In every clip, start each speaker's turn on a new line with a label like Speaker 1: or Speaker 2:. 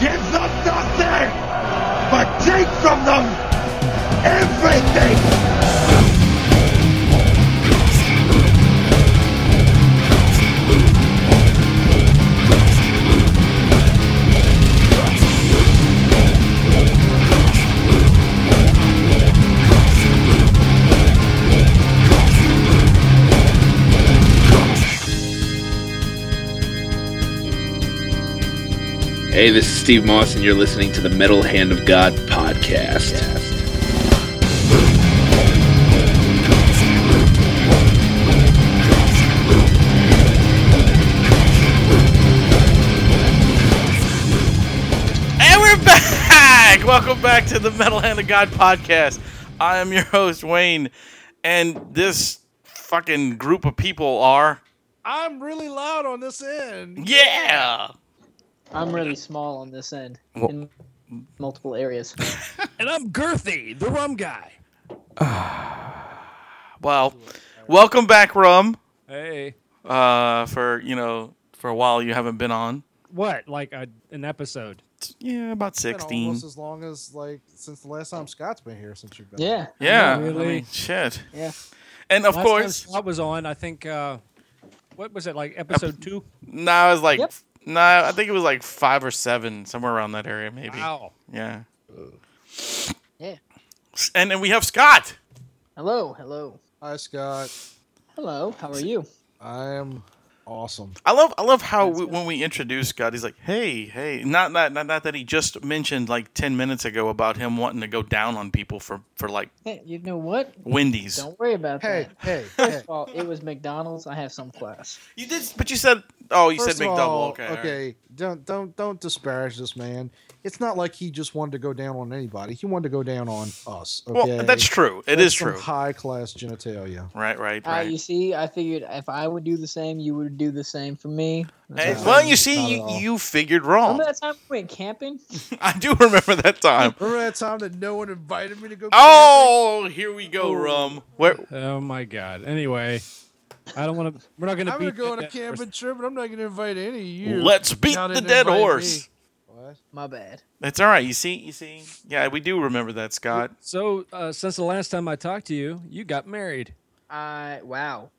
Speaker 1: Give them nothing, but take from them everything.
Speaker 2: Hey, this is Steve Moss, and you're listening to the Metal Hand of God podcast.
Speaker 3: And we're back! Welcome back to the Metal Hand of God podcast. I am your host, Wayne, and this fucking group of people are.
Speaker 4: I'm really loud on this end.
Speaker 3: Yeah!
Speaker 5: I'm really small on this end in multiple areas.
Speaker 4: And I'm girthy, the rum guy.
Speaker 3: Well, welcome back, Rum,
Speaker 4: Hey.
Speaker 3: uh, for, you know, for a while you haven't been on.
Speaker 4: What? Like a, an episode?
Speaker 3: Yeah, about
Speaker 6: been
Speaker 3: 16.
Speaker 6: almost as long as like since the last time Scott's been here since you've been.
Speaker 5: Yeah.
Speaker 3: Yeah, I
Speaker 4: Really?
Speaker 3: mean, shit.
Speaker 5: Yeah.
Speaker 3: And of
Speaker 4: Last
Speaker 3: course,
Speaker 4: time Scott was on. I think. Uh, what was it like? Episode two.
Speaker 3: no, nah, it was like,
Speaker 5: Yep.
Speaker 3: no, nah, I think it was like five or seven, somewhere around that area, maybe.
Speaker 4: Wow.
Speaker 3: Yeah.
Speaker 5: Yeah.
Speaker 3: And then we have Scott.
Speaker 5: Hello, hello.
Speaker 6: Hi Scott.
Speaker 5: Hello, how are you?
Speaker 6: I am awesome.
Speaker 3: I love I love how we, when we introduce God, he's like, "Hey, hey!" Not not not, not that he just mentioned like ten minutes ago about him wanting to go down on people for for like
Speaker 5: Hey, you know what?
Speaker 3: Wendy's.
Speaker 5: Don't worry about
Speaker 6: Hey,
Speaker 5: that.
Speaker 6: hey, hey.
Speaker 5: Well, it was McDonald's. I have some class.
Speaker 3: You did, but you said, "Oh, you
Speaker 6: First
Speaker 3: said
Speaker 6: of
Speaker 3: McDouble."
Speaker 6: all,
Speaker 3: okay, all right.
Speaker 6: Don't don't don't disparage this man. It's not like he just wanted to go down on anybody. He wanted to go down on us.
Speaker 3: Well,
Speaker 6: Okay.
Speaker 3: that's true. It
Speaker 6: That's
Speaker 3: is
Speaker 6: some
Speaker 3: true.
Speaker 6: High class genitalia.
Speaker 3: Right, right,
Speaker 5: Uh,
Speaker 3: right.
Speaker 5: you see, I figured if I would do the same, you would do the same for me.
Speaker 3: Hey,
Speaker 6: No,
Speaker 3: well, you
Speaker 6: not
Speaker 3: see,
Speaker 6: at
Speaker 3: you,
Speaker 6: all.
Speaker 3: you figured wrong.
Speaker 5: Remember that time we went camping?
Speaker 3: I do remember that time.
Speaker 6: Remember that time that no one invited me to go?
Speaker 3: Oh, here we go, rum. Where?
Speaker 4: Oh my God. Anyway, I don't want to. We're not going to
Speaker 6: camping? I'm
Speaker 4: be.
Speaker 6: gonna go on a camping trip, and I'm not gonna invite any of you.
Speaker 3: Let's beat
Speaker 6: Y'all
Speaker 3: the
Speaker 6: didn't
Speaker 3: dead
Speaker 6: invite
Speaker 3: horse.
Speaker 6: me. What?
Speaker 5: My bad.
Speaker 3: That's all right. You see, you see. Yeah, we do remember that, Scott.
Speaker 4: So uh, since the last time I talked to you, you got married.
Speaker 5: I wow.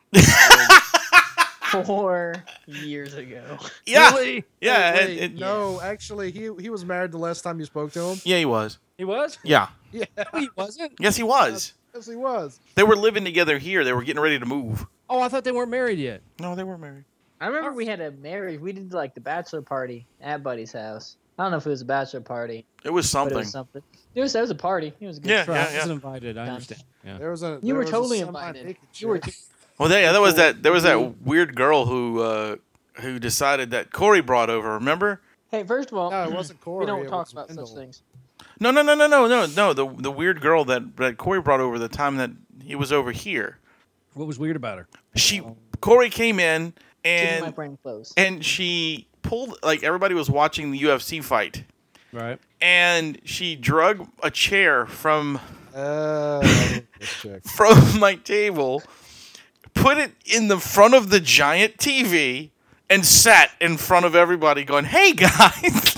Speaker 5: Four years ago.
Speaker 3: Yeah,
Speaker 4: Really?
Speaker 3: yeah,
Speaker 6: Wait,
Speaker 3: it- it-
Speaker 6: no, actually, he he was married the last time you spoke to him.
Speaker 3: yeah. He was.
Speaker 4: He was.
Speaker 3: Yeah.
Speaker 4: No, he wasn't.
Speaker 3: Yes, he was.
Speaker 6: Yes, he was.
Speaker 3: They were living together here. They were getting ready to move.
Speaker 4: Oh, I thought they weren't married yet.
Speaker 3: No, they were married.
Speaker 5: I remember we had a marriage. We did like the bachelor party at Buddy's house. I don't know if it was a bachelor party,
Speaker 3: It was
Speaker 5: but
Speaker 3: something.
Speaker 5: it was something. It was, it was a party. It was a good
Speaker 3: Yeah,
Speaker 5: try.
Speaker 4: I wasn't invited. I
Speaker 5: Done.
Speaker 4: understand. Yeah.
Speaker 6: There was a.
Speaker 5: You
Speaker 6: there
Speaker 5: were
Speaker 6: was a
Speaker 5: totally invited.
Speaker 6: semi-naked
Speaker 5: You were.
Speaker 6: chick.
Speaker 3: well, there, there was
Speaker 5: People
Speaker 3: that. There was that
Speaker 5: move.
Speaker 3: weird girl who uh, who decided that Corey brought over. Remember?
Speaker 5: Hey, first of all,
Speaker 6: No, it wasn't Corey.
Speaker 5: we don't
Speaker 6: it
Speaker 5: talk
Speaker 6: was
Speaker 5: about
Speaker 6: Wendell.
Speaker 5: such things.
Speaker 3: No, no, no, no, no, no, no. The the weird girl that that Corey brought over the time that he was over here.
Speaker 4: What was weird about her?
Speaker 3: She Corey came in
Speaker 5: Keeping my
Speaker 3: and
Speaker 5: brain closed.
Speaker 3: and she pulled like everybody was watching the UFC fight
Speaker 4: Right.
Speaker 3: and she drug a chair from
Speaker 6: Uh, this chick.
Speaker 3: from my table, put it in the front of the giant TV, and sat in front of everybody going, Hey guys.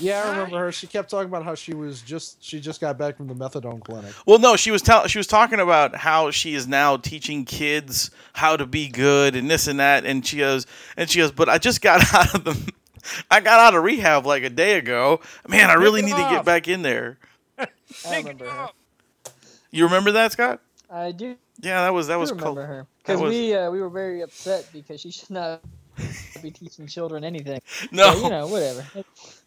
Speaker 6: Yeah, I remember her. She kept talking about how she was just she just got back from the methadone clinic.
Speaker 3: well, no, she was tell- she was talking about how she is now teaching kids how to be good and this and that and she goes and she goes, But I just got out of the I got out of rehab like a day ago. Man, I really
Speaker 4: it
Speaker 3: need to get
Speaker 4: off.
Speaker 3: back in there.
Speaker 5: I remember her.
Speaker 3: You remember that, Scott?
Speaker 5: I do
Speaker 3: Yeah, that was that was
Speaker 5: remember
Speaker 3: cool.
Speaker 5: her
Speaker 3: That
Speaker 5: because
Speaker 3: was-
Speaker 5: we uh, we were very upset because she should not be teaching children anything.
Speaker 3: No,
Speaker 5: But, you know, whatever.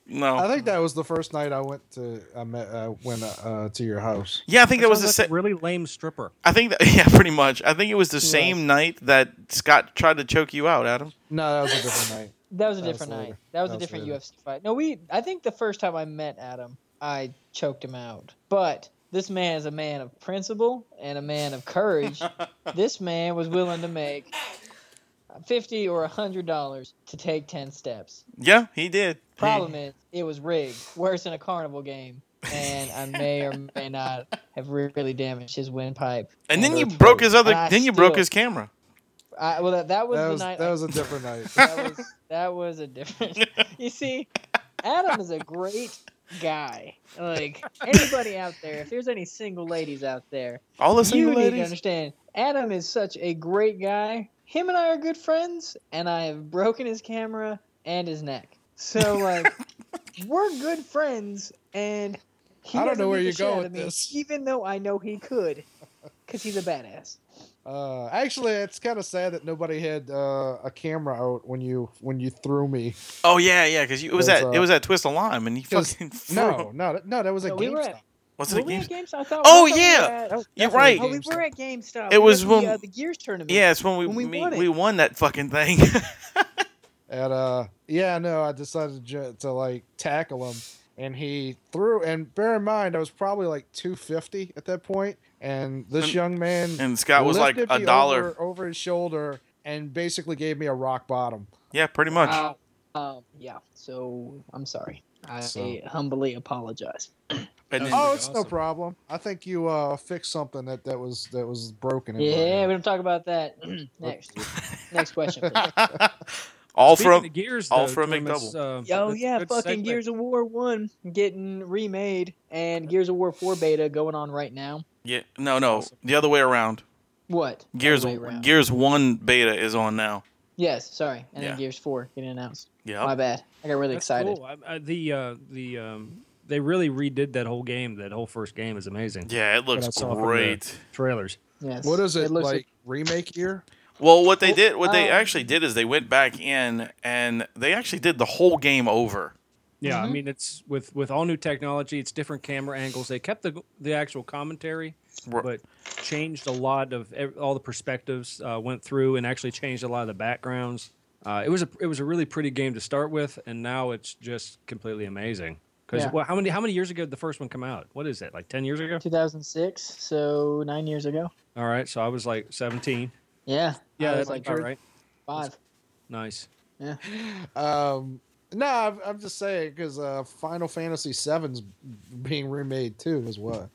Speaker 3: no.
Speaker 6: I think that was the first night I went to I met uh, went uh, to your house.
Speaker 3: yeah, I think that was the
Speaker 4: Sounds
Speaker 3: se-
Speaker 4: like a really lame stripper.
Speaker 3: I think that, yeah, pretty much. I think it was the
Speaker 5: Yeah.
Speaker 3: same night that Scott tried to choke you out, Adam.
Speaker 6: No, that was a different night.
Speaker 5: That was a
Speaker 6: That was
Speaker 5: different night.
Speaker 6: later.
Speaker 5: That was
Speaker 6: That
Speaker 5: a
Speaker 6: was
Speaker 5: different
Speaker 6: later.
Speaker 5: UFC fight. No, we. I think the first time I met Adam, I choked him out. But this man is a man of principle and a man of courage. this man was willing to make fifty or hundred dollars to take ten steps.
Speaker 3: Yeah, he did. He-
Speaker 5: Problem is, it was rigged, worse than a carnival game, and I may or may not have really damaged his windpipe.
Speaker 3: and then
Speaker 5: her
Speaker 3: you broke his
Speaker 5: throat.
Speaker 3: other.
Speaker 5: And I
Speaker 3: Then you broke
Speaker 5: still-
Speaker 3: his camera.
Speaker 5: I, well, that, that was
Speaker 6: That
Speaker 5: the
Speaker 6: was
Speaker 5: night.
Speaker 6: that
Speaker 5: I-
Speaker 6: was a different night.
Speaker 5: that was that was a different. you see, Adam is a great guy. Like anybody out there, if there's any single ladies out there,
Speaker 3: All the single
Speaker 5: you need to
Speaker 3: ladies.
Speaker 5: understand. Adam is such a great guy. Him and I are good friends, and I have broken his camera and his neck. So like, we're good friends, and he
Speaker 6: I don't
Speaker 5: doesn't
Speaker 6: know where
Speaker 5: beat the
Speaker 6: you're
Speaker 5: shit out
Speaker 6: going with
Speaker 5: of me,
Speaker 6: this.
Speaker 5: even though I know he could, because he's a badass.
Speaker 6: Uh, actually, it's kind of sad that nobody had uh, a camera out when you when you threw me.
Speaker 3: Oh yeah, yeah. Because it was
Speaker 6: There's,
Speaker 3: that
Speaker 6: uh,
Speaker 3: it was that twist of lime, and he
Speaker 6: 'Cause-
Speaker 3: fucking threw
Speaker 6: No,
Speaker 3: him.
Speaker 6: no, no, that was a
Speaker 5: No,
Speaker 6: GameStop.
Speaker 5: we were at-
Speaker 3: Was
Speaker 5: Were
Speaker 3: it a
Speaker 5: we
Speaker 3: game?
Speaker 5: at GameStop? I thought-
Speaker 3: Oh,
Speaker 5: I thought we
Speaker 3: yeah.
Speaker 5: were at-
Speaker 6: That was
Speaker 3: You're
Speaker 6: definitely
Speaker 3: right.
Speaker 5: Oh, we
Speaker 6: GameStop.
Speaker 5: were at GameStop.
Speaker 3: It
Speaker 5: We
Speaker 3: was
Speaker 5: had
Speaker 3: when-
Speaker 5: the, uh, the Gears tournament.
Speaker 3: Yeah, it's when we
Speaker 5: When we
Speaker 3: me-
Speaker 5: won it.
Speaker 3: we won that fucking thing.
Speaker 6: And uh, yeah, no, I decided to, ju- to like tackle him, and he threw. And bear in mind, I was probably like two fifty at that point, and this
Speaker 3: And-
Speaker 6: young man
Speaker 3: and Scott was like
Speaker 6: lifted
Speaker 3: a
Speaker 6: me
Speaker 3: dollar.
Speaker 6: over, over his shoulder and basically gave me a rock bottom.
Speaker 3: Yeah, pretty much.
Speaker 5: Uh, um, yeah. So I'm sorry. I
Speaker 6: So-
Speaker 5: humbly apologize.
Speaker 3: And then-
Speaker 4: Oh,
Speaker 6: Oh,
Speaker 4: Pretty
Speaker 6: it's no
Speaker 4: awesome.
Speaker 6: problem. I think you uh, fixed something that, that was that was broken. in my
Speaker 5: Yeah,
Speaker 6: hand.
Speaker 5: we don't talk about that next. next question. please.
Speaker 3: all
Speaker 4: Speaking
Speaker 3: from
Speaker 4: of Gears,
Speaker 3: all
Speaker 4: though,
Speaker 3: from
Speaker 4: Jim, it's,
Speaker 3: McDouble.
Speaker 4: uh,
Speaker 5: Oh
Speaker 4: that's a
Speaker 5: yeah,
Speaker 4: good
Speaker 5: fucking
Speaker 4: segue.
Speaker 5: Gears of War One getting remade, and Gears of War Four beta going on right now.
Speaker 3: yeah, no, no, the other way around.
Speaker 5: What?
Speaker 3: Gears
Speaker 5: Other way around.
Speaker 3: Gears One beta is on now.
Speaker 5: Yes, sorry, and
Speaker 3: Yeah.
Speaker 5: then Gears Four getting announced. My
Speaker 3: Yeah,
Speaker 5: bad. I got really
Speaker 4: That's
Speaker 5: excited.
Speaker 4: Cool. I, I, the uh, the um, they really redid that whole game. That whole first game is amazing.
Speaker 3: yeah, it
Speaker 4: I
Speaker 3: looks
Speaker 4: saw from
Speaker 3: great.
Speaker 4: Trailers.
Speaker 5: Yes.
Speaker 6: What is it,
Speaker 5: looks
Speaker 6: like remake year?
Speaker 3: Well, what they did, what they
Speaker 5: um,
Speaker 3: actually did is they went back in and they actually did the whole game over.
Speaker 4: Yeah, I
Speaker 5: Mhm.
Speaker 4: mean it's with with all new technology. It's different camera angles. They kept the the actual commentary,
Speaker 3: Ro-
Speaker 4: but changed a lot of ev- all the perspectives. Uh, went through and actually changed a lot of the backgrounds. Uh, it was a it was a really pretty game to start with, and now it's just completely amazing. Because
Speaker 5: Yeah.
Speaker 4: well, how many how many years ago did the first one come out? What is it like ten years ago?
Speaker 5: 2006, so nine years ago.
Speaker 4: All right, so I was like seventeen.
Speaker 5: Yeah.
Speaker 4: Yeah,
Speaker 5: I
Speaker 4: that's
Speaker 5: was
Speaker 4: like
Speaker 5: like
Speaker 4: all right.
Speaker 5: five.
Speaker 4: Nice.
Speaker 6: Um, no, I'm, I'm just saying because uh, Final Fantasy VII's being remade too as well.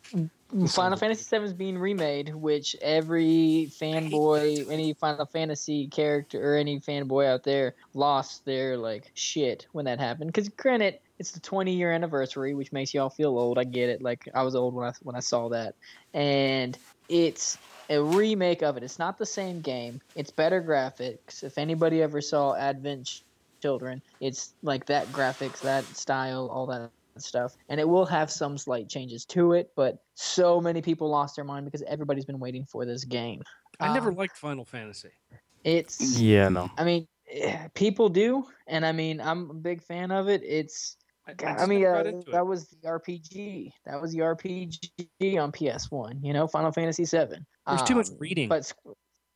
Speaker 5: Final Fantasy VII is being remade, which every fanboy, any Final Fantasy character, or any fanboy out there lost their like shit when that happened. Because granted, it's the 20 year anniversary, which makes y'all feel old. I get it. Like I was old when I when I saw that, and it's a remake of it. It's not the same game. It's better graphics. If anybody ever saw Advent Children, it's like that graphics, that style, all that and stuff. And it will have some slight changes to it, but so many people lost their mind because everybody's been waiting for this game.
Speaker 6: Uh,
Speaker 4: I never
Speaker 5: Um,
Speaker 4: liked Final Fantasy.
Speaker 5: It's
Speaker 7: Yeah, no.
Speaker 5: I mean, eh, people do, and I mean, I'm a big fan of it. It's
Speaker 4: I, I
Speaker 5: God, I,
Speaker 4: just
Speaker 5: mean,
Speaker 4: never
Speaker 5: uh,
Speaker 4: got into it.
Speaker 5: that was the RPG. That was the RPG on PS1, you know, Final Fantasy 7.
Speaker 4: There's too much reading.
Speaker 5: But sc-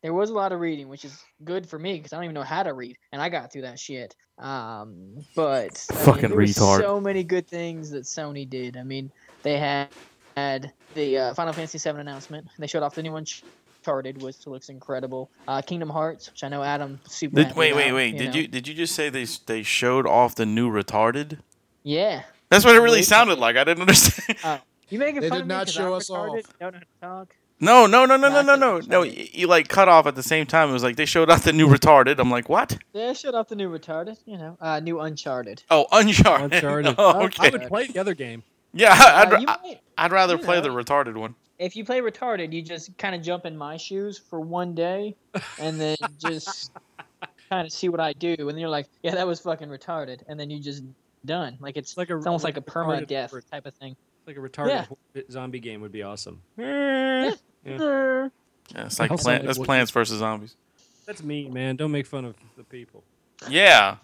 Speaker 5: there was a lot of reading, which is good for me because I don't even know how to read, and I got through that shit. Um, but I mean,
Speaker 7: Fucking
Speaker 5: there was
Speaker 7: retard.
Speaker 5: So many good things that Sony did. I mean, they had had the uh, Final Fantasy VII announcement. They showed off the new one, Charted, which looks incredible. Uh, Kingdom Hearts, which I know Adam super.
Speaker 3: Did,
Speaker 5: happy
Speaker 3: wait, wait,
Speaker 5: about,
Speaker 3: wait. Did
Speaker 5: know.
Speaker 3: you did you just say they s- they showed off the new retarded?
Speaker 5: Yeah,
Speaker 3: That's what it really
Speaker 5: Wait.
Speaker 3: sounded like. I didn't understand.
Speaker 5: you making
Speaker 6: They
Speaker 5: fun
Speaker 6: did
Speaker 5: of
Speaker 6: not
Speaker 5: me 'cause
Speaker 6: show
Speaker 5: I'm
Speaker 6: us
Speaker 5: retarded,
Speaker 6: off.
Speaker 5: Don't know how to talk.
Speaker 3: No, no, no, no, no,
Speaker 5: Nah,
Speaker 3: no,
Speaker 5: I
Speaker 3: no,
Speaker 5: think
Speaker 3: no.
Speaker 5: it's
Speaker 3: You, you like cut off at the same time. It was like they showed off the new retarded. I'm like, what?
Speaker 5: They showed off the new retarded, you know, uh, new Uncharted.
Speaker 3: Oh, Uncharted.
Speaker 4: Uncharted.
Speaker 3: Oh,
Speaker 4: I
Speaker 3: okay.
Speaker 4: would play the other game.
Speaker 3: Yeah, I-
Speaker 5: Uh,
Speaker 3: I'd,
Speaker 5: you
Speaker 3: I-
Speaker 5: might-
Speaker 3: I'd rather
Speaker 5: you
Speaker 3: play
Speaker 5: know.
Speaker 3: the retarded one.
Speaker 5: if you play retarded, you just kind of jump in my shoes for one day, and then just kind of see what I do, and then you're like, yeah, that was fucking retarded, and then you just done. Like it's
Speaker 4: It's like a
Speaker 5: it's almost like a perma
Speaker 4: retarded
Speaker 5: death
Speaker 4: word.
Speaker 5: type of thing.
Speaker 4: Like a retarded
Speaker 5: Yeah.
Speaker 4: horse- zombie game would be awesome.
Speaker 3: Yeah, it's like
Speaker 4: Sounds
Speaker 3: plant,
Speaker 4: like
Speaker 3: that's
Speaker 4: what-
Speaker 3: Plants vs Zombies.
Speaker 4: That's me, man. Don't make fun of the people.
Speaker 3: Yeah.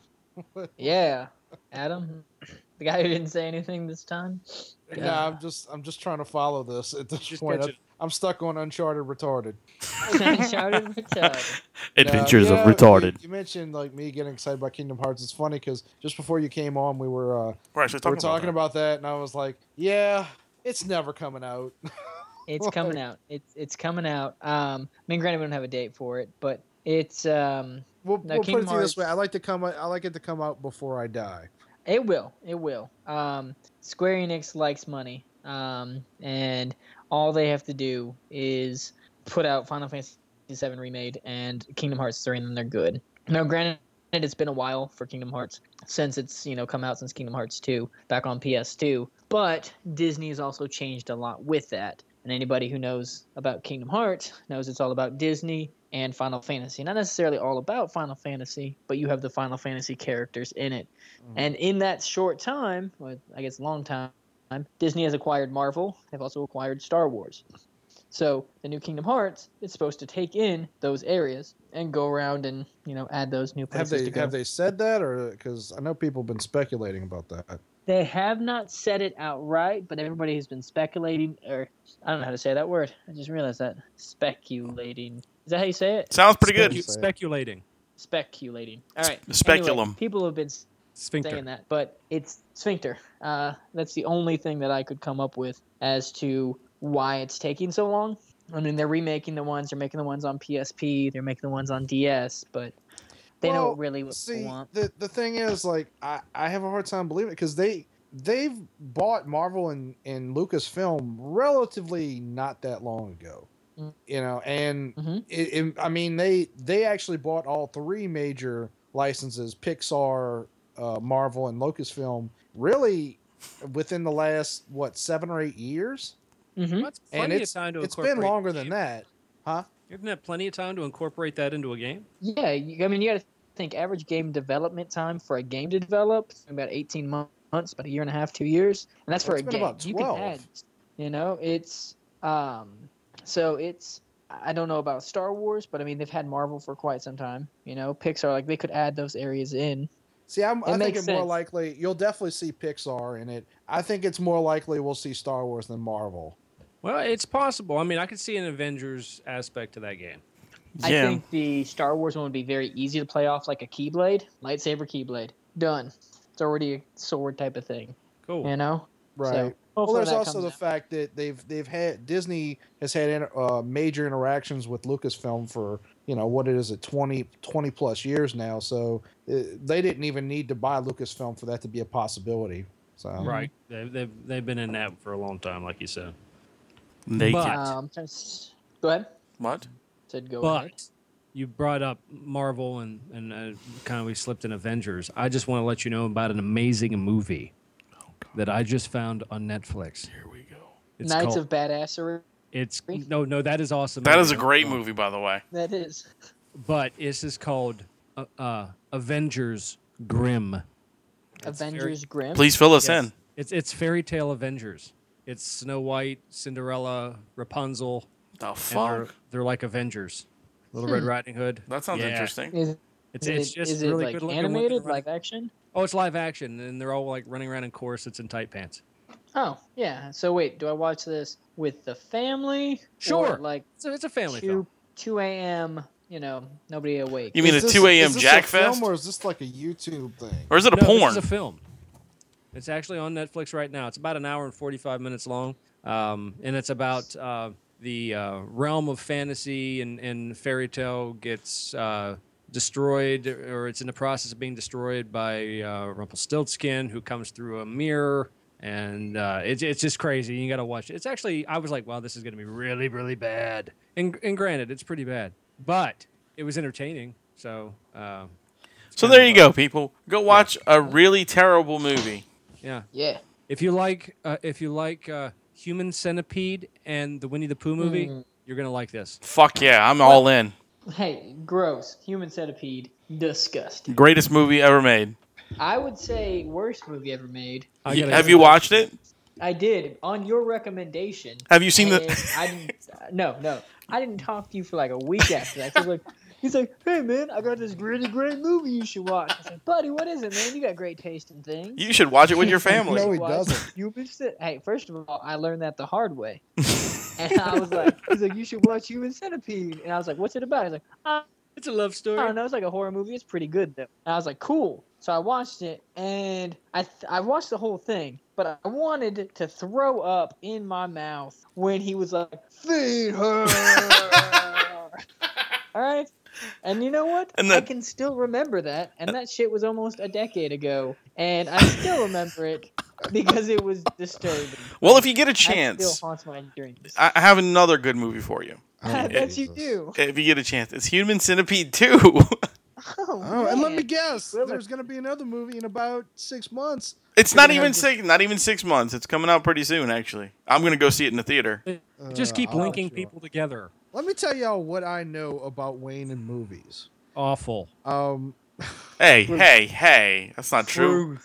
Speaker 5: Yeah, Adam, the guy who didn't say anything this time.
Speaker 6: No,
Speaker 5: Yeah.
Speaker 6: I'm just I'm just trying to follow this at this
Speaker 4: Just
Speaker 6: point.
Speaker 4: catch
Speaker 6: I'm, I'm stuck on Uncharted retarded.
Speaker 5: Uncharted retarded.
Speaker 7: Adventures
Speaker 6: Now,
Speaker 7: of
Speaker 6: you know, you-
Speaker 7: Retarded.
Speaker 6: You, mentioned like me getting excited by Kingdom Hearts. It's funny because just before you came on, we were uh,
Speaker 3: We're actually
Speaker 6: we
Speaker 3: talking,
Speaker 6: were talking
Speaker 3: about,
Speaker 6: about that, and I was like, yeah, it's never coming out.
Speaker 5: It's coming out. It's it's coming out. Um, I mean, granted, we don't have a date for it, but it's um,
Speaker 6: We'll,
Speaker 5: No,
Speaker 6: we'll put it
Speaker 5: Kingdom
Speaker 6: through this
Speaker 5: Hearts-
Speaker 6: way. I like to come. I like it to come out before I die.
Speaker 5: It will. It will. Um, Square Enix likes money, um, and all they have to do is put out Final Fantasy VII remade and Kingdom Hearts three, and then they're good. Now, granted, and it's been a while for Kingdom Hearts since it's you know come out since Kingdom Hearts 2 back on PS2. But Disney has also changed a lot with that. And anybody who knows about Kingdom Hearts knows it's all about Disney and Final Fantasy. Not necessarily all about Final Fantasy, but you have the Final Fantasy characters in it.
Speaker 6: Mm-hmm.
Speaker 5: And in that short time, well, I guess long time, Disney has acquired Marvel. They've also acquired Star Wars. So the new Kingdom Hearts is supposed to take in those areas and go around and you know add those new
Speaker 6: Have
Speaker 5: places
Speaker 6: they
Speaker 5: to go.
Speaker 6: have they said that or because I know people have been speculating about that.
Speaker 5: They have not said it outright, but everybody has been speculating, or I don't know how to say that word. I just realized that. Speculating. Is that how you say it?
Speaker 3: Sounds pretty good.
Speaker 6: Specu-
Speaker 4: speculating.
Speaker 5: Speculating. All right.
Speaker 3: S- speculum.
Speaker 5: Anyway, people have been
Speaker 4: Sphincter.
Speaker 5: saying that, but it's sphincter. Uh, that's the only thing that I could come up with as to why it's taking so long. I mean, they're remaking the ones, they're making the ones on PSP, they're making the ones on DS, but they
Speaker 6: Well,
Speaker 5: don't really
Speaker 6: See,
Speaker 5: want.
Speaker 6: the the thing is, like, I I have a hard time believing it because they they've bought Marvel and and Lucasfilm relatively not that long ago,
Speaker 5: Mm.
Speaker 6: you know, and
Speaker 5: Mhm.
Speaker 6: it, it- I mean they they actually bought all three major licenses: Pixar, uh, Marvel, and Lucasfilm. Really, within the last what seven or eight years,
Speaker 5: Mhm.
Speaker 4: That's plenty
Speaker 6: Hmm? and it's
Speaker 4: of time to
Speaker 6: it's
Speaker 4: incorporate
Speaker 6: been longer
Speaker 4: a
Speaker 6: than
Speaker 4: game.
Speaker 6: that.
Speaker 4: Isn't that plenty of time to incorporate that into a game?
Speaker 5: Yeah, you, I mean, you got to think average game development time for a game to develop is about eighteen mon- months, about a year and a half, two years, and that's for
Speaker 6: It's
Speaker 5: a
Speaker 6: been
Speaker 5: game.
Speaker 6: about
Speaker 5: You can
Speaker 6: 12.
Speaker 5: add, you know, it's um, so it's I don't know about Star Wars, but I mean they've had Marvel for quite some time. You know, Pixar like they could add those areas in.
Speaker 6: See, I'm, I think
Speaker 5: makes
Speaker 6: it's more
Speaker 5: sense.
Speaker 6: likely you'll definitely see Pixar in it. I think it's more likely we'll see Star Wars than Marvel.
Speaker 4: Well, it's possible. I mean, I could see an Avengers aspect to that game.
Speaker 5: I
Speaker 3: Yeah.
Speaker 5: think the Star Wars one would be very easy to play off like a Keyblade, lightsaber Keyblade. Done. It's already a sword type of thing.
Speaker 4: Cool.
Speaker 5: You know.
Speaker 6: Right.
Speaker 5: So,
Speaker 6: well,
Speaker 5: hopefully
Speaker 6: there's
Speaker 5: that
Speaker 6: also
Speaker 5: comes
Speaker 6: the
Speaker 5: out.
Speaker 6: fact that they've they've had Disney has had inter, uh, major interactions with Lucasfilm for you know what it is at 20, 20 plus years now. So uh, they didn't even need to buy Lucasfilm for that to be a possibility. So
Speaker 4: Right. They've, they've, they've been in that for a long time, like you said.
Speaker 3: Naked.
Speaker 4: But-
Speaker 5: Um, just- go ahead.
Speaker 3: what?
Speaker 5: Said go ahead.
Speaker 4: But you brought up Marvel and, and uh, kind of we slipped in Avengers. I just want to let you know about an amazing movie that I just found on Netflix.
Speaker 3: Oh, Here we go.
Speaker 4: It's
Speaker 5: Knights
Speaker 4: called,
Speaker 5: of Badassery.
Speaker 4: It's no, no, that is awesome.
Speaker 3: That is a
Speaker 4: Anyway.
Speaker 3: great movie, by the way.
Speaker 5: That is.
Speaker 4: But this is called uh, uh, Avengers Grimm.
Speaker 5: Avengers Grimm.
Speaker 3: Please fill us
Speaker 4: Yes.
Speaker 3: in.
Speaker 4: It's it's fairy tale Avengers. It's Snow White, Cinderella, Rapunzel,
Speaker 3: The
Speaker 4: and they're,
Speaker 3: fuck?
Speaker 4: they're like Avengers. Little Red Riding Hood.
Speaker 3: That sounds
Speaker 4: Yeah.
Speaker 3: interesting.
Speaker 5: Is,
Speaker 4: It's,
Speaker 5: Hmm. is
Speaker 4: it's
Speaker 5: it-
Speaker 4: just
Speaker 5: is it,
Speaker 4: really
Speaker 5: like,
Speaker 4: good looking. when they're
Speaker 5: Animated,
Speaker 4: running-
Speaker 5: live action.
Speaker 4: oh, it's live action, and they're all like running around in corsets and tight pants.
Speaker 5: Oh yeah. So wait, do I watch this with the family?
Speaker 4: Sure.
Speaker 5: Or like
Speaker 4: So it's a family
Speaker 5: two
Speaker 4: film.
Speaker 5: two a.m. You know, nobody awake.
Speaker 3: You mean
Speaker 6: Is
Speaker 3: a
Speaker 6: this-
Speaker 3: 2 a.m.
Speaker 6: is this
Speaker 3: Jack
Speaker 6: a film
Speaker 3: Fest?
Speaker 6: or is this like a YouTube thing?
Speaker 3: Or is it a
Speaker 4: No,
Speaker 3: porn?
Speaker 4: This is a film. It's actually on Netflix right now. It's about an hour and forty-five minutes long, um, and it's about uh, the uh, realm of fantasy and, and fairy tale gets uh, destroyed, or it's in the process of being destroyed by uh, Rumpelstiltskin, who comes through a mirror, and uh, it's it's just crazy. You got to watch it. It's actually I was like, wow, this is going to be really really bad. And and granted, it's pretty bad, but it was entertaining. So. Uh, it's
Speaker 3: so
Speaker 4: kind of
Speaker 3: there you
Speaker 4: a-
Speaker 3: go, people. Go watch a really terrible movie.
Speaker 4: Yeah.
Speaker 5: Yeah.
Speaker 4: If you like, uh, if you like uh, Human Centipede and the Winnie the Pooh movie,
Speaker 6: Hmm.
Speaker 5: Mm.
Speaker 4: you're gonna like this.
Speaker 3: Fuck yeah, I'm all in.
Speaker 5: Hey, gross. Human centipede. Disgusting.
Speaker 3: Greatest movie ever made.
Speaker 5: I would say worst movie ever made.
Speaker 4: I
Speaker 3: Y-
Speaker 4: gotta
Speaker 3: Have
Speaker 4: go.
Speaker 3: you watched it?
Speaker 5: I did on your recommendation.
Speaker 3: Have you seen
Speaker 5: And
Speaker 3: the?
Speaker 5: I didn't. No, no. I didn't talk to you for like a week after that. 'Cause, like, he's like, "Hey man, I got this really great movie you should watch." I said, "Buddy, what is it, man? You got great taste in things."
Speaker 3: You should watch it with your family.
Speaker 6: No, he
Speaker 5: What?
Speaker 6: doesn't.
Speaker 5: You missed it. Hey, first of all, I learned that the hard way. and I was like, "He's like, you should watch Human Centipede." And I was like, "What's it about?" He's like, "I
Speaker 4: It's a love story.
Speaker 5: don't know. It's like a horror movie. It's pretty good though." And I was like, "Cool." So I watched it, and I th- I watched the whole thing, but I wanted to throw up in my mouth when he was like, "Feed her." All right. And you know what?
Speaker 3: And
Speaker 5: I
Speaker 3: the-
Speaker 5: can still remember that. And that shit was almost a decade ago. And I still remember it because it was disturbing.
Speaker 3: Well, if you get a
Speaker 5: That
Speaker 3: chance,
Speaker 5: still haunts my dreams.
Speaker 3: I Oh, I have another good movie for you.
Speaker 5: I bet you
Speaker 6: Oh, Jesus.
Speaker 5: do.
Speaker 3: If you get a chance, it's Human Centipede 2.
Speaker 5: Oh,
Speaker 6: Oh, and let me
Speaker 5: man.
Speaker 6: guess.
Speaker 5: Really?
Speaker 6: There's going to be another movie in about six months.
Speaker 3: It's
Speaker 6: You're
Speaker 3: not
Speaker 6: gonna
Speaker 3: even
Speaker 6: have to-
Speaker 3: six. Not even six months. It's coming out pretty soon. Actually, I'm gonna go see it in the theater.
Speaker 4: Just
Speaker 6: Uh,
Speaker 4: keep
Speaker 6: I'll
Speaker 4: linking
Speaker 6: let you-
Speaker 4: people together.
Speaker 6: Let me tell y'all what I know about Wayne and movies.
Speaker 4: Awful.
Speaker 6: Um,
Speaker 3: Hey, hey, hey! That's not true.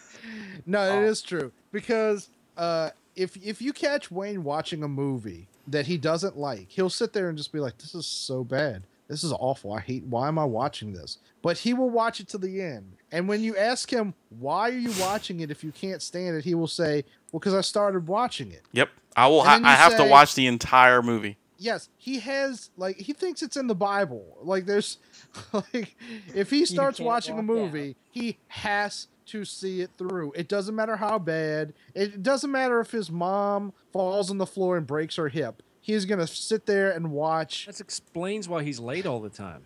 Speaker 6: no, it
Speaker 4: Oh.
Speaker 6: is true because uh, if if you catch Wayne watching a movie that he doesn't like, he'll sit there and just be like, "This is so bad. This is awful. I hate. Why am I watching this?" But he will watch it to the end. And when you ask him why are you watching it if you can't stand it, he will say, "Well, because I started watching it."
Speaker 3: Yep, I will.
Speaker 6: And
Speaker 3: Ha-
Speaker 6: then you
Speaker 3: I have to
Speaker 6: say-
Speaker 3: watch the entire movie.
Speaker 6: Yes, he has like he thinks it's in the Bible. Like there's like if he starts
Speaker 5: can't
Speaker 6: watching a
Speaker 5: walk out.
Speaker 6: movie, he has to see it through. It doesn't matter how bad. It doesn't matter if his mom falls on the floor and breaks her hip. He's going to sit there and watch
Speaker 4: That explains why he's late all the time.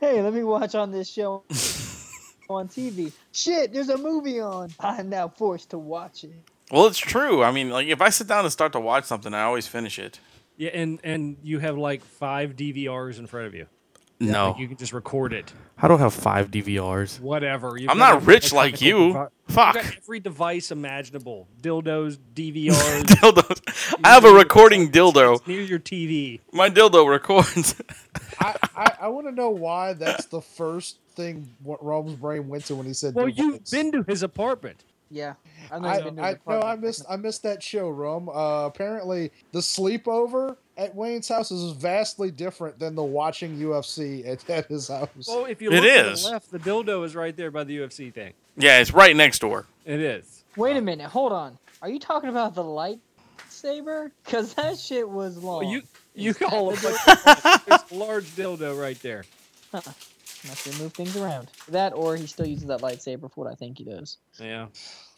Speaker 5: Hey, let me watch on this show on TV. Shit, there's a movie on. I'm now forced to watch it.
Speaker 3: Well, it's true. I mean, like if I sit down and start to watch something, I always finish it.
Speaker 4: Yeah, and and you have like five DVRs in front of you.
Speaker 3: no,
Speaker 4: Like you can just record it.
Speaker 7: I don't have five DVRs.
Speaker 4: Whatever. You've
Speaker 3: I'm
Speaker 4: got
Speaker 3: not
Speaker 4: every
Speaker 3: rich like
Speaker 4: technical
Speaker 3: you.
Speaker 4: devi-
Speaker 3: Fuck.
Speaker 4: You've got every device imaginable: dildos, DVRs.
Speaker 3: dildos. I have a recording dildo.
Speaker 4: It's near your TV.
Speaker 3: My dildo records.
Speaker 6: I I, I want to know why that's the first thing what Rome's brain went to when he said
Speaker 4: Well, you've
Speaker 6: device.
Speaker 4: been to his apartment.
Speaker 5: Yeah. I, know
Speaker 6: I,
Speaker 5: you've been to
Speaker 6: I,
Speaker 5: the
Speaker 6: no, I
Speaker 5: podcast.
Speaker 6: missed I missed that show, Rum. Uh, apparently, the sleepover at Wayne's house is vastly different than the watching UFC at, at his house.
Speaker 4: Well, if you
Speaker 3: It
Speaker 4: look to
Speaker 3: is.
Speaker 4: the left, the dildo is right there by the UFC thing.
Speaker 3: yeah, it's right next door.
Speaker 4: It is.
Speaker 5: Wait a minute. Hold on. Are you talking about the lightsaber? Because that shit was long.
Speaker 4: Well, you you
Speaker 5: Is that
Speaker 4: call
Speaker 5: the
Speaker 4: it. There's a large dildo right there.
Speaker 5: Must have moved things around. That, or he still uses that lightsaber for what I think he does.
Speaker 4: Yeah.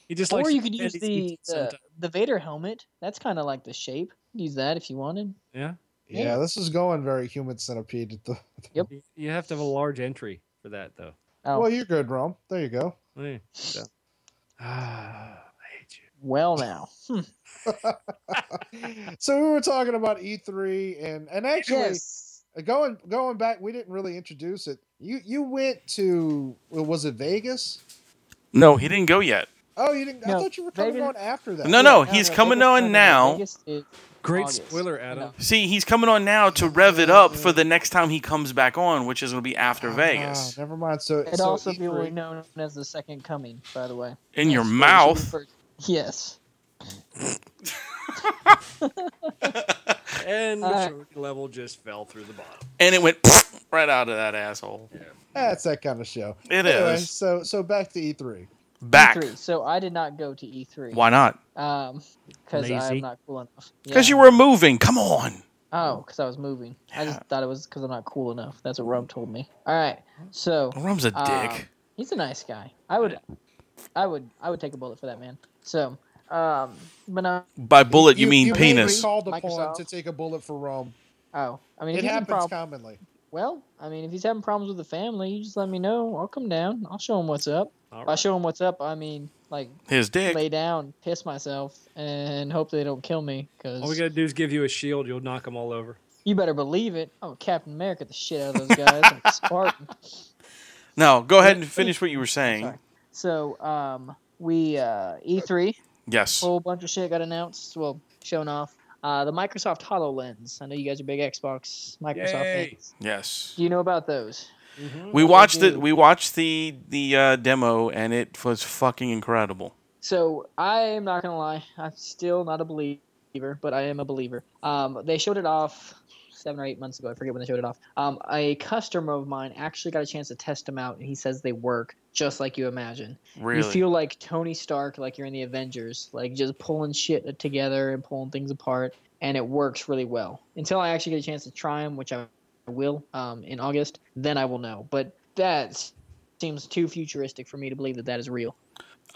Speaker 4: He just likes
Speaker 5: Or
Speaker 4: to
Speaker 5: you could use
Speaker 4: defend his
Speaker 5: the,
Speaker 4: teeth
Speaker 5: the
Speaker 4: sometimes.
Speaker 5: the Vader helmet. That's kind of like the shape. Use that if you wanted.
Speaker 4: yeah.
Speaker 6: yeah, this is going very human centipede. At the
Speaker 4: You- You have to have a large entry for that though.
Speaker 5: Oh,
Speaker 6: well,
Speaker 5: well,
Speaker 6: you're good, Rum. There you go.
Speaker 4: Yeah, so. Ah, I hate you.
Speaker 5: now.
Speaker 6: so we were talking about E3, and and actually,
Speaker 5: yes.
Speaker 6: going going back, we didn't really introduce it. You you went to was it Vegas?
Speaker 3: No, he didn't go yet.
Speaker 6: Oh, you didn't. I
Speaker 5: No,
Speaker 6: thought you were coming
Speaker 5: Vegas-
Speaker 6: on after that.
Speaker 3: No, no,
Speaker 5: Yeah,
Speaker 3: he's
Speaker 5: no,
Speaker 3: coming
Speaker 5: Vegas-
Speaker 3: on
Speaker 5: no, no, no,
Speaker 3: now.
Speaker 5: Vegas is-
Speaker 4: Great
Speaker 5: August.
Speaker 4: spoiler, Adam.
Speaker 5: No.
Speaker 3: See, he's coming on now to rev it up for the next time he comes back on, which is going to be after
Speaker 6: Ah,
Speaker 3: Vegas.
Speaker 6: never mind. So
Speaker 5: It'd
Speaker 6: so E
Speaker 5: also be
Speaker 6: E3
Speaker 5: known as the Second Coming, by the way.
Speaker 3: In your
Speaker 5: Yes,
Speaker 3: mouth.
Speaker 5: Vegas is the first- Yes.
Speaker 4: And
Speaker 5: All right.
Speaker 4: maturity level just fell through the bottom.
Speaker 3: And it went right out of that asshole.
Speaker 6: That's that kind of show.
Speaker 3: It
Speaker 6: anyway,
Speaker 3: is.
Speaker 6: So so back to E E3.
Speaker 3: Back.
Speaker 5: E3. E So I did not go to E3.
Speaker 3: Why not?
Speaker 5: Um, because
Speaker 4: Lazy.
Speaker 5: I'm not cool enough.
Speaker 3: Because
Speaker 5: Yeah.
Speaker 3: you were moving. Come on.
Speaker 5: Oh, because I was moving. I just thought it was because I'm not cool enough. That's what Rome told me. All right. So
Speaker 3: Rum's a
Speaker 5: Um,
Speaker 3: dick.
Speaker 5: he's a nice guy. I would, I would, I would take a bullet for that man. So, um, but no.
Speaker 3: By bullet, you, mean
Speaker 6: you may be
Speaker 3: penis.
Speaker 6: Called upon
Speaker 5: Microsoft.
Speaker 6: to take a bullet for Rome.
Speaker 5: Oh, I mean, if
Speaker 6: It
Speaker 5: he's having prob-
Speaker 6: happens commonly.
Speaker 5: well, I mean, if he's having problems with the family, you just let me know. I'll come down. I'll show him what's up.
Speaker 4: All
Speaker 5: By
Speaker 4: right.
Speaker 5: show him what's up, I mean like
Speaker 3: His dick.
Speaker 5: lay down, piss myself, and hope they don't kill me. Cause
Speaker 4: All we gotta do is give you a shield. You'll knock them all over.
Speaker 5: you better believe it. Oh, Captain America, the shit out of those guys, like Spartan.
Speaker 3: No, go ahead and finish what you were saying.
Speaker 5: Sorry. So, um, we uh, E3
Speaker 3: Yes.
Speaker 5: whole bunch of shit got announced. Well, shown off. Uh, the Microsoft Hololens. I know you guys are big Xbox Microsoft
Speaker 4: Yay.
Speaker 5: fans.
Speaker 3: Yes.
Speaker 5: Do you know about those?
Speaker 3: We watched
Speaker 5: do.
Speaker 3: it. We watched the the uh, demo, and it was fucking incredible.
Speaker 5: So I am not gonna lie. I'm still not a believer, but I am a believer. Um, they showed it off seven or eight months ago. I forget when they showed it off. Um, a customer of mine actually got a chance to test them out, and he says they work just like you imagine.
Speaker 3: Really.
Speaker 5: You feel like Tony Stark, like you're in the Avengers, like just pulling shit together and pulling things apart, and it works really well. Until I actually get a chance to try them, which I will um, in August, then I will know. But that seems too futuristic for me to believe that that is real.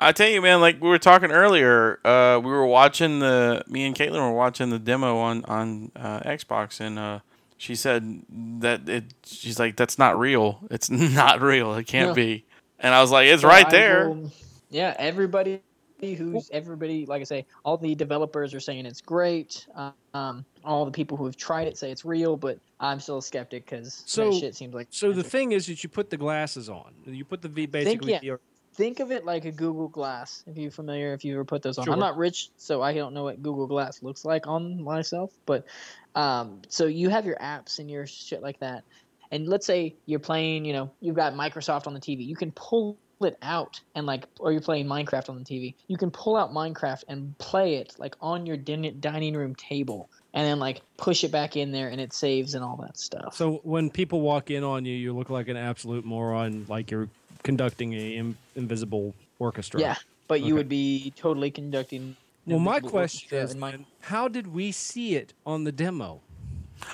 Speaker 3: I tell you, man. Like we were talking earlier, uh, we were watching the me and Caitlin were watching the demo on on uh, Xbox, and uh, she said that it. She's like, "That's not real. It's not real. It can't
Speaker 5: Yeah.
Speaker 3: be." And I was like, "It's
Speaker 5: So
Speaker 3: right
Speaker 5: I
Speaker 3: there."
Speaker 5: will- yeah, everybody who's everybody, like I say, all the developers are saying it's great. Uh, Um, all the people who have tried it say it's real, but I'm still a skeptic because
Speaker 4: So-
Speaker 5: that shit seems like.
Speaker 4: So the thing is that you put the glasses on. You put the V basically.
Speaker 5: yeah.
Speaker 4: VR
Speaker 5: think of it like a Google Glass. If you're familiar, if you ever put those on,
Speaker 4: Sure.
Speaker 5: I'm not rich, so I don't know what Google Glass looks like on myself. But um, so you have your apps and your shit like that. And let's say you're playing, you know, you've got Microsoft on the TV. You can pull it out and like, or you're playing Minecraft on the TV. You can pull out Minecraft and play it like on your din- dining room table, and then like push it back in there, and it saves and all that stuff.
Speaker 4: So when people walk in on you, you look like an absolute moron, like you're conducting a Im- invisible orchestra.
Speaker 5: yeah, but you
Speaker 4: Okay.
Speaker 5: would be totally conducting.
Speaker 4: Well, my
Speaker 5: Invisible
Speaker 4: question
Speaker 5: orchestra
Speaker 4: is,
Speaker 5: in my-
Speaker 4: man, how did we see it on the demo?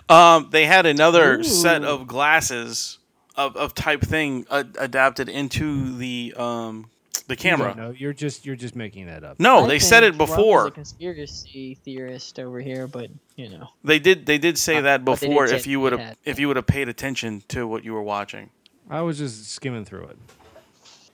Speaker 3: Um, they had another set
Speaker 5: Ooh.
Speaker 3: of glasses of, of type thing uh, adapted into the um, the camera.
Speaker 4: No, you're just you're just making that up.
Speaker 3: No,
Speaker 5: I
Speaker 3: Oh, they said
Speaker 5: think
Speaker 3: it
Speaker 5: Rob is
Speaker 3: before.
Speaker 5: a conspiracy theorist over here, but you know,
Speaker 3: They did. They did say
Speaker 5: Uh,
Speaker 3: that
Speaker 5: but they
Speaker 3: before.
Speaker 5: did say
Speaker 3: If you would
Speaker 5: they
Speaker 3: have,
Speaker 5: had-
Speaker 3: if you would have paid attention to what you were watching.
Speaker 4: I was just skimming through it.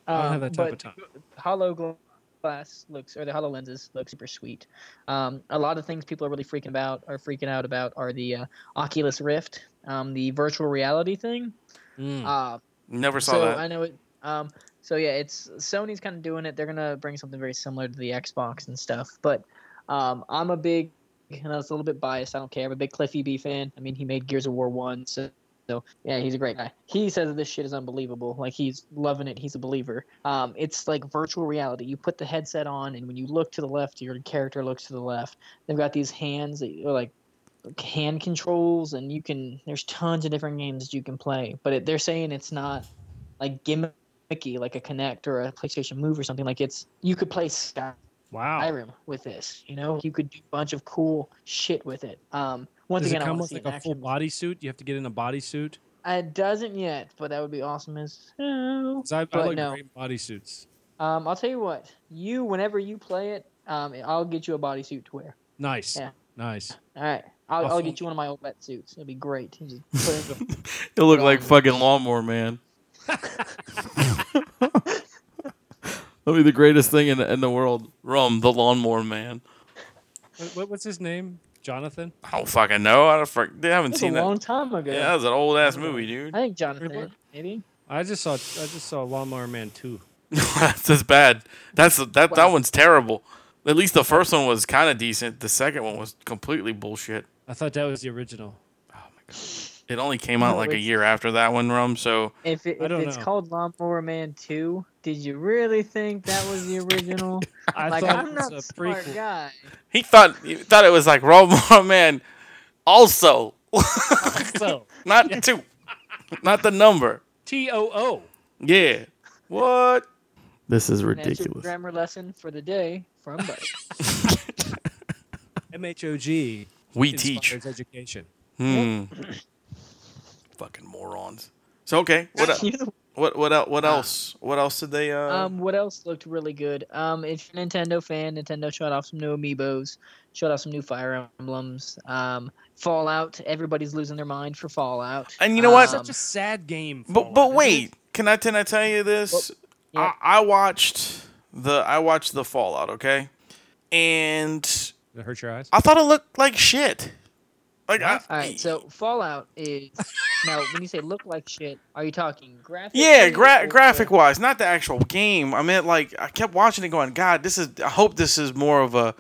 Speaker 4: I don't
Speaker 5: um,
Speaker 4: have that type
Speaker 5: but
Speaker 4: of time.
Speaker 5: hollow gl- glass looks or the hollow lenses look super sweet. Um, a lot of things people are really freaking about are freaking out about are the uh, Oculus Rift, um, the virtual reality thing.
Speaker 4: Mm.
Speaker 5: Uh,
Speaker 3: Never saw
Speaker 5: so
Speaker 3: that.
Speaker 5: I know it. Um, so yeah, it's Sony's kind of doing it. They're gonna bring something very similar to the Xbox and stuff. But um, I'm a big, and I was a little bit biased. I don't care. I'm a big Cliffy B fan. I mean, he made Gears of War one, so so yeah, he's a great guy. He says that this shit is unbelievable. Like he's loving it. He's a believer. Um, it's like virtual reality. You put the headset on, and when you look to the left, your character looks to the left. They've got these hands that are like hand controls, and you can. There's tons of different games that you can play, but it, they're saying it's not like gimmicky, like a Connect or a PlayStation Move or something. Like it's you could play Skyrim
Speaker 4: wow.
Speaker 5: with this. You know, you could do a bunch of cool shit with it. Um, once
Speaker 4: Does it
Speaker 5: again, I
Speaker 4: come
Speaker 5: want to
Speaker 4: with
Speaker 5: see
Speaker 4: like
Speaker 5: an
Speaker 4: a full
Speaker 5: action.
Speaker 4: bodysuit? You have to get in a bodysuit.
Speaker 5: It doesn't yet, but that would be awesome as hell.
Speaker 4: 'Cause I, I
Speaker 5: But
Speaker 4: like
Speaker 5: no.
Speaker 4: great bodysuits.
Speaker 5: Um, I'll tell you what. You, whenever you play it, um, I'll get you a bodysuit to wear.
Speaker 4: Nice,
Speaker 5: Yeah.
Speaker 4: nice.
Speaker 5: All right. I'll, I'll
Speaker 4: Awesome.
Speaker 5: get you one of my old wet suits. It'll be great. You just put it in the
Speaker 3: It looked like
Speaker 5: Um,
Speaker 3: fucking lawnmower man.
Speaker 8: That'll be the greatest thing in, in the world. Rum, the lawnmower man.
Speaker 4: What- What, what's his name? Jonathan.
Speaker 8: I don't fucking know. I, don't frick, I haven't
Speaker 5: That's a
Speaker 8: seen that.
Speaker 5: long time ago.
Speaker 8: Yeah, that was an old ass movie, dude.
Speaker 5: I think Jonathan,
Speaker 4: Remember?
Speaker 5: maybe.
Speaker 4: I just saw I just saw Lawnmower Man two.
Speaker 8: That's just bad. That's that that
Speaker 5: Wow.
Speaker 8: one's terrible. At least the first one was kind of decent. The second one was completely bullshit.
Speaker 4: I thought that was the original.
Speaker 8: It only came out
Speaker 5: No,
Speaker 8: like a
Speaker 5: it's-
Speaker 8: year after that one, Rum. So
Speaker 5: If, it,
Speaker 4: I
Speaker 5: if
Speaker 4: don't
Speaker 5: it's
Speaker 4: know.
Speaker 5: called Lawnmower Man 2, did you really think that was the original?
Speaker 4: I
Speaker 5: like,
Speaker 4: thought
Speaker 5: I'm
Speaker 4: it was
Speaker 5: not
Speaker 4: a
Speaker 5: a smart
Speaker 4: prequel.
Speaker 5: guy.
Speaker 8: he thought he thought it was like Rum Man. Also,
Speaker 4: So
Speaker 8: not two, not the number.
Speaker 4: T O O.
Speaker 8: Yeah. What?
Speaker 7: This is
Speaker 5: And That's your
Speaker 7: ridiculous.
Speaker 5: grammar lesson for the day from Buddy.
Speaker 4: MHOG
Speaker 8: We teach.
Speaker 4: inspires education.
Speaker 8: Hmm. Fucking morons. So okay, what el-
Speaker 5: You're the
Speaker 3: What what el- what else? What else did they? Uh,
Speaker 5: Um, what else looked really good? Um, if you're a Nintendo fan, Nintendo showed off some new amiibos, showed off some new Fire Emblems. Um, Fallout. Everybody's losing their mind for Fallout.
Speaker 3: And you know what?
Speaker 5: Um,
Speaker 4: Such a sad game.
Speaker 3: but but wait, can I can I tell you this?
Speaker 5: yeah.
Speaker 3: I, I watched the I watched the Fallout. Okay, and
Speaker 4: Did it hurt your eyes?
Speaker 3: I thought it looked like shit. Like I,
Speaker 5: all right, so Fallout is now when you say look like shit, are you talking graphic?
Speaker 3: Yeah, gra- graphic wise, not the actual game. I meant like I kept watching it, going, God, this is. I hope this is more of a,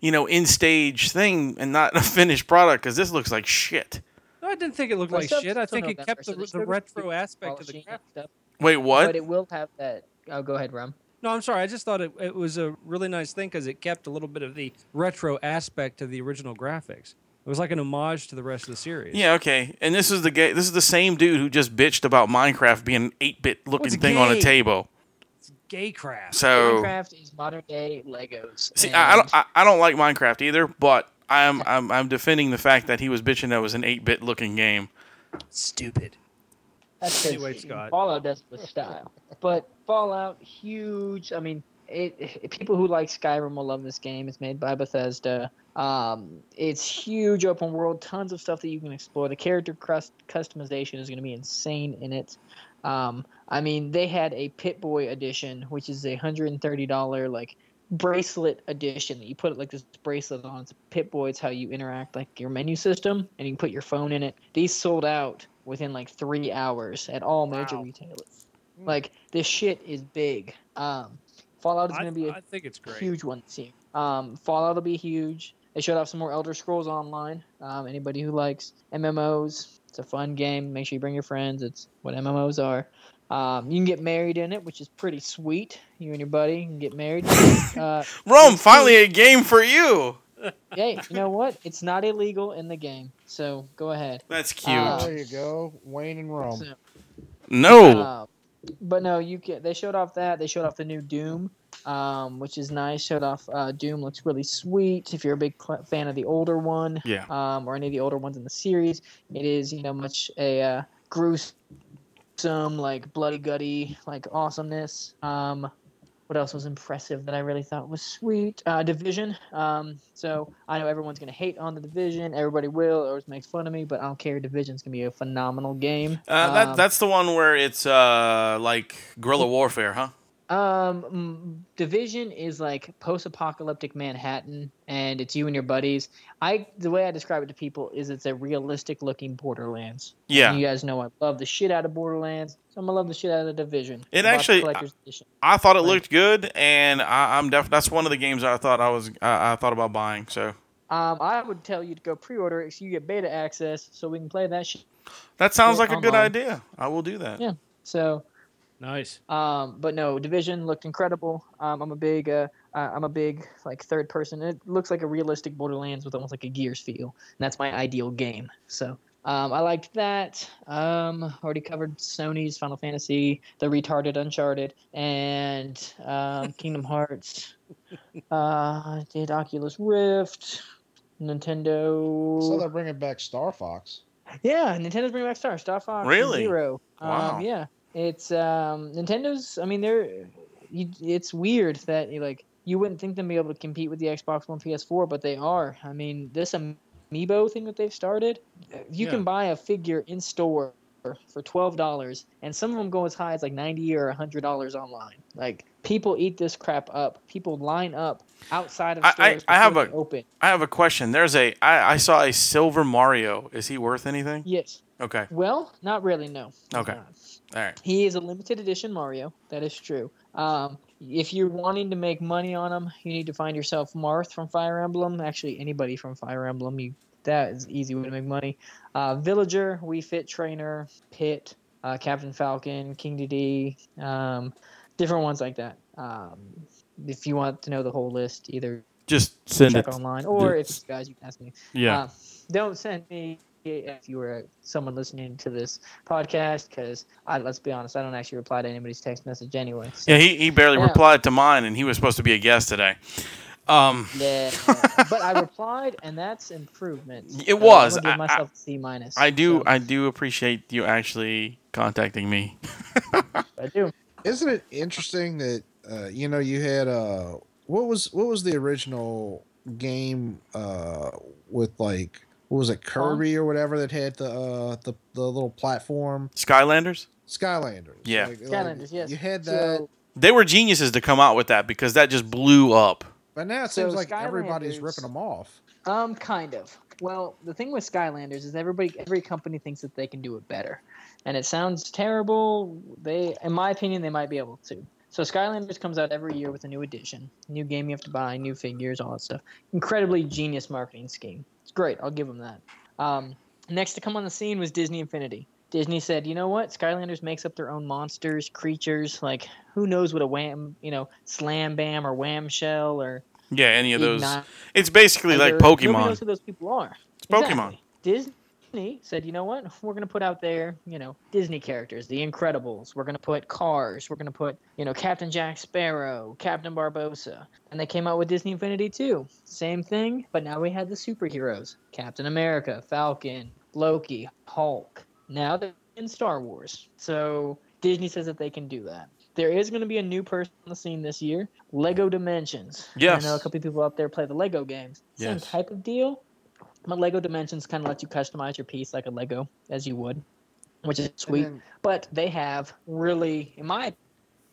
Speaker 3: you know, in stage thing and not a finished product because this looks like shit.
Speaker 4: No, I didn't think it looked
Speaker 5: Well,
Speaker 4: like
Speaker 5: stuff-
Speaker 4: shit. I
Speaker 5: still
Speaker 4: think
Speaker 5: no
Speaker 4: it
Speaker 5: better,
Speaker 4: kept
Speaker 5: so
Speaker 4: the,
Speaker 5: there's
Speaker 4: the
Speaker 5: no
Speaker 4: retro aspect of the
Speaker 5: Polishing
Speaker 4: graphic.
Speaker 5: stuff,
Speaker 3: Wait, what?
Speaker 5: but it will have that. Oh, go ahead, Rum.
Speaker 4: No, I'm sorry. I just thought it, it was a really nice thing because it kept a little bit of the retro aspect of the original graphics. It was like an homage to the rest of the series.
Speaker 3: yeah, okay. And this is the ga- this is the same dude who just bitched about Minecraft being an eight bit looking
Speaker 4: What's
Speaker 3: thing on a
Speaker 4: gay?
Speaker 3: table.
Speaker 4: Gay craft.
Speaker 3: So
Speaker 5: Minecraft is modern day
Speaker 3: Oh.
Speaker 5: Legos.
Speaker 3: see, I, I
Speaker 5: and-
Speaker 3: don't I, I don't like Minecraft either, but I'm I'm I'm defending the fact that he was bitching that it was an eight bit looking game.
Speaker 4: Stupid.
Speaker 5: That's 'cause
Speaker 4: Anyway, Scott.
Speaker 5: Fallout does with style, but Fallout huge. I mean, it, it- people who like Skyrim will love this game. It's made by Bethesda. Um, it's huge open world, tons of stuff that you can explore. The character crust customization is going to be insane in it. Um, I mean, they had a Pit Boy edition, which is a hundred and thirty dollar like bracelet edition that you put like this bracelet on. It's Pip Boy. It's how you interact like your menu system, and you can put your phone in it. These sold out within like three hours at all major
Speaker 4: Wow.
Speaker 5: retailers.
Speaker 4: Mm.
Speaker 5: Like this shit is big. Um, Fallout is
Speaker 4: I,
Speaker 5: gonna be a
Speaker 4: I think it's great.
Speaker 5: huge one this year. Um, Fallout will be huge. They showed off some more Elder Scrolls Online. Um, anybody who likes MMOs, it's a fun game. Make sure you bring your friends. It's what MMOs are. Um, you can get married in it, which is pretty sweet. You and your buddy can get married. uh,
Speaker 3: Rome, finally a game for you.
Speaker 5: hey, you know what? It's not illegal in the game, so go ahead.
Speaker 3: That's cute.
Speaker 5: Uh,
Speaker 6: Ah, there you go, Wayne and Rome.
Speaker 5: So-
Speaker 8: No.
Speaker 5: Uh, but no, you can. They showed off that. They showed off the new Doom, um, which is nice. Showed off uh, Doom looks really sweet. If you're a big cl- fan of the older one,
Speaker 7: Yeah.
Speaker 5: um, or any of the older ones in the series, it is you know much a uh, gruesome, like bloody gutty, like awesomeness. Um, what else was impressive that I really thought was sweet? Uh, Division. Um, so I know everyone's gonna hate on the Division. Everybody will, or makes fun of me, but I don't care. Division's gonna be a phenomenal game.
Speaker 3: Uh, that,
Speaker 5: Um,
Speaker 3: that's the one where it's uh, like guerrilla warfare, huh?
Speaker 5: Um, mm, Division is like post-apocalyptic Manhattan, and it's you and your buddies. I the way I describe it to people is it's a realistic-looking Borderlands.
Speaker 3: Yeah.
Speaker 5: And you guys know I love the shit out of Borderlands, so I'm gonna love the shit out of Division.
Speaker 3: It
Speaker 5: I bought the
Speaker 3: actually-
Speaker 5: collector's edition.
Speaker 3: I thought it
Speaker 5: Like-
Speaker 3: looked good, and I, I'm def- that's one of the games I thought I was I, I thought about buying. So
Speaker 5: Um, I would tell you to go pre-order it so you get beta access, so we can play that shit.
Speaker 3: that sounds
Speaker 5: Yeah,
Speaker 3: like a good
Speaker 5: online.
Speaker 3: idea. I will do that.
Speaker 5: Yeah. So
Speaker 4: Nice.
Speaker 5: Um, but no, Division looked incredible. Um, I'm a big, uh, uh, I'm a big like third person. It looks like a realistic Borderlands with almost like a Gears feel, and that's my ideal game. So um, I liked that. Um, already covered Sony's Final Fantasy, the retarded Uncharted, and um, Kingdom Hearts. Uh, did Oculus Rift, Nintendo.
Speaker 6: So they're bringing back Star Fox.
Speaker 5: Yeah, Nintendo's bringing back Star Star Fox. and
Speaker 3: Really?
Speaker 5: Zero.
Speaker 3: Wow.
Speaker 5: Um, yeah, it's um, Nintendo's. I mean, they're. You, it's weird that you like you wouldn't think them be able to compete with the Xbox One, PS4, but they are. I mean, this amiibo thing that they've started, you
Speaker 4: Yeah.
Speaker 5: can buy a figure in store for twelve dollars, and some of them go as high as like ninety or hundred dollars online. Like people eat this crap up. People line up outside of
Speaker 3: I- I-
Speaker 5: stores
Speaker 3: I have
Speaker 5: before they
Speaker 3: a-
Speaker 5: open.
Speaker 3: I have a question. There's a I, I saw a silver Mario. Is he worth anything?
Speaker 5: Yes.
Speaker 3: Okay.
Speaker 5: Well, not really. No. he's
Speaker 3: Okay.
Speaker 5: not.
Speaker 3: All right.
Speaker 5: He is a limited edition Mario. That is true. Um, if you're wanting to make money on him, you need to find yourself Marth from Fire Emblem. Actually, anybody from Fire Emblem, you that is an easy way to make money. Uh, Villager, We Fit Trainer, Pit, uh, Captain Falcon, King DD, um, different ones like that. Um, if you want to know the whole list, either
Speaker 3: Just
Speaker 8: Send
Speaker 5: check
Speaker 8: it.
Speaker 5: online or if
Speaker 8: Yes.
Speaker 5: you guys you can ask me.
Speaker 8: Yeah.
Speaker 5: Uh, don't send me if you were someone listening to this podcast, because let's be honest, I don't actually reply to anybody's text message anyway. So,
Speaker 3: yeah. He, he barely
Speaker 5: Yeah.
Speaker 3: replied to mine, and he was supposed to be a guest today. Um,
Speaker 5: yeah. but I replied, and that's improvement.
Speaker 3: It was.
Speaker 5: I'm gonna give
Speaker 3: I- I-
Speaker 5: myself a C minus.
Speaker 3: I do
Speaker 5: so,
Speaker 3: I do appreciate you actually contacting me.
Speaker 5: I do.
Speaker 6: Isn't it interesting that uh, you know you had uh, what was what was the original game uh, with like what was it Kirby or whatever that had the uh, the the little platform
Speaker 3: Skylanders.
Speaker 6: Skylanders.
Speaker 3: Yeah.
Speaker 6: Like- like,
Speaker 5: Skylanders, yes.
Speaker 6: You had that,
Speaker 5: So,
Speaker 3: They were geniuses to come out with that because that just blew up.
Speaker 6: but now it
Speaker 5: So
Speaker 6: seems like everybody's
Speaker 5: Skylanders-
Speaker 6: ripping them off.
Speaker 5: um, kind of. Well, the thing with Skylanders is everybody, every company thinks that they can do it better, and it sounds terrible. They, in my opinion, they might be able to. So Skylanders comes out every year with a new edition, new game you have to buy, new figures, all that stuff. Incredibly genius marketing scheme. It's great. I'll give them that. Um, next to come on the scene was Disney Infinity. Disney said, "You know what? Skylanders makes up their own monsters, creatures. Like who knows what a wham, you know, slam bam or wham shell or
Speaker 3: Yeah, any of those.
Speaker 5: Ignite-
Speaker 3: It's basically like
Speaker 5: other- Nobody knows
Speaker 3: Pokemon.
Speaker 5: who those people are. It's
Speaker 3: Pokemon.
Speaker 5: Disney said, you know what? We're going to put out there, you know, Disney characters, The Incredibles. We're going to put Cars. We're going to put, you know, Captain Jack Sparrow, Captain Barbosa. And they came out with Disney Infinity 2. Same thing, but now we had the superheroes Captain America, Falcon, Loki, Hulk. Now they're in Star Wars. So Disney says that they can do that. There is going to be a new person on the scene this year Lego Dimensions.
Speaker 3: Yes.
Speaker 5: I know a couple people out there play the Lego games. Same
Speaker 3: Yes.
Speaker 5: type of deal. But Lego Dimensions kind of lets you customize your piece like a Lego as you would, which is sweet.
Speaker 6: And then-
Speaker 5: but they have really, in my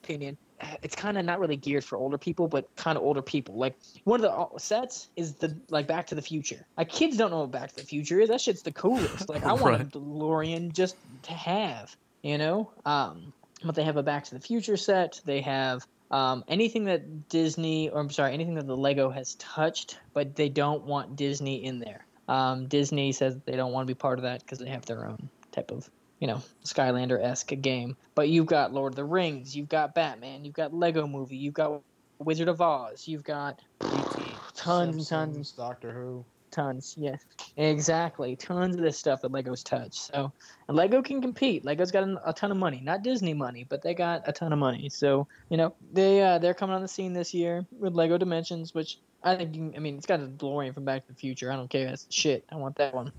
Speaker 5: opinion, it's kind of not really geared for older people, but kind of older people. Like one of the uh, sets is the like Back to the Future. Like kids don't know what Back to the Future is. That shit's the coolest. Like I want a
Speaker 8: Right.
Speaker 5: DeLorean just to have, you know. Um, but they have a Back to the Future set. They have um, anything that Disney, or I'm sorry, anything that the Lego has touched, but they don't want Disney in there. Um, Disney says they don't want to be part of that because they have their own type of you know, Skylander esque game. But you've got Lord of the Rings, you've got Batman, you've got Lego Movie, you've got Wizard of Oz, you've got tons, tons,
Speaker 6: E Simpsons, Doctor Who.
Speaker 5: tons. Yes, exactly, tons of this stuff that Lego's touched. So, and Lego can compete. Lego's got an- a ton of money, not Disney money, but they got a ton of money. So, you know, they uh, they're coming on the scene this year with Lego Dimensions, which I think. You, I mean, it's got a DeLorean from Back to the Future. I don't care. That's shit. I want that one.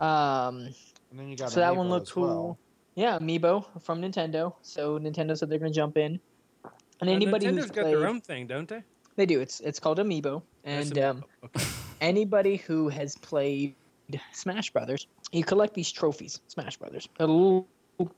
Speaker 5: Um,
Speaker 6: And then you got
Speaker 5: so that one
Speaker 6: Amiibo
Speaker 5: looked
Speaker 6: as
Speaker 5: cool.
Speaker 6: well.
Speaker 5: Yeah, Amiibo from Nintendo. So Nintendo said they're going to jump in. And anybody
Speaker 4: Nintendo's
Speaker 5: who's
Speaker 4: got
Speaker 5: played,
Speaker 4: their own thing, don't they?
Speaker 5: they do. It's it's called Amiibo.
Speaker 4: That's
Speaker 5: And
Speaker 4: a-
Speaker 5: um, anybody who has played Smash Brothers, you collect these trophies. Smash Brothers, They're little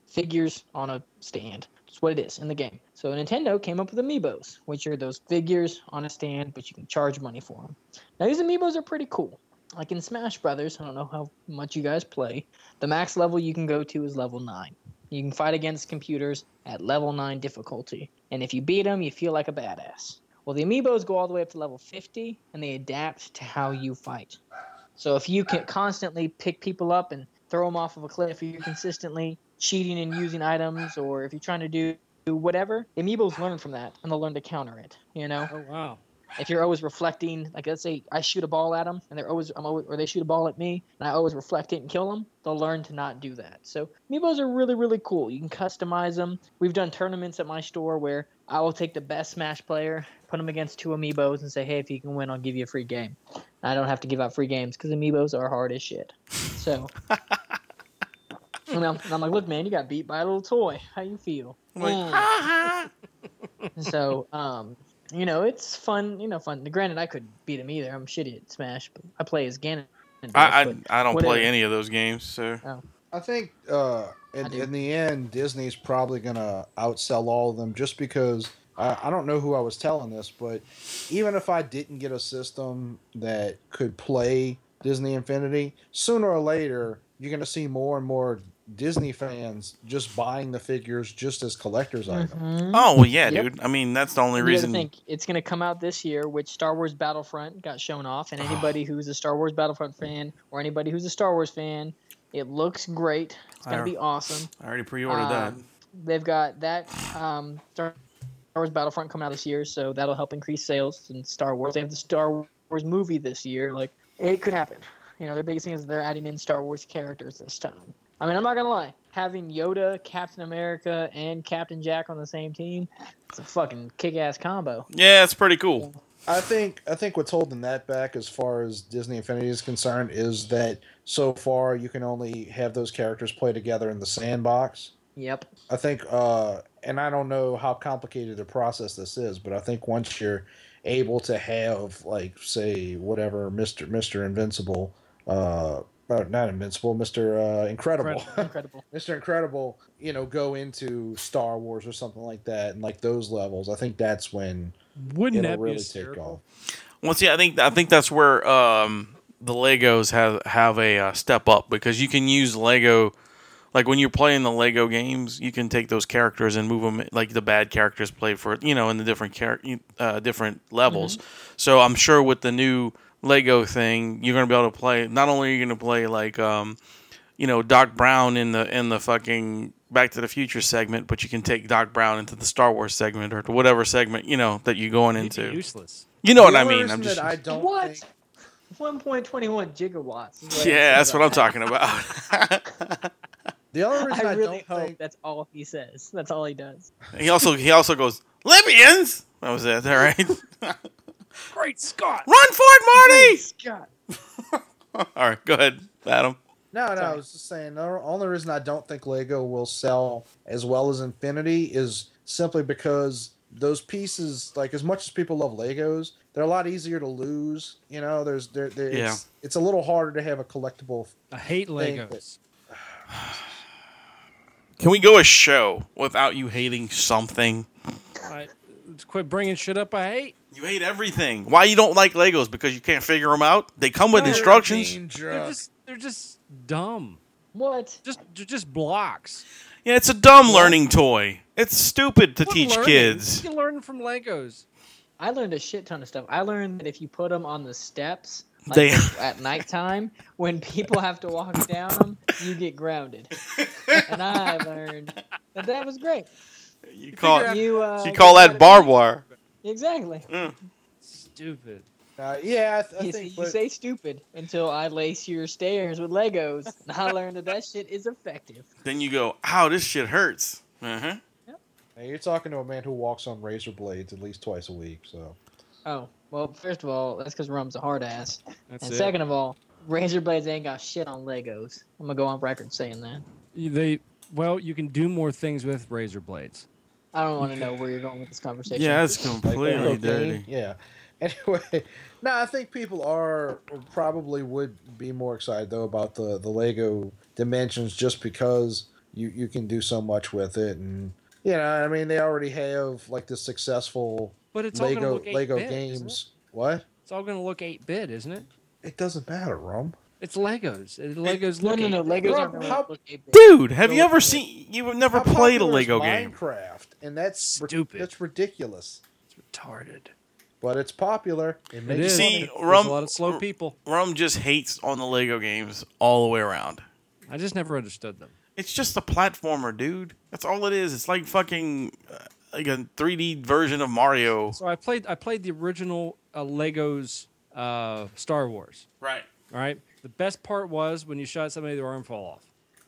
Speaker 5: figures on a stand. It's what it is in the game. So Nintendo came up with Amiibos, which are those figures on a stand, but you can charge money for them. Now these Amiibos are pretty cool. Like in Smash Brothers, I don't know how much you guys play. The max level you can go to is level nine. You can fight against computers at level nine difficulty, and if you beat them, you feel like a badass. Well, the amiibos go all the way up to level 50, and they adapt to how you fight. So if you can constantly pick people up and throw them off of a cliff, or you're consistently cheating and using items, or if you're trying to do do whatever, the amiibos learn from that, and they'll learn to counter it. You know
Speaker 4: Oh wow.
Speaker 5: if you're always reflecting, like let's say I shoot a ball at them and they're always, I'm always or they shoot a ball at me and I always reflect it and kill them, they'll learn to not do that. So amiibos are really really cool. You can customize them. We've done tournaments at my store where I will take the best Smash player, put them against two amiibos, and say, hey, if you can win, I'll give you a free game. I don't have to give out free games because amiibos are hard as shit. So. And I'm, and I'm like, look, man, you got beat by a little toy. How you feel?
Speaker 3: I'm like,
Speaker 5: Mm so um you know it's fun you know fun granted i could beat him either i'm shitty at smash but i play as ganon
Speaker 3: I, I,
Speaker 5: but-
Speaker 3: I don't
Speaker 5: whatever. Oh,
Speaker 3: play any of those games, so
Speaker 6: I think uh, in,
Speaker 5: I do.
Speaker 6: in the end, Disney's probably going to outsell all of them just because I, I don't know who I was telling this, but even if I didn't get a system that could play Disney Infinity, sooner or later, you're going to see more and more Disney fans just buying the figures just as collector's items.
Speaker 5: Mhm.
Speaker 3: oh well, yeah,
Speaker 5: Yep.
Speaker 3: dude. I mean, that's the only
Speaker 5: You
Speaker 3: reason.
Speaker 5: gotta think it's gonna come out this year, which Star Wars Battlefront got shown off, and anybody who's a Star Wars Battlefront fan or anybody who's a Star Wars fan, it looks great. It's gonna
Speaker 3: I-
Speaker 5: be awesome.
Speaker 3: I already pre-ordered that.
Speaker 5: Um, They've got that um, Star Wars Battlefront coming out this year, so that'll help increase sales in Star Wars. They have the Star Wars movie this year. Like it could happen. You know, their biggest thing is they're adding in Star Wars characters this time. I mean, I'm not gonna lie, having Yoda, Captain America, and Captain Jack on the same team, it's a fucking kick-ass combo.
Speaker 3: Yeah, it's pretty cool.
Speaker 6: I think I think what's holding that back as far as Disney Infinity is concerned is that so far you can only have those characters play together in the sandbox.
Speaker 5: Yep.
Speaker 6: I think, uh, and I don't know how complicated the process this is, but I think once you're able to have, like, say, whatever, Mister Mister Invincible, uh, or not Invincible, Mister uh, Incredible,
Speaker 5: Incredible.
Speaker 6: Mister Incredible, you know, go into Star Wars or something like that, and like those levels, I think that's when
Speaker 4: Wouldn't
Speaker 6: it'll
Speaker 4: that be
Speaker 6: really take
Speaker 4: hysterical?
Speaker 6: off.
Speaker 3: Well, see, I think I think that's where um, the Legos have have a uh, step up because you can use Lego, like when you're playing the Lego games, you can take those characters and move them like the bad characters play for you know in the different char- uh, different levels. So I'm sure with the new Lego thing, you're gonna be able to play. Not only are you gonna play like um, you know Doc Brown in the in the fucking Back to the Future segment, but you can take Doc Brown into the Star Wars segment or to whatever segment you know that you're going
Speaker 4: It'd be
Speaker 3: into.
Speaker 4: useless.
Speaker 3: You know what
Speaker 6: The
Speaker 3: I
Speaker 6: only
Speaker 3: mean? I'm
Speaker 6: reason
Speaker 3: just
Speaker 6: that I don't
Speaker 5: What?
Speaker 6: think-
Speaker 5: 1.21 gigawatts. is what it
Speaker 3: Yeah,
Speaker 5: says
Speaker 3: that's what I'm
Speaker 5: on
Speaker 3: talking about.
Speaker 6: the only
Speaker 5: that.
Speaker 6: reason I,
Speaker 5: I really
Speaker 6: don't
Speaker 5: hope
Speaker 6: think
Speaker 5: that's all he says. That's all he does.
Speaker 3: he also he also goes Libyans. That was it. All right, run
Speaker 4: Great Scott!
Speaker 3: for it,
Speaker 5: Scott.
Speaker 3: Marty. All right, go ahead, Adam.
Speaker 6: No, no, I
Speaker 5: Sorry.
Speaker 6: was just saying. The only reason I don't think Lego will sell as well as Infinity is simply because those pieces, like as much as people love Legos, they're a lot easier to lose. You know, there's there, there it's, it's a little harder to have a collectible.
Speaker 4: I hate Legos.
Speaker 3: Can we go a show without you hating something?
Speaker 4: I, quit bringing shit up I hate.
Speaker 3: You hate everything. Why you don't like Legos? Because you can't figure them out. They come with
Speaker 4: No,
Speaker 3: instructions.
Speaker 4: They're just they're just dumb.
Speaker 5: What?
Speaker 4: Just they're just blocks.
Speaker 3: Yeah, it's a dumb learning toy. It's stupid to
Speaker 4: What
Speaker 3: teach
Speaker 4: learning?
Speaker 3: kids.
Speaker 4: You learn from Legos.
Speaker 5: I learned a shit ton of stuff. I learned that if you put them on the steps like,
Speaker 3: They-
Speaker 5: at nighttime, when people have to walk down them, you get grounded. and I learned that that was great.
Speaker 3: You
Speaker 4: figure
Speaker 3: call
Speaker 4: out-
Speaker 5: You, uh,
Speaker 3: you call that barbed
Speaker 5: wire?
Speaker 3: wire.
Speaker 5: Exactly.
Speaker 4: Stupid.
Speaker 6: Uh, yeah, I, th- I
Speaker 5: You,
Speaker 6: think.
Speaker 5: you
Speaker 6: but-
Speaker 5: say stupid until I lace your stairs with Legos, and I learned that that shit is effective.
Speaker 3: Then you go, "Ow, this shit hurts." Uh-huh.
Speaker 6: Now, you're talking to a man who walks on razor blades at least twice a week. So
Speaker 5: Oh, well, first of all, that's because Rum's a hard ass.
Speaker 4: That's
Speaker 5: And
Speaker 4: it.
Speaker 5: second of all, Razor Blades ain't got shit on Legos. I'm going to go on record saying that.
Speaker 4: You- They well, you can do more things with razor blades.
Speaker 5: I don't want to know where you're going with this conversation.
Speaker 3: Yeah, it's
Speaker 6: like,
Speaker 3: completely
Speaker 6: okay,
Speaker 3: dirty.
Speaker 6: Yeah. Anyway, no, I think people are probably would be more excited though about the the Lego dimensions just because you you can do so much with it and you know I mean they already have like the successful
Speaker 4: But it's all gonna
Speaker 6: Lego
Speaker 4: look eight
Speaker 6: Lego
Speaker 4: bit, isn't it?
Speaker 6: games. What?
Speaker 4: It's all gonna look eight bit, isn't it?
Speaker 6: It doesn't matter, Rome.
Speaker 4: It's Legos. It- Legos
Speaker 5: No,
Speaker 4: look
Speaker 5: no, no.
Speaker 4: eight bit.
Speaker 5: Legos
Speaker 6: Rob,
Speaker 5: aren't going
Speaker 6: how-
Speaker 5: to look eight bit.
Speaker 3: Dude, have you ever seen? You've never
Speaker 6: How
Speaker 3: played a
Speaker 6: popular is
Speaker 3: Lego game.
Speaker 6: Minecraft, and that's ri-
Speaker 4: Stupid.
Speaker 6: that's ridiculous.
Speaker 4: retarded.
Speaker 6: But it's popular. It
Speaker 4: It
Speaker 6: makes
Speaker 4: is.
Speaker 3: See,
Speaker 4: There's
Speaker 3: Rum-
Speaker 4: a lot of slow people.
Speaker 3: Rum just hates on the Lego games all the way around.
Speaker 4: I just never understood them.
Speaker 3: It's just a platformer, dude. That's all it is. It's like fucking uh, like a 3D version of Mario.
Speaker 4: So I played I played the original uh, Legos uh, Star Wars.
Speaker 3: Right.
Speaker 4: All right. The best part was when you shot somebody, their arm fall off.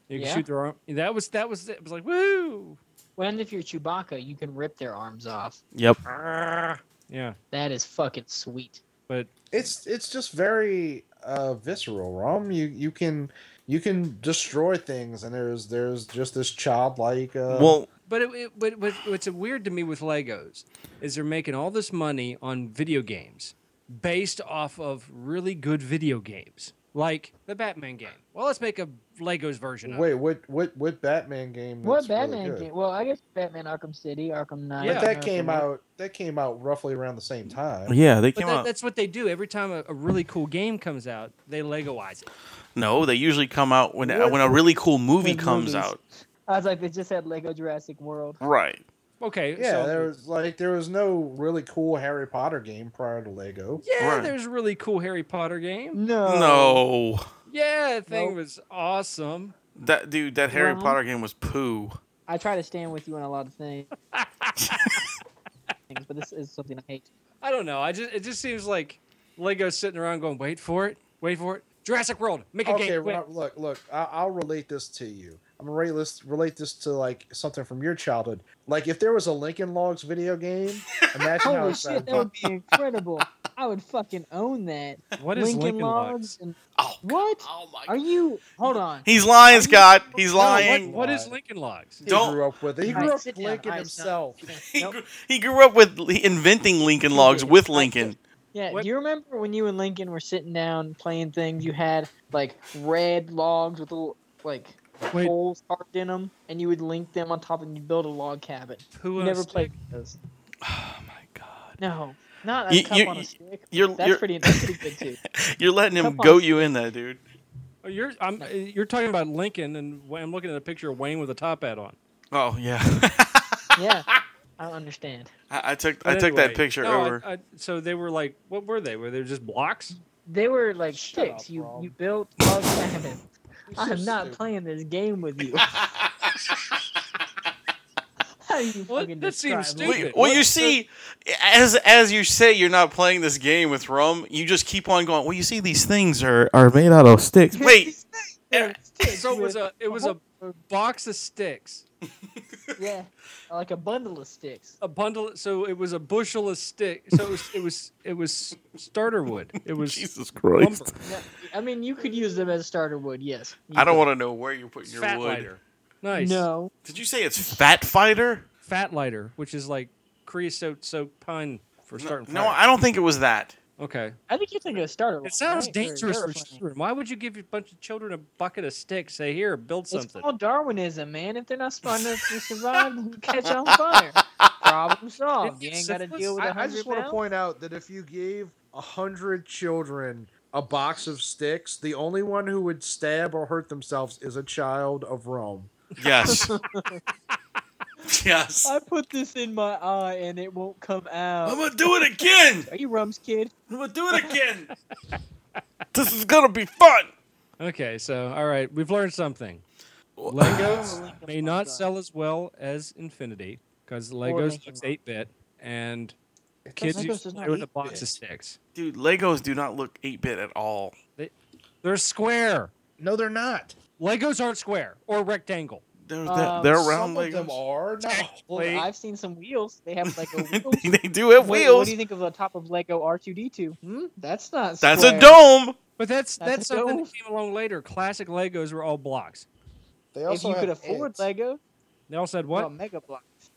Speaker 4: You can
Speaker 5: Yeah.
Speaker 4: shoot their arm. That was that was it. It was like woo.
Speaker 5: When if you're Chewbacca, you can rip their arms off.
Speaker 8: Yep.
Speaker 3: Uh,
Speaker 4: Yeah,
Speaker 5: That is fucking sweet.
Speaker 4: but
Speaker 6: it's it's just very uh, visceral, Rom. You you can you can destroy things, and there's there's just this childlike. Uh,
Speaker 3: Well,
Speaker 4: but it, it but what, what's weird to me with Legos is they're making all this money on video games based off of really good video games like the Batman game. Well, let's make a Legos version of
Speaker 6: wait,
Speaker 4: it.
Speaker 6: what what what Batman game?
Speaker 5: what
Speaker 6: that's really
Speaker 5: Batman
Speaker 6: good?
Speaker 5: game? Well, I guess Batman Arkham City, Arkham Knight.
Speaker 4: Yeah.
Speaker 6: But that
Speaker 5: Arkham
Speaker 6: came
Speaker 5: Knight.
Speaker 6: out that came out roughly around the same time.
Speaker 3: yeah, they
Speaker 4: But
Speaker 3: came
Speaker 4: that,
Speaker 3: out.
Speaker 4: that's what they do. Every time a, a really cool game comes out, they Legoize it.
Speaker 3: No, they usually come out when
Speaker 5: What-
Speaker 3: when a really cool movie
Speaker 5: Good
Speaker 3: comes
Speaker 5: movies.
Speaker 3: out.
Speaker 5: I was like, they just had Lego Jurassic World.
Speaker 3: Right.
Speaker 4: Okay.
Speaker 6: Yeah,
Speaker 4: so,
Speaker 6: there was like there was no really cool Harry Potter game prior to Lego.
Speaker 4: yeah,
Speaker 3: Right.
Speaker 4: there's a really cool Harry Potter game.
Speaker 5: No.
Speaker 3: No,
Speaker 4: Yeah, that thing
Speaker 5: Nope.
Speaker 4: was awesome.
Speaker 3: that dude, that Harry
Speaker 5: Rum?
Speaker 3: Potter game was poo.
Speaker 5: I try to stand with you on a lot of things. Things, but this is something I hate.
Speaker 4: I don't know. I just it just seems like Lego sitting around going, wait for it, wait for it. Jurassic World, make a
Speaker 6: Okay,
Speaker 4: game. quick."
Speaker 6: Rob, look, look, I, I'll relate this to you. I'm gonna relate this, relate this to like something from your childhood. Like if there was a Lincoln Logs video game, imagine how
Speaker 5: Holy
Speaker 6: excited
Speaker 5: shit, that would be incredible. I would fucking own that.
Speaker 4: What is Lincoln, Logs?
Speaker 5: Logs and
Speaker 3: Oh,
Speaker 5: what?
Speaker 3: Oh my!
Speaker 5: Are you? Hold on.
Speaker 3: He's lying, Scott. He's
Speaker 4: No, what-
Speaker 3: lying.
Speaker 4: what is Lincoln Logs?
Speaker 6: he
Speaker 3: Don't-
Speaker 6: grew up with it. He
Speaker 5: All right,
Speaker 6: grew up
Speaker 5: sit
Speaker 6: with
Speaker 5: down.
Speaker 6: Lincoln
Speaker 5: All right, stop.
Speaker 6: himself.
Speaker 3: He, grew, he grew up with he- inventing Lincoln Logs
Speaker 5: did.
Speaker 3: with
Speaker 5: I
Speaker 3: Lincoln.
Speaker 5: Yeah,
Speaker 4: What-
Speaker 5: do you remember when you and Lincoln were sitting down playing things? You had like red logs with little like
Speaker 4: Wait.
Speaker 5: holes carved in them, and you would link them on top, and you build a log cabin.
Speaker 4: Who
Speaker 5: You
Speaker 4: on a
Speaker 5: never played
Speaker 4: stick?
Speaker 5: those.
Speaker 3: Oh my god!
Speaker 5: No, not a
Speaker 3: You-
Speaker 5: cup
Speaker 3: you-
Speaker 5: on
Speaker 3: you-
Speaker 5: a stick.
Speaker 3: you're-
Speaker 5: that's
Speaker 3: you're-
Speaker 5: pretty. That's pretty good too.
Speaker 3: You're letting him
Speaker 5: Come on.
Speaker 3: goat you in there, dude.
Speaker 4: Oh, you're I'm, uh, you're talking about Lincoln, and Wa- I'm looking at a picture of Wayne with a top hat on.
Speaker 3: Oh yeah.
Speaker 5: Yeah, I understand.
Speaker 3: I, I took I
Speaker 4: But
Speaker 3: took that
Speaker 4: anyway,
Speaker 3: picture
Speaker 4: no, I-
Speaker 3: over.
Speaker 4: I- so they were like, what were they? Were they just blocks?
Speaker 5: They were like
Speaker 6: Shut
Speaker 5: sticks.
Speaker 6: up,
Speaker 5: you
Speaker 6: Rob.
Speaker 5: you built log cabin.
Speaker 6: You're so
Speaker 5: I'm not
Speaker 6: stupid.
Speaker 5: playing this game with you. How do you
Speaker 4: What?
Speaker 5: fucking
Speaker 4: That seems
Speaker 5: describe
Speaker 4: stupid.
Speaker 5: Lincoln?
Speaker 3: Well, well, you
Speaker 4: What's
Speaker 3: see, as as you say, you're not playing this game with rum. You just keep on going. Well, you see, these things are are made out of sticks. Wait,
Speaker 5: They're sticks
Speaker 4: So it was
Speaker 5: with-
Speaker 4: a it was a box of sticks,
Speaker 5: yeah, like a bundle of sticks.
Speaker 4: a bundle. So it was a bushel of stick. So it was it was it was starter wood. It was
Speaker 3: Jesus
Speaker 4: lumber.
Speaker 3: Christ!
Speaker 5: No, I mean, you could use them as starter wood. Yes.
Speaker 3: I don't want to know where you're putting your
Speaker 4: Fat
Speaker 3: wood.
Speaker 4: lighter. Nice.
Speaker 5: No.
Speaker 3: Did you say it's Fat Fighter?
Speaker 4: fat lighter, which is like creosote soaked pine for starting.
Speaker 3: No,
Speaker 4: fire.
Speaker 3: I don't think it was that.
Speaker 4: okay.
Speaker 5: I think you're thinking of starter. wood,
Speaker 4: It sounds
Speaker 5: right? Or
Speaker 4: dangerous for
Speaker 5: aeroplane.
Speaker 4: children. Why would you give a bunch of children a bucket of sticks? Say here, build
Speaker 5: It's
Speaker 4: something.
Speaker 5: called Darwinism, man. If they're not smart enough to survive, they'll catch on fire. Problem solved. You
Speaker 4: Didn't
Speaker 5: ain't got to
Speaker 4: syphilis-
Speaker 5: deal with a
Speaker 6: I, I
Speaker 5: hundred
Speaker 6: just want to
Speaker 5: pounds.
Speaker 6: point out that if you gave a hundred children a box of sticks, the only one who would stab or hurt themselves is a child of Rome.
Speaker 3: Yes. yes.
Speaker 5: I put this in my eye and it won't come
Speaker 3: I'm
Speaker 5: out.
Speaker 3: gonna do it again.
Speaker 5: Are you Rums kid?
Speaker 3: I'm gonna do it again. this is gonna be fun.
Speaker 4: Okay, so all right, we've learned something.
Speaker 3: Well-
Speaker 4: Legos may not sell as well as Infinity because Legos
Speaker 5: Lincoln
Speaker 4: looks
Speaker 5: Log.
Speaker 4: eight bit, and
Speaker 5: thought
Speaker 4: kids
Speaker 5: Legos
Speaker 4: used to
Speaker 5: was
Speaker 4: play
Speaker 5: not
Speaker 4: with a
Speaker 5: 8-bit.
Speaker 4: box of sticks.
Speaker 3: Dude, Legos do not look 8 bit at all.
Speaker 4: They're square.
Speaker 6: No, they're not.
Speaker 4: Legos aren't square or rectangle.
Speaker 3: They're, they're,
Speaker 5: Um,
Speaker 3: they're
Speaker 6: Some
Speaker 3: round
Speaker 6: of them
Speaker 3: Legos.
Speaker 6: are. No.
Speaker 5: Well,
Speaker 4: Wait.
Speaker 5: I've seen some wheels. They have like a wheel.
Speaker 3: they do have
Speaker 5: What- What,
Speaker 3: wheels.
Speaker 5: do you think of the top of Lego R2D2? Hmm? That's not.
Speaker 3: That's a
Speaker 5: square.
Speaker 3: dome.
Speaker 4: But that's
Speaker 5: That's
Speaker 4: that's,
Speaker 5: a
Speaker 4: something
Speaker 5: dome.
Speaker 4: that came along later. Classic Legos were all blocks.
Speaker 6: They
Speaker 5: If
Speaker 6: also
Speaker 5: you could
Speaker 6: have
Speaker 5: afford
Speaker 6: ants.
Speaker 5: Lego,
Speaker 4: They all said
Speaker 5: what?
Speaker 4: what?
Speaker 5: Oh, Mega Blocks.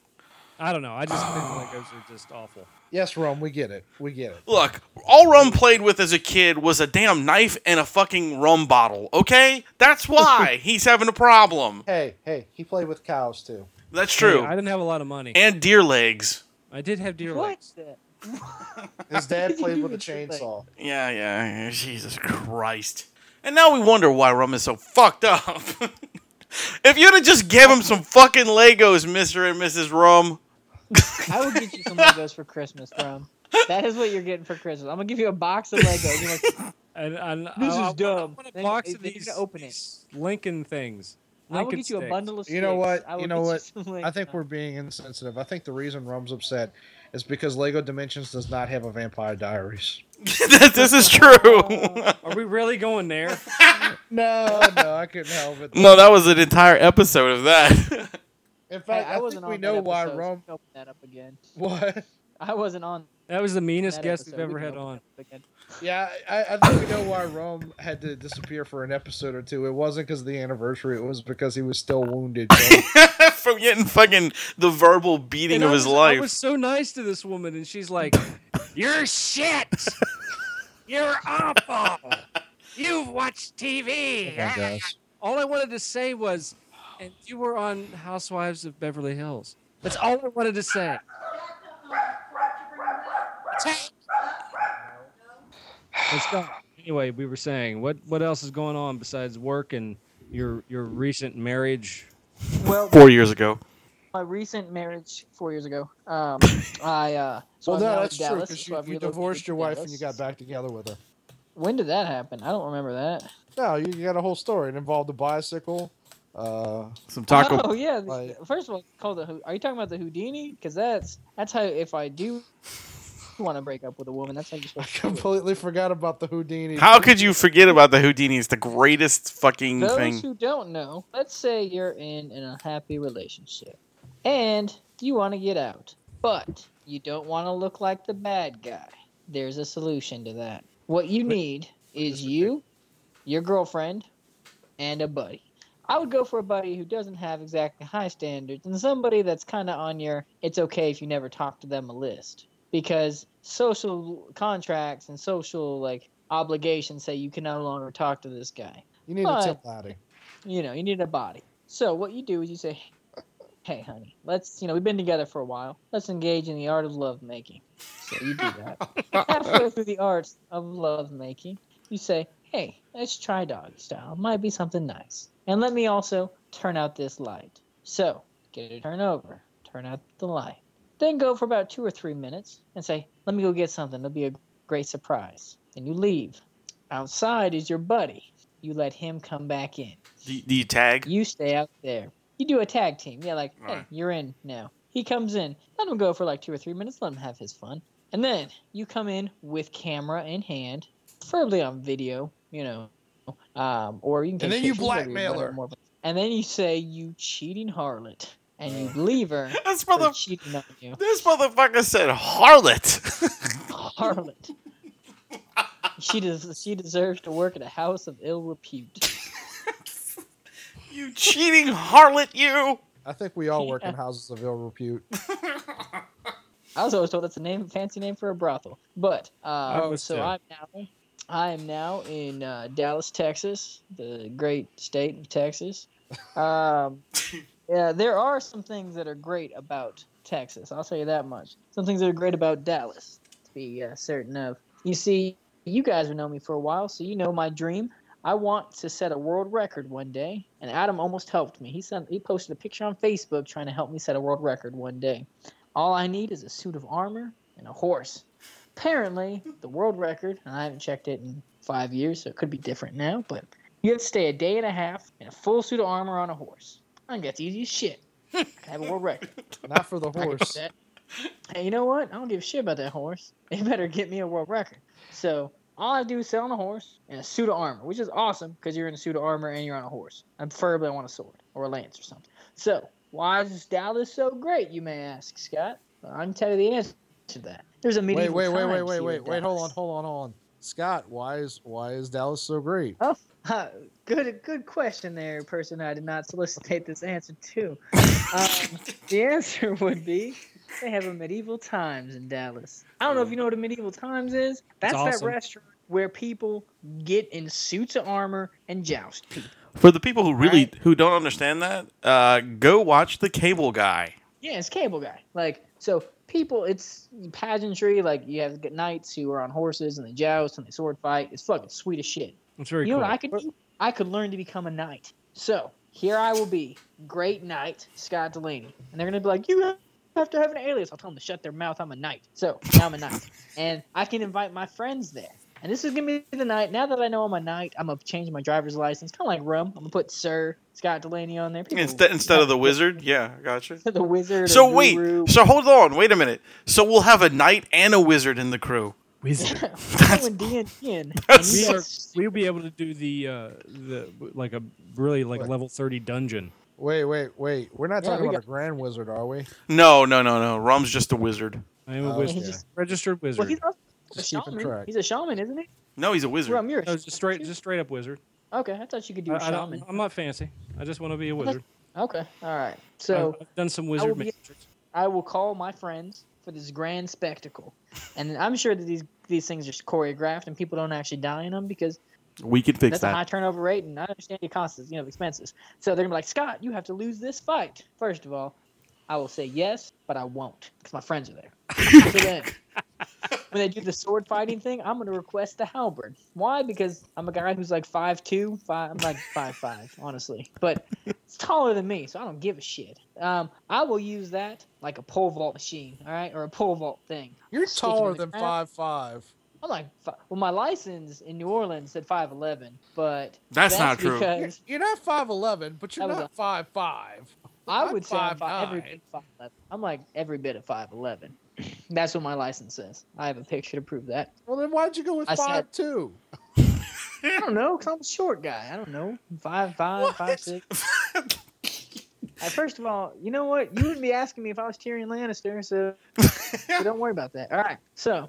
Speaker 4: I don't know. I just think Legos are just awful.
Speaker 6: Yes, Rome, we get it. We get it.
Speaker 3: Look, all Rum played with as a kid was a damn knife and a fucking rum bottle, okay? That's why he's having a problem.
Speaker 6: Hey, hey, he played with cows too.
Speaker 3: That's
Speaker 4: Hey,
Speaker 3: true.
Speaker 4: I didn't have a lot of money.
Speaker 3: And deer legs.
Speaker 4: I did have deer
Speaker 5: What?
Speaker 4: legs.
Speaker 5: the-
Speaker 6: His
Speaker 5: He
Speaker 6: dad played with a
Speaker 5: was like-
Speaker 6: chainsaw.
Speaker 3: Yeah, yeah. Jesus Christ. And now we wonder why Rum is so fucked up. if you'd have just gave him some fucking Legos, Mr. and Mrs. Rum.
Speaker 5: I will get you some Legos for Christmas, bro. That is what you're getting for Christmas. I'm gonna give you a box of Legos. You're like,
Speaker 4: And, and
Speaker 5: This
Speaker 4: Oh, I,
Speaker 5: is
Speaker 4: I,
Speaker 5: dumb.
Speaker 4: I want a
Speaker 5: Then-
Speaker 4: box
Speaker 5: then
Speaker 4: of
Speaker 5: you're
Speaker 4: these,
Speaker 5: gonna open it.
Speaker 4: these Lincoln things.
Speaker 5: I will
Speaker 4: Lincoln
Speaker 5: get you a
Speaker 4: sticks.
Speaker 5: bundle of. Sticks.
Speaker 6: You know what?
Speaker 5: I will
Speaker 6: You know
Speaker 5: get
Speaker 6: what?
Speaker 5: some Legos.
Speaker 6: I think we're being insensitive. I think the reason Rome's upset is because Lego Dimensions does not have a Vampire Diaries.
Speaker 3: this is true.
Speaker 5: Oh.
Speaker 4: Are we really going there?
Speaker 6: No, no, I couldn't help it.
Speaker 3: no, that was an entire episode of that.
Speaker 6: In
Speaker 5: Hey,
Speaker 6: fact, I,
Speaker 5: wasn't
Speaker 6: think
Speaker 5: on
Speaker 6: we
Speaker 5: that
Speaker 6: know why
Speaker 5: episode, so
Speaker 6: Rome.
Speaker 5: Open that up again.
Speaker 6: What?
Speaker 5: I wasn't on.
Speaker 4: That was the meanest
Speaker 5: that
Speaker 4: guest
Speaker 5: episode.
Speaker 4: we've ever
Speaker 5: We can
Speaker 4: had
Speaker 5: open
Speaker 4: on.
Speaker 5: that up again.
Speaker 6: Yeah, I, I think we know why Rome had to disappear for an episode or two. It wasn't because of the anniversary. It was because he was still wounded. Rome.
Speaker 3: From getting fucking the verbal beating
Speaker 4: And
Speaker 3: of
Speaker 4: I
Speaker 3: his
Speaker 4: was-
Speaker 3: life.
Speaker 4: I was so nice to this woman, and she's like, "You're shit. You're awful. You've watched Ah, TV."
Speaker 6: my gosh.
Speaker 4: All I wanted to say was, "And you were on Housewives of Beverly Hills." That's all I wanted to say. Let's go. Anyway, we were saying what what else is going on besides work and your your recent marriage?
Speaker 5: Well,
Speaker 3: Four years ago.
Speaker 5: my recent marriage four years ago. Um, I uh, so
Speaker 6: well,
Speaker 5: I'm now
Speaker 6: no,
Speaker 5: in
Speaker 6: that's true
Speaker 5: Dallas,
Speaker 6: because
Speaker 5: so
Speaker 6: you,
Speaker 5: I've
Speaker 6: you
Speaker 5: relocated
Speaker 6: divorced
Speaker 5: to
Speaker 6: your wife and
Speaker 5: Dallas.
Speaker 6: you got back together with her.
Speaker 5: When did that happen? I don't remember that.
Speaker 6: No, you got a whole story. It involved a bicycle. Uh,
Speaker 8: Some taco.
Speaker 5: Oh yeah. the-
Speaker 6: Like-
Speaker 5: First of all, it's called the. Hou- Are you talking about the Houdini? Because that's that's how if I do want to break up with a woman, that's how you're
Speaker 6: I
Speaker 5: supposed to. do it.
Speaker 6: completely forgot about the Houdini.
Speaker 3: How could you forget about the Houdini? It's the greatest fucking
Speaker 5: Those
Speaker 3: thing.
Speaker 5: who don't know, let's say you're in an unhappy relationship, and you want to get out, but you don't want to look like the bad guy. There's a solution to that. What you need is you, your girlfriend, and a buddy. I would go for a buddy who doesn't have exactly high standards and somebody that's kind of on your it's okay if you never talk to them a list because social contracts and social like obligations say you can no longer talk to this guy
Speaker 6: You need
Speaker 5: But-
Speaker 6: a tip laddie.
Speaker 5: you know, you need a body. So what you do is you say, "Hey, honey, let's you know we've been together for a while. Let's engage in the art of lovemaking." So you do that. Halfway through the art of lovemaking, you say, "Hey, let's try doggy style. Might be something nice." And let me also turn out this light. So get it to turn over, turn out the light. Then go for about two or three minutes and say, "Let me go get something. It'll be a great surprise." And you leave. Outside is your buddy. You let him come back in.
Speaker 3: Do, do you tag?
Speaker 5: You stay out there. You do a tag team. Yeah, like, hey,
Speaker 3: Alright.
Speaker 5: you're in now. He comes in. Let him go for like two or three minutes. Let him have his fun. And then you come in with camera in hand, preferably on video, you know, um, or you can.
Speaker 6: And
Speaker 5: take
Speaker 6: then you
Speaker 5: pictures, whatever
Speaker 6: blackmail
Speaker 5: whatever
Speaker 6: her.
Speaker 5: more- And then you say you cheating harlot, and you leave her
Speaker 3: This
Speaker 5: for
Speaker 3: mother,
Speaker 5: cheating on you,
Speaker 3: this motherfucker said harlot.
Speaker 5: harlot. she does. She deserves to work at a house of ill repute.
Speaker 3: you cheating harlot, you.
Speaker 6: I think we all work
Speaker 5: Yeah.
Speaker 6: in houses of ill repute.
Speaker 5: I was always told that's a name, fancy name for a brothel. But uh,
Speaker 4: was
Speaker 5: so
Speaker 4: too.
Speaker 5: I'm now, I am now in uh, Dallas, Texas, the great state of Texas. Um, yeah, there are some things that are great about Texas. I'll tell you that much. Some things that are great about Dallas, to be uh, certain of. You see, you guys have known me for a while, so you know my dream. I want to set a world record one day, and Adam almost helped me. He sent he posted a picture on Facebook trying to help me set a world record one day. All I need is a suit of armor and a horse. Apparently, the world record, and I haven't checked it in five years, so it could be different now, but you have to stay a day and a half in a full suit of armor on a horse. I think that's easy as shit. I can have a world record.
Speaker 6: Not for the
Speaker 5: I can do
Speaker 6: horse.
Speaker 5: that. Hey, you know what? I don't give a shit about that horse. They better get me a world record. So all I do is sell on a horse and a suit of armor, which is awesome because you're in a suit of armor and you're on a horse. And preferably I want a sword or a lance or something. So why is Dallas so great, you may ask, Scott? Well, I can tell you the answer to that. There's a
Speaker 6: Wait,
Speaker 5: medieval
Speaker 6: wait, wait, wait,
Speaker 5: times
Speaker 6: wait,
Speaker 5: here
Speaker 6: wait,
Speaker 5: in
Speaker 6: wait. Hold on,
Speaker 5: Dallas.
Speaker 6: hold on, hold on. Scott, why is why is Dallas so great?
Speaker 5: Oh, good, good question there, person. I did not solicitate this answer to. Um, the answer would be they have a medieval times in Dallas. I don't know if you know what a medieval times is. That's
Speaker 4: awesome.
Speaker 5: that restaurant where people get in suits of armor and joust people.
Speaker 3: For the people who really who don't understand that, uh, go watch the Cable Guy.
Speaker 5: Yeah, it's cable guy. Like so, people. It's pageantry. Like you have knights who are on horses and they joust and they sword fight. It's fucking sweet as shit.
Speaker 4: It's very
Speaker 5: you
Speaker 4: cool.
Speaker 5: know what I could do? I could learn to become a knight. So here I will be, great knight Scott Delaney, and they're gonna be like, you have to have an alias. I'll tell them to shut their mouth. I'm a knight. So now I'm a knight, and I can invite my friends there. And this is gonna be the night. Now that I know I'm a knight, I'm gonna change my driver's license, kind of like rum. I'm gonna put Sir Scott Delaney on there. People-
Speaker 3: Instead, instead of the wizard, yeah, gotcha.
Speaker 5: the wizard. or
Speaker 3: So wait,
Speaker 5: guru.
Speaker 3: so hold on, wait a minute. So we'll have a knight and a wizard in the crew.
Speaker 7: Wizard.
Speaker 5: That's, and D&D.
Speaker 3: that's-
Speaker 4: we are, we'll be able to do the uh, the like a really like
Speaker 6: What?
Speaker 4: level thirty dungeon.
Speaker 6: Wait, wait, wait. We're not
Speaker 5: Yeah,
Speaker 6: talking
Speaker 5: we
Speaker 6: about
Speaker 5: got-
Speaker 6: a grand wizard, are we?
Speaker 3: No, no, no, no. Rum's just a wizard.
Speaker 4: I am a
Speaker 6: Oh,
Speaker 4: wizard,
Speaker 6: yeah.
Speaker 4: registered wizard.
Speaker 5: well, he's also a
Speaker 6: Just keeping
Speaker 5: shaman.
Speaker 6: track.
Speaker 5: He's a shaman, isn't he?
Speaker 3: No, he's a wizard.
Speaker 5: Rum, you're a
Speaker 4: No, just straight,
Speaker 5: shaman,
Speaker 4: just straight up wizard.
Speaker 5: too? Okay, I thought you could do
Speaker 4: I,
Speaker 5: a
Speaker 4: I don't-
Speaker 5: shaman.
Speaker 4: I'm not fancy. I just want to be a wizard.
Speaker 5: Okay, all right. So
Speaker 4: I've, I've done some wizard
Speaker 5: be-
Speaker 4: magic.
Speaker 5: I will call my friends for this grand spectacle, and I'm sure that these these things are choreographed and people don't actually die in them because
Speaker 8: We can fix
Speaker 5: that's a high turnover rate, and I understand your costs, you know, expenses. So they're gonna be like, Scott, you have to lose this fight. First of all, I will say yes, but I won't because my friends are there. so then, when they do the sword fighting thing, I'm gonna request the halberd. Why? Because I'm a guy who's like five two, five. I'm like five five, honestly, but it's taller than me, so I don't give a shit. Um, I will use that like a pole vault machine, all right, or a pole vault thing.
Speaker 6: You're
Speaker 5: Sticking
Speaker 6: taller
Speaker 5: in the
Speaker 6: than
Speaker 5: crowd.
Speaker 6: five five.
Speaker 5: I'm like, fi- well, my license in New Orleans said five eleven, but
Speaker 3: That's not true.
Speaker 6: You're,
Speaker 5: Because
Speaker 6: you're not five eleven, but you're
Speaker 5: That was
Speaker 6: not five five.
Speaker 5: I
Speaker 6: I'm
Speaker 5: would say I'm fi- every
Speaker 6: 5'9".
Speaker 5: bit five eleven. I'm like every bit of five eleven. That's what my license says. I have a picture to prove that.
Speaker 6: Well, then why'd you go with
Speaker 5: I said-
Speaker 6: five two?
Speaker 5: I don't know, cause I'm a short guy. I don't know, five five, five six. Uh, First of all, you know what? You wouldn't be asking me if I was Tyrion Lannister, so, so don't worry about that. All right. So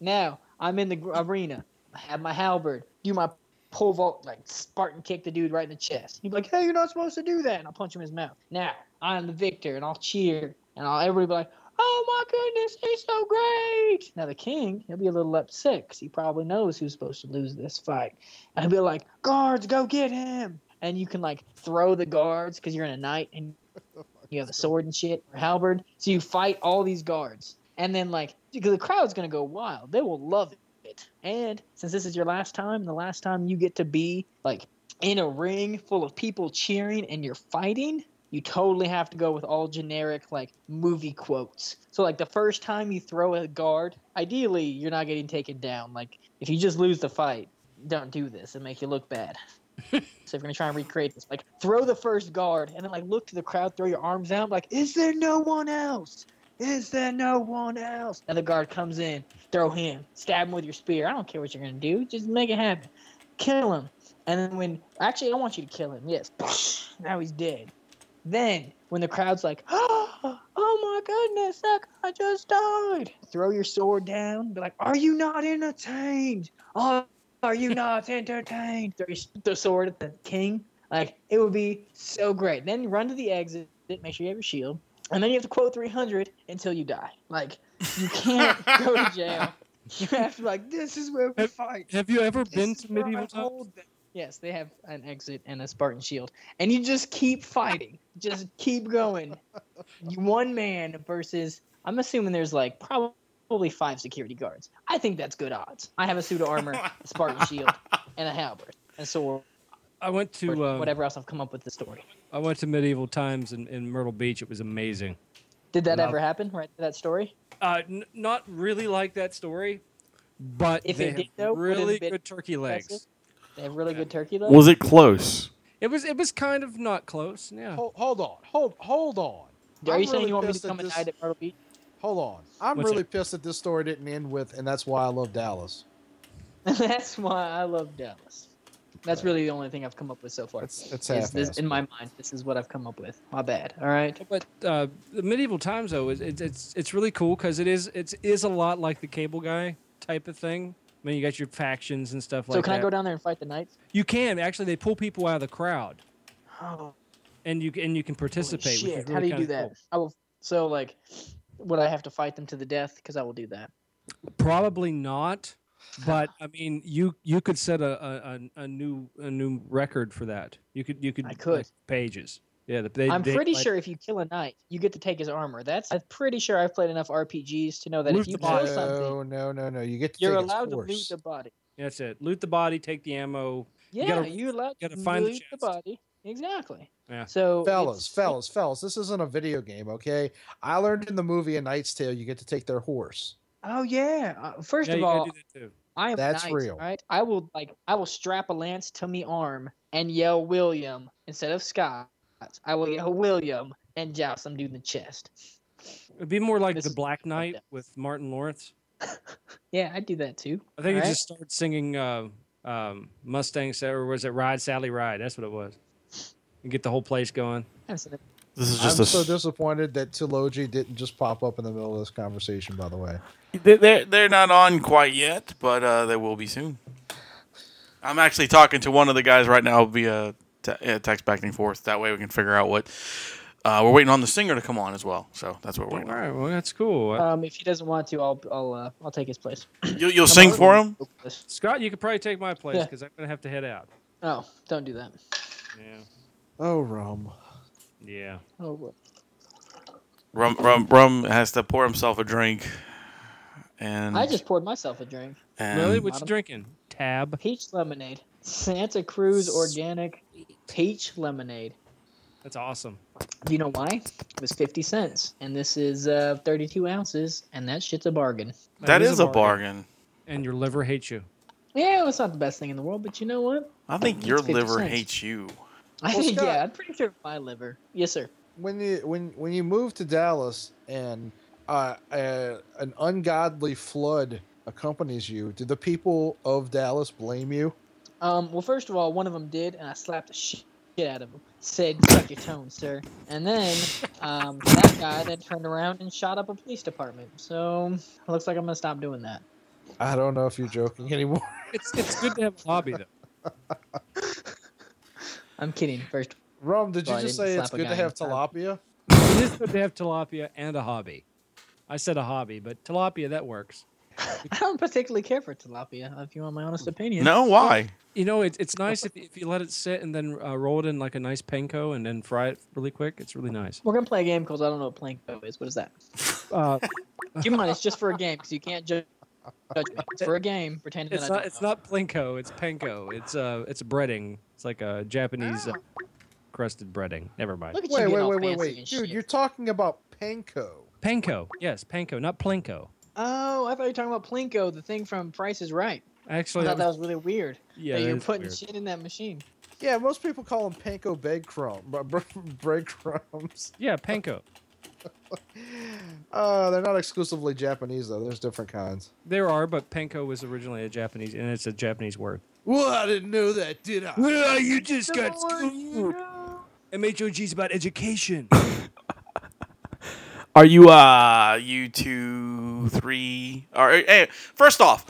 Speaker 5: now I'm in the gr- arena. I have my halberd. Do my pole vault, like Spartan kick the dude right in the chest. He'd be like, "Hey, you're not supposed to do that," and I'll punch him in his mouth. Now I'm the victor, and I'll cheer, and I'll everybody be like, "Oh my goodness, he's so great!" Now the king, he'll be a little upset because he probably knows who's supposed to lose this fight, and he'll be like, "Guards, go get him!" And you can like throw the guards because you're in a knight and you have a sword and shit or halberd. So you fight all these guards, and then like because the crowd's gonna go wild, they will love it. And since this is your last time, the last time you get to be like in a ring full of people cheering and you're fighting, you totally have to go with all generic like movie quotes. So like the first time you throw a guard, ideally you're not getting taken down. Like if you just lose the fight, don't do this and make you look bad. So if you're gonna try and recreate this, like throw the first guard and then like look to the crowd, throw your arms out, like, is there no one else? Is there no one else? And the guard comes in, throw him, stab him with your spear. I don't care what you're gonna do, just make it happen. Kill him. And then when actually I don't want you to kill him, yes. Now he's dead. Then when the crowd's like, oh, my goodness, that guy just died. Throw your sword down, be like, Are you not entertained? Oh, are you not entertained? Throw your s- the sword at the king. Like, it would be so great. Then you run to the exit, make sure you have your shield, and then you have to quote 300 until you die. Like, you can't go to jail. You have to be like, this is where we fight.
Speaker 4: Have you ever been
Speaker 5: This is
Speaker 4: to
Speaker 5: where I
Speaker 4: medieval times?
Speaker 5: hold them. Yes, they have an exit and a Spartan shield, and you just keep fighting, just keep going. You- One man versus. I'm assuming there's like probably five security guards. I think that's good odds. I have a suit of armor, a Spartan shield, and a halberd, and sword,
Speaker 4: I went
Speaker 5: or
Speaker 4: to uh,
Speaker 5: whatever else I've come up with the story.
Speaker 4: I went to medieval times in, in Myrtle Beach. It was amazing.
Speaker 5: Did that
Speaker 4: Love-
Speaker 5: ever happen? Right, that story.
Speaker 4: Uh, n- not really like that story, but
Speaker 5: If
Speaker 4: they
Speaker 5: it did,
Speaker 4: have
Speaker 5: though, would it have
Speaker 4: really
Speaker 5: been
Speaker 4: good turkey legs.
Speaker 5: impressive? They have really good turkey legs.
Speaker 8: Was it close?
Speaker 4: It was it was kind of not close. Yeah.
Speaker 6: Hold, hold on. Hold hold on.
Speaker 5: Are
Speaker 6: I'm
Speaker 5: you saying
Speaker 6: really
Speaker 5: you want me to
Speaker 6: pissed that
Speaker 5: come and
Speaker 6: this-
Speaker 5: hide at Myrtle Beach?
Speaker 6: Hold on. I'm
Speaker 4: What's
Speaker 6: really pissed that this story didn't end with, and that's why I love Dallas.
Speaker 5: That's why I love Dallas. That's really the only thing I've come up with so far.
Speaker 6: That's that's
Speaker 5: Is
Speaker 6: half
Speaker 5: this- in my mind, this is what I've come up with. My bad. All right.
Speaker 4: But uh, the medieval times though is it's it's it's really cool because it is it's is a lot like the Cable Guy type of thing. I mean, you got your factions and stuff
Speaker 5: So
Speaker 4: like
Speaker 5: can
Speaker 4: that.
Speaker 5: I go down there and fight the knights?
Speaker 4: You can actually they pull people out of the crowd
Speaker 5: Oh,
Speaker 4: and you and you can
Speaker 5: holy
Speaker 4: participate.
Speaker 5: shit!
Speaker 4: Which is really
Speaker 5: How do you do
Speaker 4: kinda
Speaker 5: that?
Speaker 4: cool.
Speaker 5: I will. So like, would I have to fight them to the death? Because I will do that.
Speaker 4: Probably not. But I mean, you you could set a, a, a, a new a new record for that. You could you could
Speaker 5: I
Speaker 4: like,
Speaker 5: could.
Speaker 4: pages. Yeah, the, they,
Speaker 5: I'm
Speaker 4: they,
Speaker 5: pretty
Speaker 4: like-
Speaker 5: sure if you kill a knight, you get to take his armor. That's. I'm pretty sure I've played enough RPGs to know that
Speaker 4: Loot
Speaker 5: if you
Speaker 4: the
Speaker 5: kill
Speaker 4: body.
Speaker 5: something,
Speaker 6: No, no, no, no. You get to
Speaker 5: you're
Speaker 6: take its
Speaker 5: allowed to loot
Speaker 6: course.
Speaker 5: the body.
Speaker 4: That's it. Loot the body, take the ammo.
Speaker 5: Yeah,
Speaker 4: gotta-
Speaker 5: you're allowed
Speaker 4: gotta
Speaker 5: to
Speaker 4: find the
Speaker 5: loot the
Speaker 4: chest.
Speaker 5: body. Exactly.
Speaker 4: Yeah.
Speaker 5: So
Speaker 6: fellas,
Speaker 5: it's-
Speaker 6: fellas, fellas. This isn't a video game, okay? I learned in the movie A Knight's Tale, you get to take their horse.
Speaker 5: Oh yeah. Uh, first
Speaker 4: Yeah,
Speaker 5: of
Speaker 4: you gotta
Speaker 5: all,
Speaker 4: do that too.
Speaker 5: I am
Speaker 6: That's
Speaker 5: knight,
Speaker 6: real.
Speaker 5: Right? I will like I will strap a lance to me arm and yell William instead of Scott. I will yell William and joust some dude in the chest.
Speaker 4: It'd be more like
Speaker 5: This
Speaker 4: the
Speaker 5: is-
Speaker 4: Black Knight
Speaker 5: yeah.
Speaker 4: with Martin Lawrence.
Speaker 5: Yeah, I do that too.
Speaker 4: I think you
Speaker 5: Right?
Speaker 4: just start singing uh, um, Mustang, Sa- or was it Ride Sally Ride? That's what it was. You get the whole place going.
Speaker 5: I said,
Speaker 8: This is
Speaker 6: I'm so disappointed that Telogi didn't just pop up in the middle of this conversation. By the way,
Speaker 8: They- they-
Speaker 3: They're not on quite yet, but uh, they will be soon. I'm actually talking to one of the guys right now via te- uh, text back and forth. That way we can figure out what. Uh, we're waiting on the singer to come on as well, so that's what we're
Speaker 4: All
Speaker 3: waiting on.
Speaker 4: right, well that's cool. Uh,
Speaker 5: Um, if he doesn't want to, I'll I'll uh, I'll take his place.
Speaker 3: You, you'll sing for him.
Speaker 4: Scott, you could probably take my place
Speaker 5: Yeah.
Speaker 4: because I'm gonna have to head out.
Speaker 5: Oh, don't do that.
Speaker 4: Yeah,
Speaker 6: oh, Rum.
Speaker 4: yeah.
Speaker 5: Oh, well.
Speaker 3: Rum, rum, rum has to pour himself a drink.
Speaker 6: Mm.
Speaker 3: And
Speaker 5: I just poured myself a drink.
Speaker 3: and
Speaker 4: Lily, what you
Speaker 5: Bottom-
Speaker 4: drinking? Tab.
Speaker 5: Peach lemonade. Santa Cruz organic peach lemonade.
Speaker 4: That's awesome.
Speaker 5: Do you know why? It was fifty cents, and this is uh, thirty-two ounces, and that shit's a bargain.
Speaker 3: that is a bargain.
Speaker 4: And your liver hates you.
Speaker 5: Yeah, well, it's not the best thing in the world, but you know what?
Speaker 3: I think your
Speaker 5: 50
Speaker 3: liver
Speaker 5: cents.
Speaker 3: hates you.
Speaker 5: I
Speaker 6: Well,
Speaker 5: think
Speaker 6: Scott-
Speaker 5: yeah, I'm pretty sure my liver. Yes, sir.
Speaker 6: when you when when you move to Dallas and uh, uh, an ungodly flood accompanies you, do the people of Dallas blame you?
Speaker 5: Um, well, first of all, one of them did, and I slapped the shit out of him. Said, "Suck your tone, sir." And then um, that guy then turned around and shot up a police department. So looks like I'm gonna stop doing that.
Speaker 6: I don't know if you're joking anymore.
Speaker 4: It's it's good to have a hobby though.
Speaker 5: I'm kidding. First,
Speaker 6: Rum, did you
Speaker 5: Sorry, I
Speaker 6: just
Speaker 5: didn't
Speaker 6: say it's
Speaker 5: slap a
Speaker 6: good to
Speaker 5: guy in
Speaker 6: have
Speaker 5: the
Speaker 6: tilapia?
Speaker 4: It is good to have tilapia and a hobby. I said a hobby, but tilapia that works.
Speaker 5: I don't particularly care for tilapia. If you want my honest opinion,
Speaker 3: No, why?
Speaker 4: You know, it's it's nice if, if you let it sit and then uh, roll it in like a nice panko and then fry it really quick. It's really nice.
Speaker 5: We're gonna play a game because I don't know what planko is. What is that?
Speaker 4: Uh,
Speaker 5: Keep in mind, it's just for a game because you can't judge. judge me. It's for a game. Pretend that
Speaker 4: it's
Speaker 5: I
Speaker 4: not
Speaker 5: don't
Speaker 4: it's
Speaker 5: know.
Speaker 4: not plinko. It's panko. It's uh it's breading. It's like a Japanese uh, crusted breading. Never mind.
Speaker 5: Look at
Speaker 6: Wait,
Speaker 5: you
Speaker 6: wait,
Speaker 5: getting all
Speaker 6: wait, wait,
Speaker 5: fancy
Speaker 6: wait,
Speaker 5: and
Speaker 6: dude,
Speaker 5: shit.
Speaker 6: you're talking about panko.
Speaker 4: Panko. Yes, panko, not plinko.
Speaker 5: Oh, I thought you were talking about Plinko, the thing from Price is Right. I
Speaker 4: Actually, that
Speaker 5: thought that
Speaker 4: was,
Speaker 5: was really weird.
Speaker 4: Oh, yeah,
Speaker 5: that
Speaker 4: that
Speaker 5: you're
Speaker 4: is
Speaker 5: putting
Speaker 4: weird.
Speaker 5: shit in that machine.
Speaker 6: Yeah, most people call them panko breadcrumb, bre- bre- breadcrumbs.
Speaker 4: yeah panko.
Speaker 6: Uh, they're not exclusively Japanese though. There's different kinds.
Speaker 4: There are, but panko was originally a Japanese, and it's a Japanese word.
Speaker 6: Well, I didn't know that, did I?
Speaker 4: Well, Ah, you just got
Speaker 5: You
Speaker 4: schooled.
Speaker 5: know?
Speaker 4: MHOG's about education.
Speaker 8: Are you uh
Speaker 3: Uh, you two, three. All right. Hey, first off,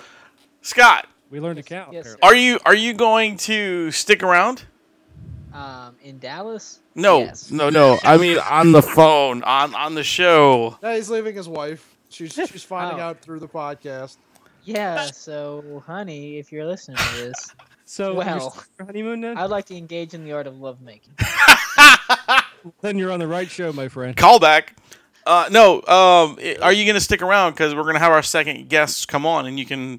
Speaker 3: Scott,
Speaker 4: We learned to count.
Speaker 5: yes,
Speaker 4: apparently.
Speaker 3: are you are you going to stick around?
Speaker 5: Um, in Dallas?
Speaker 3: No,
Speaker 5: Yes.
Speaker 3: no, no. I mean, on the phone, on on the show.
Speaker 6: No, he's leaving his wife. She's she's finding
Speaker 5: Oh.
Speaker 6: out through the podcast.
Speaker 5: Yeah, so honey, if you're listening to this,
Speaker 4: So you're
Speaker 5: Well,
Speaker 4: still on your honeymoon then?
Speaker 5: I'd like to engage in the art of lovemaking.
Speaker 4: then you're on the right show, my friend.
Speaker 3: Callback. Uh, no, um, i- are you going to stick around? Because we're going to have our second guests come on, and you can.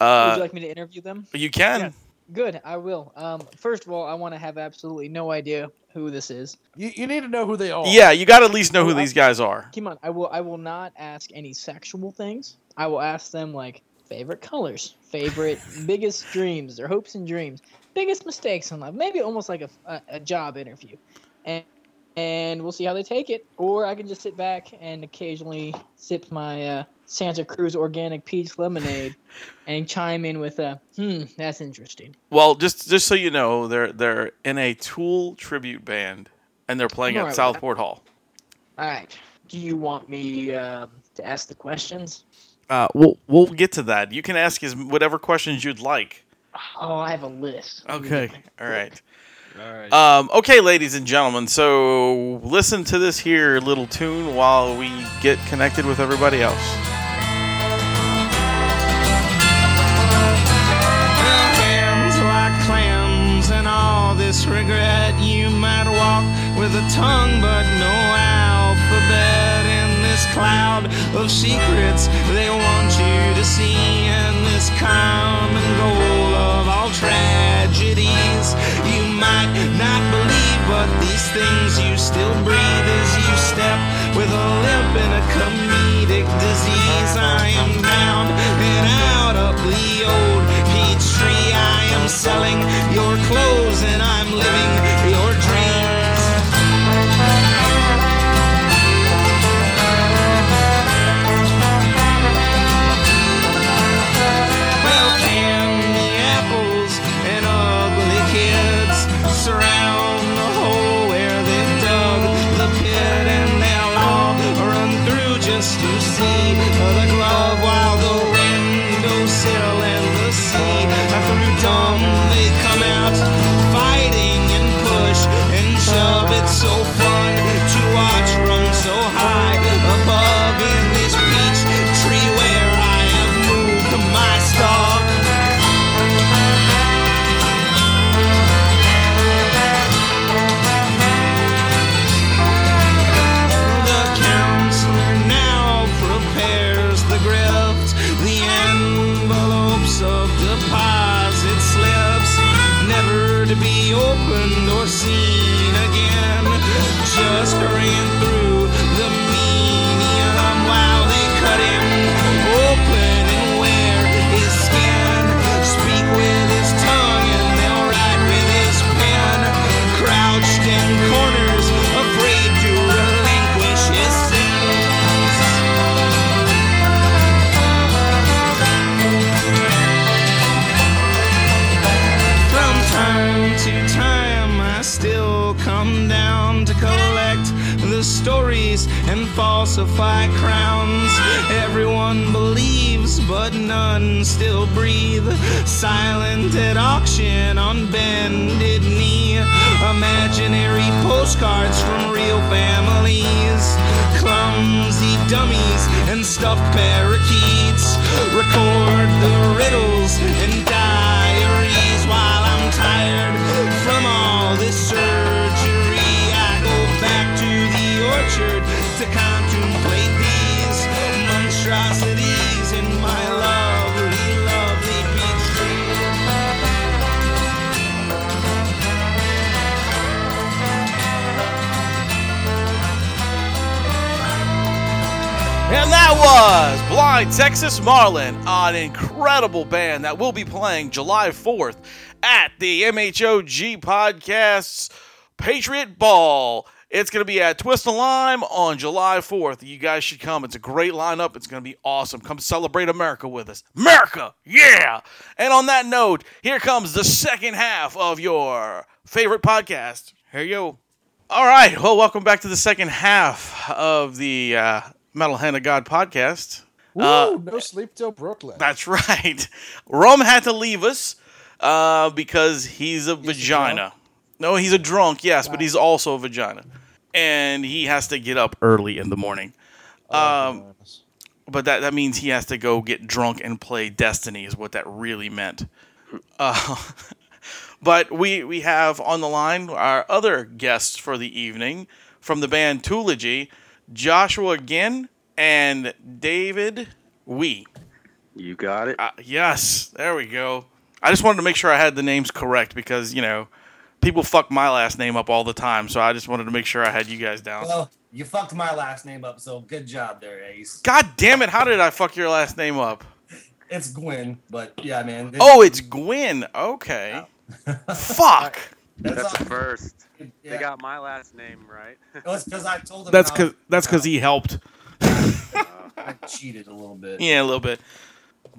Speaker 5: Would
Speaker 3: Uh,
Speaker 5: you like me to interview them?
Speaker 3: you can.
Speaker 4: Yeah.
Speaker 5: Good, I will. Um, first of all, I want to have absolutely no idea who this is.
Speaker 6: You, you need to know who they are.
Speaker 3: Yeah, you got to at least know who
Speaker 5: Well, Oh, I-
Speaker 3: these guys are.
Speaker 5: Come on, I will. I will not ask any sexual things. I will ask them like favorite colors, favorite biggest dreams, their hopes and dreams, biggest mistakes in life. Maybe almost like a, a, a job interview, and and we'll see how they take it. Or I can just sit back and occasionally sip my uh, Santa Cruz organic peach lemonade, and chime in with a hmm, that's interesting.
Speaker 3: Well, just just so you know, they're they're in a Tool tribute band, and they're playing
Speaker 5: I'm
Speaker 3: at
Speaker 5: alright with that.
Speaker 3: Southport Hall.
Speaker 5: All right, do you want me um to ask the questions?
Speaker 8: Uh, we'll, we'll
Speaker 3: We'll get to that. You can ask his whatever questions you'd like.
Speaker 5: Oh, I have a list.
Speaker 3: Okay. All right.
Speaker 4: All right.
Speaker 3: Um, okay, ladies and gentlemen. So listen to this here little tune while we get connected with everybody else.
Speaker 9: hands like clams and all this regret you might walk with a tongue but no alphabet in this cloud of secrets they want you to see and this common goal of all tragedies you might not believe but these things you still breathe as you step with a limp and a comedic disease i am bound and out of the old peach tree i am selling your clothes and i'm living your dreams Well, candy apples and ugly kids surround the hole where they dug the pit, and they'll all run through just to see the glove while the windowsill and the sea are through dumb. They come out fighting and push and shove. It's so fun to watch run so high above in this peach tree where I have moved my stalk. The counselor now prepares the grift, the envelopes of deposit slips, never to be opened or seen again. Just ran through the medium while they cut him open and wear his skin. Speak with his tongue and they'll write with his pen. Crouched in corners, afraid to relinquish his sins. From time to time, I still come down to collect the stories and falsify crowns. Everyone believes, but none still breathe. Silent at auction on bended knee. Imaginary postcards from real families. Clumsy dummies and stuffed parakeets. Record the riddles and diaries while I'm tired from all this surgery. I go back to the orchard to contemplate these monstrosities in my lovely, lovely peach tree.
Speaker 3: And that was Blind Texas Marlin, an incredible band that will be playing July 4th at the MHOG Podcast's Patriot Ball. It's going to be at Twist and Lime on July 4th. You guys should come. It's a great lineup. It's going to be awesome. Come celebrate America with us. America! Yeah! And on that note, here comes the second half of your favorite podcast. Here you go. All right. Well, welcome back to the second half of the uh, Metal Hand of God podcast.
Speaker 6: Woo, no sleep till Brooklyn.
Speaker 3: That's right. Rome had to leave us uh, because he's a vagina. no, he's a drunk, yes, but he's also a Oh, vagina. And he has to get up early in the morning. Um, but that that means he has to go get drunk and play Destiny is what that really meant. Uh, but we we have on the line our other guests for the evening from the band Toology, Joshua Ginn and David Wee.
Speaker 10: You got it.
Speaker 3: Uh, yes, there we go. I just wanted to make sure I had the names correct because you know people fuck my last name up all the time, so I just wanted to make sure I had you guys down.
Speaker 11: Well, you fucked my last name up, so good job there, Ace.
Speaker 3: God damn it! How did I fuck your last name up?
Speaker 11: It's Gwen, but yeah, man.
Speaker 3: Oh, it's Gwyn. Okay. Fuck.
Speaker 10: That's, the first. They got my last name right.
Speaker 11: That's because I told him.
Speaker 3: That's
Speaker 11: how-
Speaker 3: cause that's cause he helped.
Speaker 11: I cheated a little bit.
Speaker 3: Yeah, a little bit.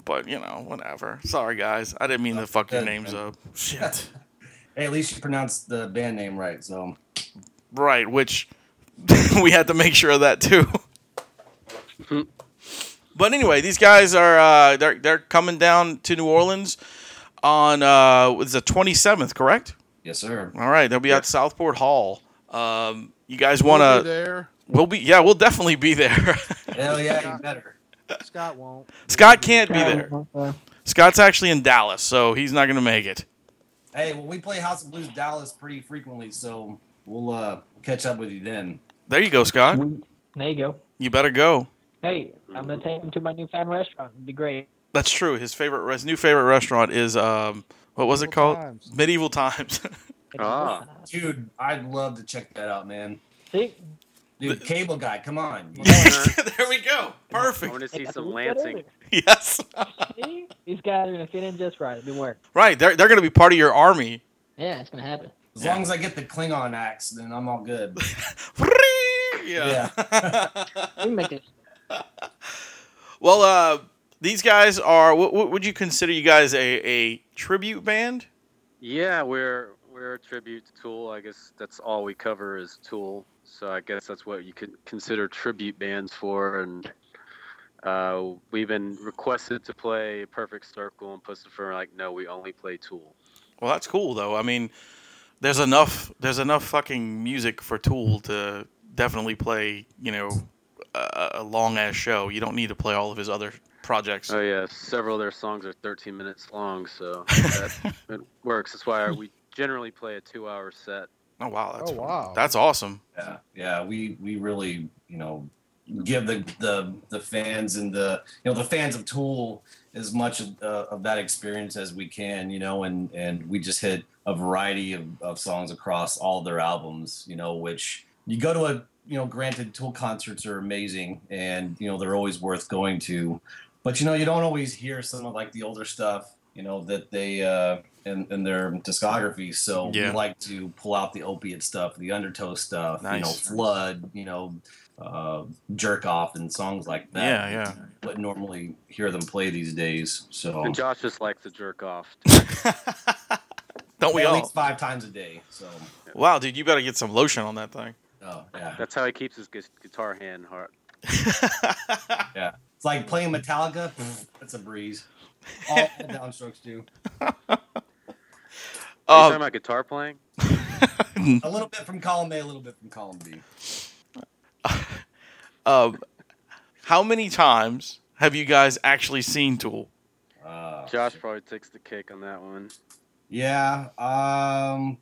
Speaker 3: But you know, whatever. Sorry guys, I didn't mean to fuck your names up. Shit.
Speaker 11: Hey, at least you pronounced the band name right, so.
Speaker 3: Right, which we had to make sure of that too. but anyway, these guys are uh, they're they're coming down to New Orleans on uh, was the twenty seventh, correct?
Speaker 11: Yes, sir.
Speaker 3: All right, they'll be at Southport Hall. Um, you guys want
Speaker 6: We'll be
Speaker 3: to?
Speaker 6: there?
Speaker 3: We'll be yeah, we'll definitely be there.
Speaker 11: Hell yeah, you better.
Speaker 6: Scott won't.
Speaker 3: Scott can't be there.
Speaker 5: uh,
Speaker 3: Scott's actually in Dallas, so he's not going to make it.
Speaker 11: Hey, well, we play House of Blues Dallas pretty frequently, so we'll uh, catch up with you then.
Speaker 3: There you go, Scott.
Speaker 5: There you go.
Speaker 3: You better go.
Speaker 5: Hey, I'm gonna take him to my new fan restaurant. It'd be great.
Speaker 3: That's true. His favorite, his new favorite restaurant is um, what was it
Speaker 6: Medieval
Speaker 3: called?
Speaker 6: Times.
Speaker 3: Medieval Times.
Speaker 10: Ah.
Speaker 11: Dude, I'd love to check that out, man.
Speaker 5: See,
Speaker 11: Dude, Cable Guy, come on.
Speaker 3: there we
Speaker 10: I
Speaker 3: go. Perfect.
Speaker 10: want to see
Speaker 5: that's
Speaker 10: some
Speaker 5: what we said
Speaker 10: Lansing.
Speaker 3: Yes.
Speaker 5: earlier. See, these guys are gonna fit in just right. It'll be work.
Speaker 3: right. They're they're going to be part of your army.
Speaker 5: Yeah, it's gonna happen.
Speaker 11: As long as I get the Klingon axe, then I'm all good.
Speaker 3: Yeah.
Speaker 5: We can make it.
Speaker 3: well, uh, these guys are. What, what would you consider you guys a, a tribute band?
Speaker 10: Yeah, we're we're a tribute to Tool. I guess that's all we cover is Tool. So I guess that's what you could consider tribute bands for. And uh, we've been requested to play Perfect Circle and Pussifer. Like, no, we only play Tool.
Speaker 3: Well, that's cool though. I mean, there's enough there's enough fucking music for Tool to definitely play. You know, a, a long ass show. You don't need to play all of his other projects.
Speaker 10: Oh yeah, several of their songs are 13 minutes long, so that, it works. That's why we generally play a two-hour set.
Speaker 3: Oh wow, that's
Speaker 6: Oh, wow.
Speaker 3: that's awesome.
Speaker 11: yeah, yeah, we we really you know give the the the fans and the you know the fans of Tool as much of, uh, of that experience as we can, you know, and and we just hit a variety of, of songs across all their albums, you know, which you go to a you know granted Tool concerts are amazing and you know they're always worth going to, but you know you don't always hear some of like the older stuff, you know, that they uh in, in their discography. So
Speaker 3: Yeah.
Speaker 11: we like to pull out the opiate stuff, the undertow stuff, you know,
Speaker 3: Nice.
Speaker 11: flood, you know, uh, jerk off and songs like that.
Speaker 3: Yeah, yeah.
Speaker 11: But normally hear them play these days. So
Speaker 10: And Josh just likes to jerk off.
Speaker 3: Don't we
Speaker 11: at
Speaker 3: all?
Speaker 11: least five times a day. So
Speaker 3: Wow, dude, you better get some lotion on that thing.
Speaker 11: oh, yeah,
Speaker 10: That's how he keeps his gu- guitar hand hard.
Speaker 11: yeah. It's like playing Metallica. pff, That's a breeze. All the downstrokes do
Speaker 10: Are you
Speaker 3: Um,
Speaker 10: talking about guitar playing?
Speaker 11: a little bit from column A, a little bit from column B.
Speaker 3: um, how many times have you guys actually seen Tool?
Speaker 11: Uh,
Speaker 10: Josh probably takes the cake on that one.
Speaker 11: Yeah. Um,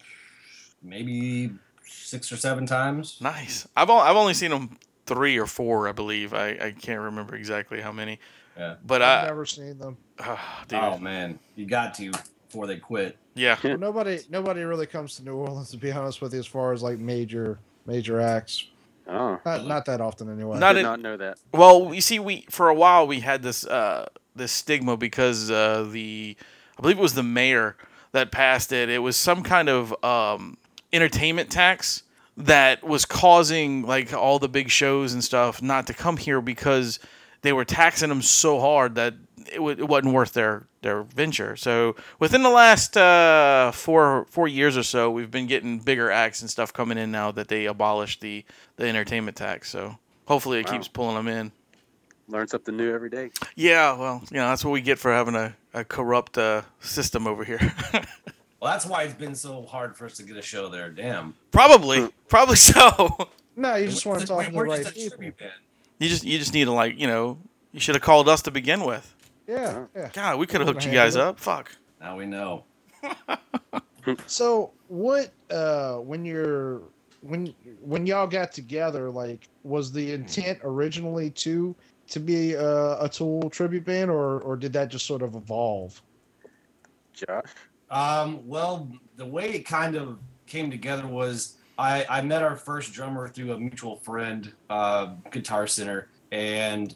Speaker 11: maybe six or seven times.
Speaker 3: Nice. I've on, I've only seen them three or four, I believe. I, I can't remember exactly how many.
Speaker 11: Yeah.
Speaker 3: But
Speaker 6: I've
Speaker 3: I,
Speaker 6: never seen them.
Speaker 3: ah, dude,
Speaker 11: Oh man, you got to before they quit.
Speaker 3: yeah,
Speaker 6: Well, nobody, nobody really comes to New Orleans to be honest with you, as far as like major, major acts.
Speaker 10: Oh,
Speaker 6: Not, not that often anyway.
Speaker 3: Not
Speaker 10: did
Speaker 3: in-
Speaker 10: not know that.
Speaker 3: Well, you see, we for a while we had this uh, this stigma because uh, the I believe it was the mayor that passed it. It was some kind of um, entertainment tax that was causing like all the big shows and stuff not to come here because they were taxing them so hard that it, w- it wasn't worth their their venture. So within the last uh, four four years or so, we've been getting bigger acts and stuff coming in now that they abolished the the entertainment tax. So hopefully it
Speaker 10: Wow.
Speaker 3: keeps pulling them in.
Speaker 10: Learn something new every day.
Speaker 3: Yeah, well, you know, that's what we get for having a, a corrupt uh, system over here.
Speaker 11: Well, that's why it's been so hard for us to get a show there. Damn.
Speaker 10: Hmm.
Speaker 3: probably, probably so.
Speaker 6: no, you just want to talk to the
Speaker 11: We're
Speaker 6: right
Speaker 11: just a
Speaker 6: people.
Speaker 11: tribute band.
Speaker 3: You just you just need to like you know You should have called us to begin with.
Speaker 6: Yeah, yeah.
Speaker 3: God, we could have
Speaker 6: Would've
Speaker 3: hooked you
Speaker 6: handled
Speaker 3: guys
Speaker 6: it.
Speaker 3: up. Fuck.
Speaker 11: Now we know.
Speaker 6: So what uh when you're when when y'all got together like was the intent originally to to be a, a Tool tribute band or or did that just sort of evolve?
Speaker 10: Josh?
Speaker 11: Um, well, the way it kind of came together was I, I met our first drummer through a mutual friend, uh, Guitar Center, and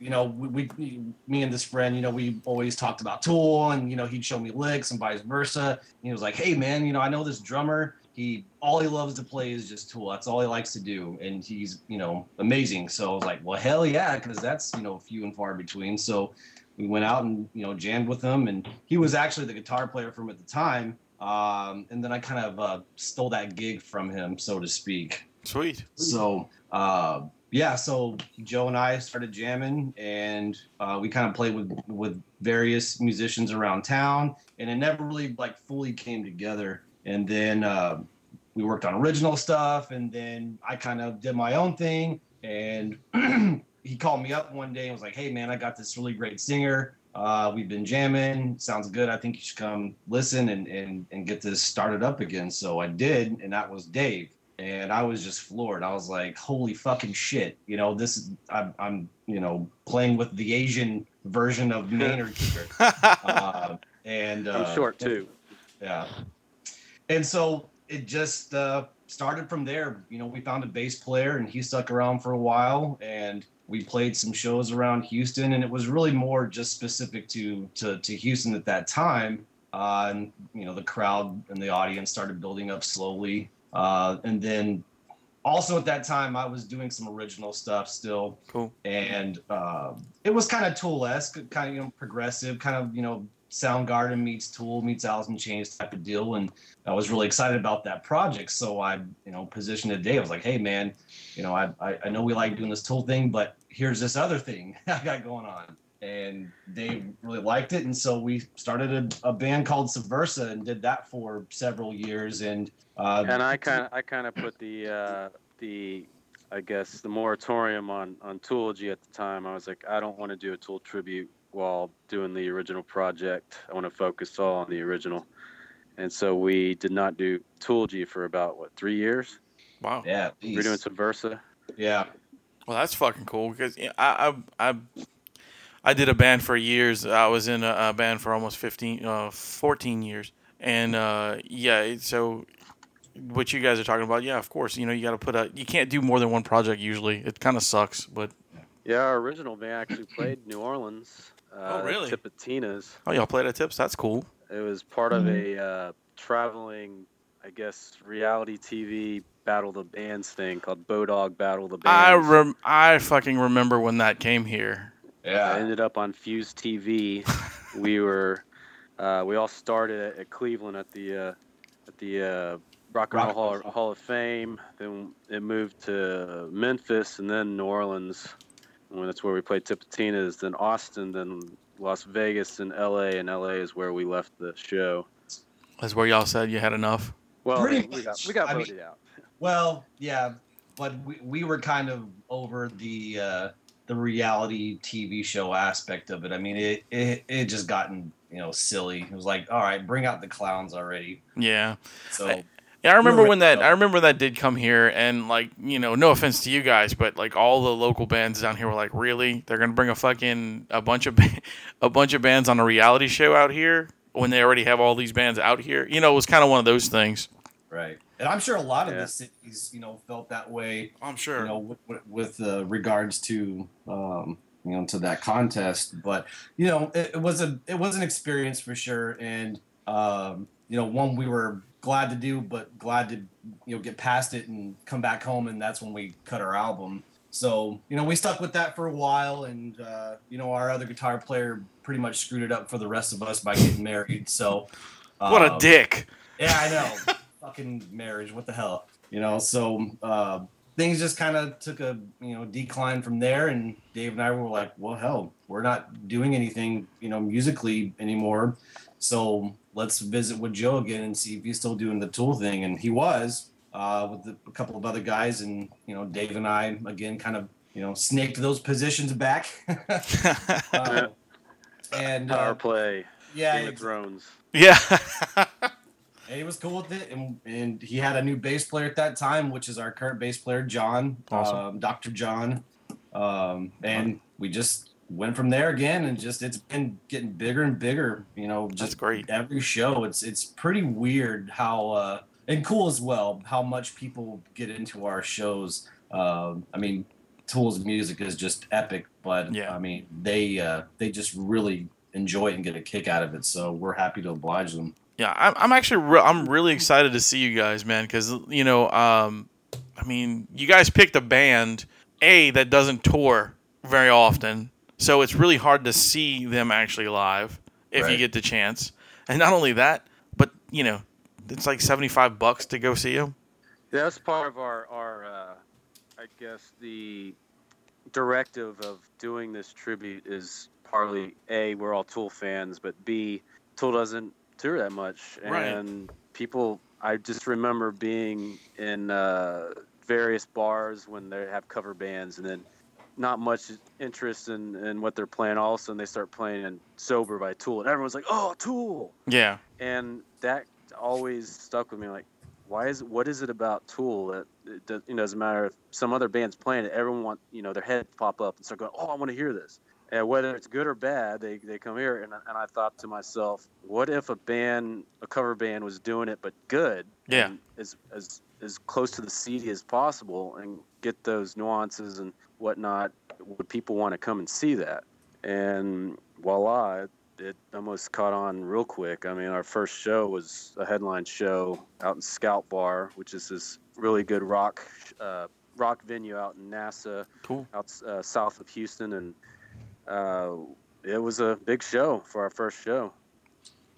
Speaker 11: you know we, we me and this friend, you know, we always talked about Tool, and you know he'd show me licks and vice versa. And he was like, "Hey man, you know I know this drummer. He all he loves to play is just Tool. That's all he likes to do, and he's you know amazing." So I was like, "Well, hell yeah," because that's you know few and far between. So we went out and you know jammed with him and he was actually the guitar player from at the time um, and then i kind of uh, stole that gig from him so to speak
Speaker 3: sweet
Speaker 11: so uh, yeah so joe and i started jamming and uh, we kind of played with with various musicians around town and it never really like fully came together and then uh, we worked on original stuff and then i kind of did my own thing and he called me up one day and was like, "Hey man, I got this really great singer. Uh, we've been jamming. Sounds good. I think you should come listen and and and get this started up again." So I did, and that was Dave. And I was just floored. I was like, "Holy fucking shit!" You know, this is I'm, I'm you know playing with the Asian version of Maynard here. Uh, and
Speaker 10: I'm
Speaker 11: uh,
Speaker 10: short, too.
Speaker 11: Yeah. And so it just uh, started from there. You know, we found a bass player and he stuck around for a while and we played some shows around Houston and it was really more just specific to to, to Houston at that time. Uh, and you know, the crowd and the audience started building up slowly. Uh, and then also at that time I was doing some original stuff still.
Speaker 3: Cool.
Speaker 11: And um, it was kind of Tool-esque, kind of you know progressive, kind of you know Soundgarden meets Tool meets Alice in Chains type of deal. And I was really excited about that project, so I you know positioned it today. I was like, hey man, you know I I, I know we like doing this Tool thing, but here's this other thing I got going on. And they really liked it, and so we started a, a band called Subversa and did that for several years. And uh,
Speaker 10: and I kind of I kind of put the uh, the I guess the moratorium on on Toology at the time. I was like, I don't want to do a Tool tribute while doing the original project. I want to focus all on the original. And so we did not do Toology for about what three years.
Speaker 3: Wow.
Speaker 11: Yeah.
Speaker 10: We were doing Subversa.
Speaker 11: Yeah.
Speaker 3: Well, that's fucking cool because yeah, I, I I I did a band for years. I was in a, a band for almost 15, uh, 14 years, and uh, yeah, it- so what you guys are talking about, yeah, of course, you know, you got to put a, you can't do more than one project usually. It kind of sucks, but
Speaker 10: Yeah, our original band actually played New Orleans. Uh,
Speaker 3: really?
Speaker 10: Tipitina's.
Speaker 3: oh, y'all played at Tips, that's cool.
Speaker 10: It was part of
Speaker 11: Mm-hmm.
Speaker 10: a uh, traveling, I guess, reality TV battle of the bands thing called Bodog Battle of the Bands.
Speaker 11: Ah,
Speaker 3: I rem- I fucking remember when that came here.
Speaker 11: Yeah.
Speaker 10: I ended up on Fuse TV. we were, uh, we all started at, at Cleveland at the, uh, at the uh, Rock and
Speaker 11: Rock
Speaker 10: Roll Hall, Hall of Fame. Then it moved to Memphis and then New Orleans. And that's where we played Tipitina's. Then Austin. Then Las Vegas and LA. And LA is where we left the show.
Speaker 3: That's where y'all said you had enough.
Speaker 10: Well,
Speaker 11: Pretty
Speaker 10: Oh, we got,
Speaker 11: much.
Speaker 10: we got
Speaker 11: I mean-
Speaker 10: voted out.
Speaker 11: Well, yeah, but we, we were kind of over the uh, the reality TV show aspect of it. I mean, it it it just gotten you know silly. It was like, all right, bring out the clowns already.
Speaker 3: Yeah.
Speaker 11: So
Speaker 3: I- Yeah, I remember
Speaker 11: Right.
Speaker 3: when that. I remember that did come here, and like you know, no offense to you guys, but like all the local bands down here were like, really, they're gonna bring a fucking a bunch of ba- a bunch of bands on a reality show out here when they already have all these bands out here. You know, it was kind of one of those things.
Speaker 11: right, and I'm sure a lot of
Speaker 10: Yeah.
Speaker 11: the cities you know felt that way.
Speaker 3: I'm sure.
Speaker 11: You know, with, with, with uh, regards to um, you know to that contest, but you know, it, it was a it was an experience for sure, and um, you know, one we were glad to do, but glad to you know get past it and come back home, and that's when we cut our album. So you know, we stuck with that for a while, and uh, you know, our other guitar player pretty much screwed it up for the rest of us by getting married. So
Speaker 3: what a
Speaker 11: um,
Speaker 3: dick.
Speaker 11: yeah, I know. Fucking marriage. What the hell? You know, so uh, things just kind of took a you know decline from there, and Dave and I were like, well, hell, we're not doing anything you know musically anymore, so let's visit with Joe again and see if he's still doing the Tool thing, and he was uh, with the, a couple of other guys, and you know, Dave and I again kind of you you know, snaked those positions back. Uh, and
Speaker 10: Power
Speaker 11: uh,
Speaker 10: play.
Speaker 11: yeah,
Speaker 10: Game of
Speaker 11: ex-
Speaker 10: Thrones.
Speaker 3: Yeah.
Speaker 11: and he was cool with it, and, and he had a new bass player at that time, which is our current bass player, John,
Speaker 8: Awesome.
Speaker 11: um, Dr. John. Um, and we just went from there again, and just it's been getting bigger and bigger. You know, just
Speaker 3: great.
Speaker 11: Every show, it's it's pretty weird how uh, and cool as well how much people get into our shows. Um, I mean, Tool's music is just epic, but I mean, they uh, they just really enjoy it and get a kick out of it. So we're happy to oblige them.
Speaker 3: Yeah, I'm, I'm actually re- I'm really excited to see you guys, man, because you know, um, I mean, you guys picked a band a that doesn't tour very often, so it's really hard to see them actually live if you
Speaker 10: Right.
Speaker 3: get the chance. And not only that, but you know, it's like 75 bucks to go see them.
Speaker 10: Yeah, that's part of our our uh, I guess the directive of doing this tribute is partly a we're all Tool fans, but b Tool doesn't tour that much,
Speaker 3: Right.
Speaker 10: and people I just remember being in uh, various bars when they have cover bands, and then not much interest in, in what they're playing. All of a sudden, they start playing "Sober" by Tool, and everyone's like, "Oh, Tool!"
Speaker 3: Yeah.
Speaker 10: and that always stuck with me like why is what is it about tool that it does, you know doesn't matter if some other band's playing it everyone want you know their head pop up and start going oh i want to hear this and whether it's good or bad they, they come here and, I- and i thought to myself what if a band a cover band was doing it but good
Speaker 3: Yeah.
Speaker 10: and as as as close to the CD as possible and get those nuances and whatnot would people want to come and see that and voila it, it almost caught on real quick. I mean, our first show was a headline show out in Scout Bar, which is this really good rock uh, rock venue out in NASA,
Speaker 3: Cool.
Speaker 10: out uh, south of Houston, and uh, it was a big show for our first show.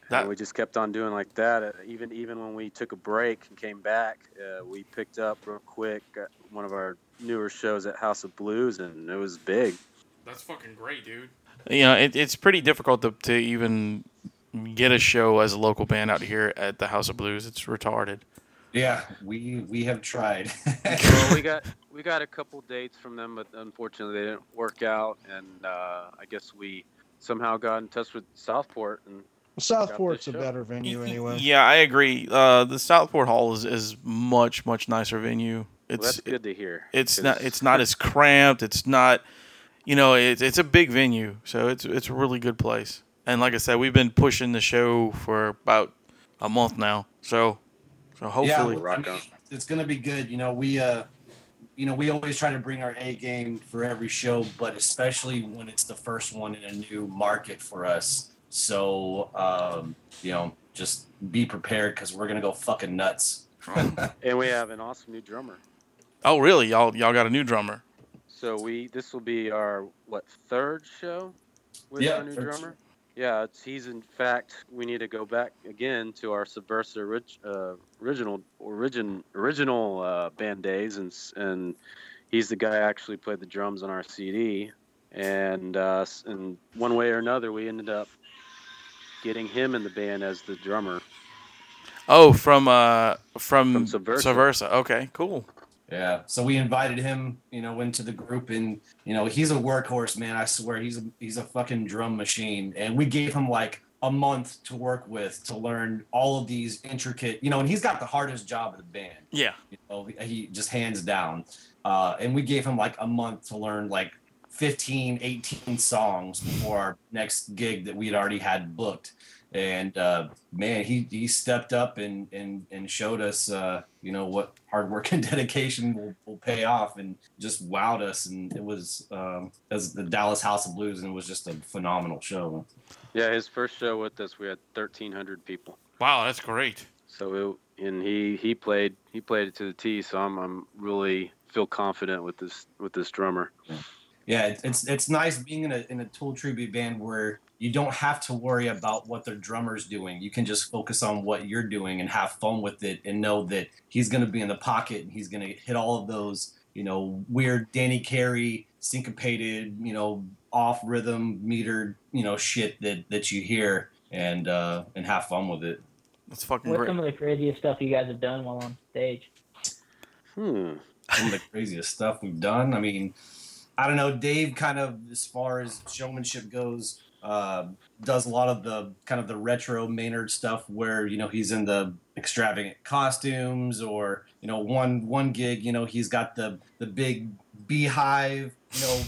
Speaker 3: That-
Speaker 10: and we just kept on doing like that. Uh, Even even when we took a break and came back, uh, we picked up real quick uh, one of our newer shows at House of Blues, and it was big.
Speaker 8: That's fucking great, dude.
Speaker 3: You know, it, it's pretty difficult to, to even get a show as a local band out here at the House of Blues. It's retarded.
Speaker 11: Yeah, we we have tried.
Speaker 10: well, we got we got a couple dates from them, but unfortunately they didn't work out. And uh, I guess we somehow got in touch with Southport, and
Speaker 6: Southport's a better venue anyway.
Speaker 3: Yeah, I agree. Uh, the Southport Hall is, is much much nicer venue. It's
Speaker 10: that's good to hear,
Speaker 3: It's
Speaker 10: 'cause-
Speaker 3: not it's not as cramped. It's not, you know, it's it's a big venue, so it's it's a really good place. And like I said, we've been pushing the show for about a month now, so so hopefully,
Speaker 11: Yeah, I mean, it's gonna be good. You know, we uh, you know, we always try to bring our A game for every show, but especially when it's the first one in a new market for us. So um, you know, just be prepared because we're gonna go fucking nuts.
Speaker 10: and we have an awesome new drummer.
Speaker 3: Oh really? Y'all y'all got a new drummer?
Speaker 10: So we this will be our what third show with
Speaker 11: Yeah,
Speaker 10: our new
Speaker 11: third
Speaker 10: drummer. Yeah, it's, he's in fact. We need to go back again to our Subversive orig, uh, original origin original uh, band days, and s- and he's the guy who actually played the drums on our CD. And uh, s- in one way or another, we ended up getting him in the band as the drummer.
Speaker 3: Oh, from uh from,
Speaker 10: From
Speaker 3: Subversa.
Speaker 10: Subversa.
Speaker 3: Okay, cool.
Speaker 11: Yeah. So we invited him, you know, into the group, and you know, he's a workhorse, man. I swear, he's a he's a fucking drum machine. And we gave him like a month to work with to learn all of these intricate, you know, and he's got the hardest job of the band.
Speaker 3: Yeah.
Speaker 11: You know, he just hands down. Uh, and we gave him like a month to learn like 15, 18 songs before our next gig that we had already had booked. And uh, man, he, he stepped up and, and, and showed us, uh, you know, what hard work and dedication will, will pay off and just wowed us. And it was um, as the Dallas House of Blues, and it was just a phenomenal show.
Speaker 10: Yeah, his first show with us, we had 1,300 people.
Speaker 3: Wow, that's great.
Speaker 10: So it, and he he played he played it to the T. So I'm I'm really feel confident with this with this drummer.
Speaker 11: Yeah, it's it's, it's nice being in a, in a Tool tribute band where you don't have to worry about what their drummer's doing. You can just focus on what you're doing and have fun with it, and know that he's going to be in the pocket and he's going to hit all of those you know weird Danny Carey syncopated you know off rhythm metered you know shit that that you hear and uh and have fun with it.
Speaker 3: That's fucking
Speaker 5: What's some of the craziest stuff you guys have done while on stage?
Speaker 10: Hmm.
Speaker 11: Some of the craziest stuff we've done. I mean, I don't know. Dave kind of, as far as showmanship goes, uh, does a lot of the kind of the retro Maynard stuff, where you know he's in the extravagant costumes, or you know one one gig, you know he's got the the big beehive, you know,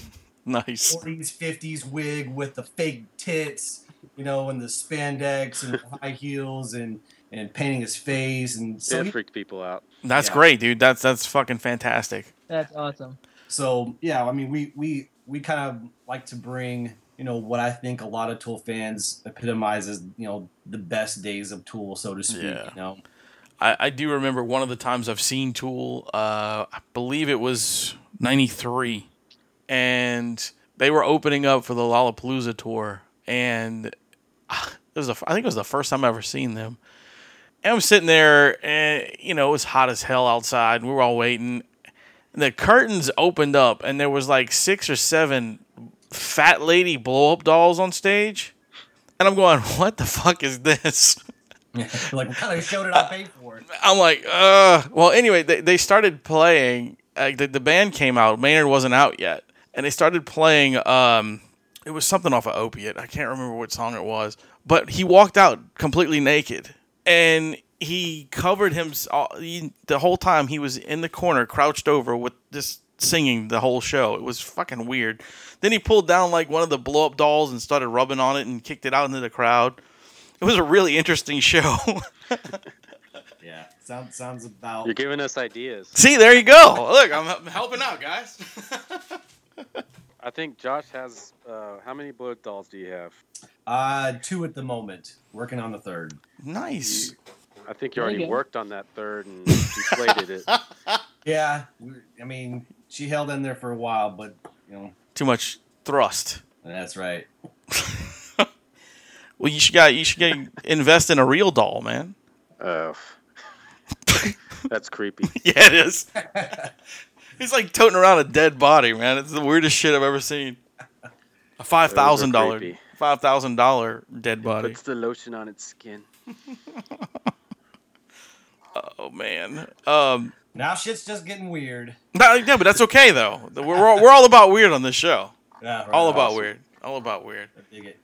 Speaker 3: nice
Speaker 11: 40s 50s wig with the fake tits, you know, and the spandex and the high heels and and painting his face, and so
Speaker 10: it
Speaker 11: he-
Speaker 10: freaked people out.
Speaker 3: That's
Speaker 11: Yeah.
Speaker 3: great, dude. That's that's fucking fantastic.
Speaker 5: That's awesome.
Speaker 11: So yeah, I mean, we we we kind of like to bring you know what I think a lot of Tool fans epitomizes you know the best days of Tool, so to speak.
Speaker 3: Yeah.
Speaker 11: You know,
Speaker 3: I, I do remember one of the times I've seen Tool. Uh, I believe it was '93, and they were opening up for the Lollapalooza tour, and ah, it was the, I think it was the first time I ever seen them. And I'm sitting there, and you know it was hot as hell outside. and We were all waiting, and the curtains opened up, and there was like six or seven fat lady blow up dolls on stage, and I'm going, "What the fuck is this?"
Speaker 11: like what kind of show did I pay for? it?
Speaker 3: I'm like, uh. Well, anyway, they, they started playing. Like the, the band came out. Maynard wasn't out yet, and they started playing. Um, it was something off of Opiate. I can't remember what song it was, but he walked out completely naked, and he covered him uh, he, the whole time. He was in the corner, crouched over, with just singing the whole show. It was fucking weird. Then he pulled down like one of the blow up dolls and started rubbing on it and kicked it out into the crowd. It was a really interesting show.
Speaker 11: Yeah, sounds sounds about.
Speaker 10: You're giving us ideas.
Speaker 3: See, there you go. Look, I'm, I'm helping out, guys.
Speaker 10: I think Josh has. Uh, how many blow dolls do you have?
Speaker 11: Uh, two at the moment. Working on the third.
Speaker 3: Nice.
Speaker 10: I think you
Speaker 11: There you
Speaker 10: already
Speaker 11: go.
Speaker 10: worked on that third and deflated it.
Speaker 11: Yeah, we, I mean, she held in there for a while, but you know,
Speaker 3: Too much thrust.
Speaker 11: that's right.
Speaker 3: Well, you should got you should get, invest in a real doll, man.
Speaker 10: Oh, that's creepy.
Speaker 3: Yeah, it is. He's like toting around a dead body, man. It's the weirdest shit I've ever seen. A five thousand dollar,
Speaker 10: creepy.
Speaker 3: five thousand dollar dead body.
Speaker 10: Puts the lotion on its skin.
Speaker 3: Oh man. Um,
Speaker 11: Now shit's just getting weird.
Speaker 3: no, yeah, but that's okay though. We're we're all, we're all about weird on this show.
Speaker 11: Yeah,
Speaker 3: All about
Speaker 11: Awesome.
Speaker 3: weird. All about weird.
Speaker 11: I dig it.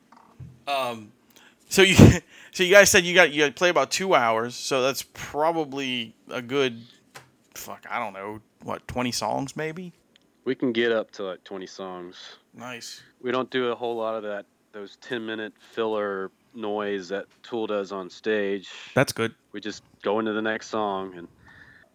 Speaker 3: Um, so you, so you guys said you got you got to play about two hours. So that's probably a good, fuck, I don't know, what twenty songs maybe.
Speaker 10: We can get up to like 20 songs.
Speaker 3: Nice.
Speaker 10: We don't do a whole lot of that. Those 10 minute filler noise that Tool does on stage.
Speaker 3: That's good.
Speaker 10: we just go into the next song and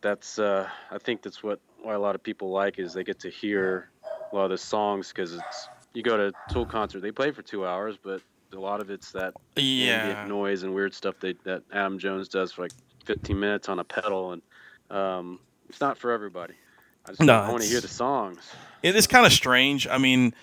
Speaker 10: that's uh, i think that's what why a lot of people like is they get to hear a lot of the songs because it's you go to a tool concert they play for two hours but a lot of it's that
Speaker 3: Yeah.
Speaker 10: ambient noise and weird stuff they, that adam jones does for like 15 minutes on a pedal and um, it's not for everybody i just
Speaker 3: No,
Speaker 10: want to
Speaker 3: it's-
Speaker 10: hear the songs
Speaker 3: It is kind of strange. I mean,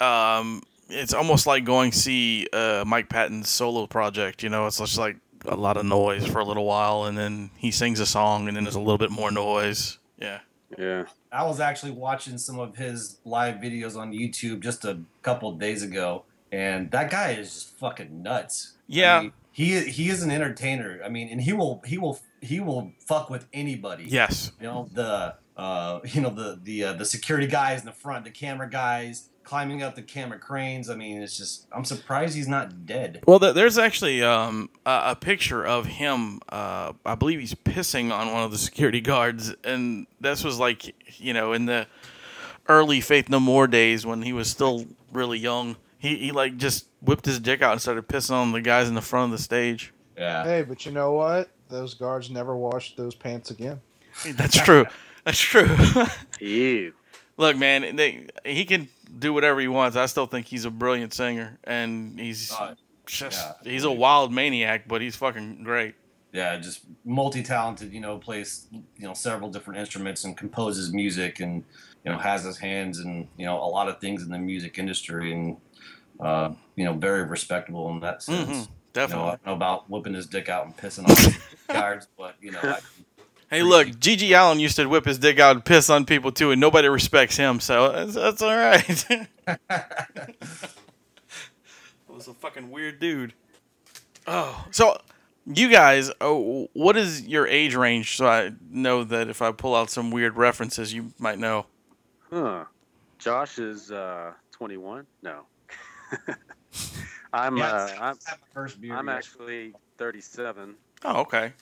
Speaker 3: um, it's almost like going see uh, Mike Patton's solo project. You know, it's just like a lot of noise for a little while, and then he sings a song, and then there's a little bit more noise. Yeah.
Speaker 10: yeah
Speaker 11: I was actually watching some of his live videos on YouTube just a couple days ago, and that guy is just fucking nuts.
Speaker 3: Yeah.
Speaker 11: I mean, he he is an entertainer. I mean, and he will he will he will fuck with anybody.
Speaker 3: Yes.
Speaker 11: you know the uh you know the the uh, the security guys in the front, the camera guys climbing up the camera cranes. I mean, it's just I'm surprised he's not dead.
Speaker 3: Well, th- there's actually um, a, a picture of him. Uh, I believe he's pissing on one of the security guards, and this was like you know in the early Faith No More days when he was still really young. He he like just whipped his dick out and started pissing on the guys in the front of the stage.
Speaker 11: Yeah,
Speaker 6: Hey, but you know what? Those guards never washed those pants again.
Speaker 3: That's true. That's true.
Speaker 10: Ew.
Speaker 3: Look, man, they, he can do whatever he wants. I still think he's a brilliant singer, and he's
Speaker 11: Uh,
Speaker 3: just
Speaker 11: yeah.
Speaker 3: he's a wild maniac, but he's fucking great.
Speaker 11: yeah, just multi-talented. You know, plays you know several different instruments and composes music, and you know has his hands in you know a lot of things in the music industry, and uh, you know very respectable in that sense.
Speaker 10: Mm-hmm.
Speaker 3: Mhm,
Speaker 11: You know, I
Speaker 3: definitely.
Speaker 11: don't know about whipping his dick out and pissing on guards, but you know, I,
Speaker 3: Hey, look, Gigi Allen used to whip his dick out and piss on people too, and nobody respects him, so that's, that's all right. It was a fucking weird dude. Oh, so you guys, oh, what is your age range? So I know that if I pull out some weird references, you might know.
Speaker 10: huh Josh is uh, 21. No, I'm.
Speaker 11: Yeah,
Speaker 10: uh,
Speaker 11: I
Speaker 10: I'm,
Speaker 11: had my first beer
Speaker 10: I'm
Speaker 11: yet.
Speaker 10: actually 37.
Speaker 3: Oh, okay.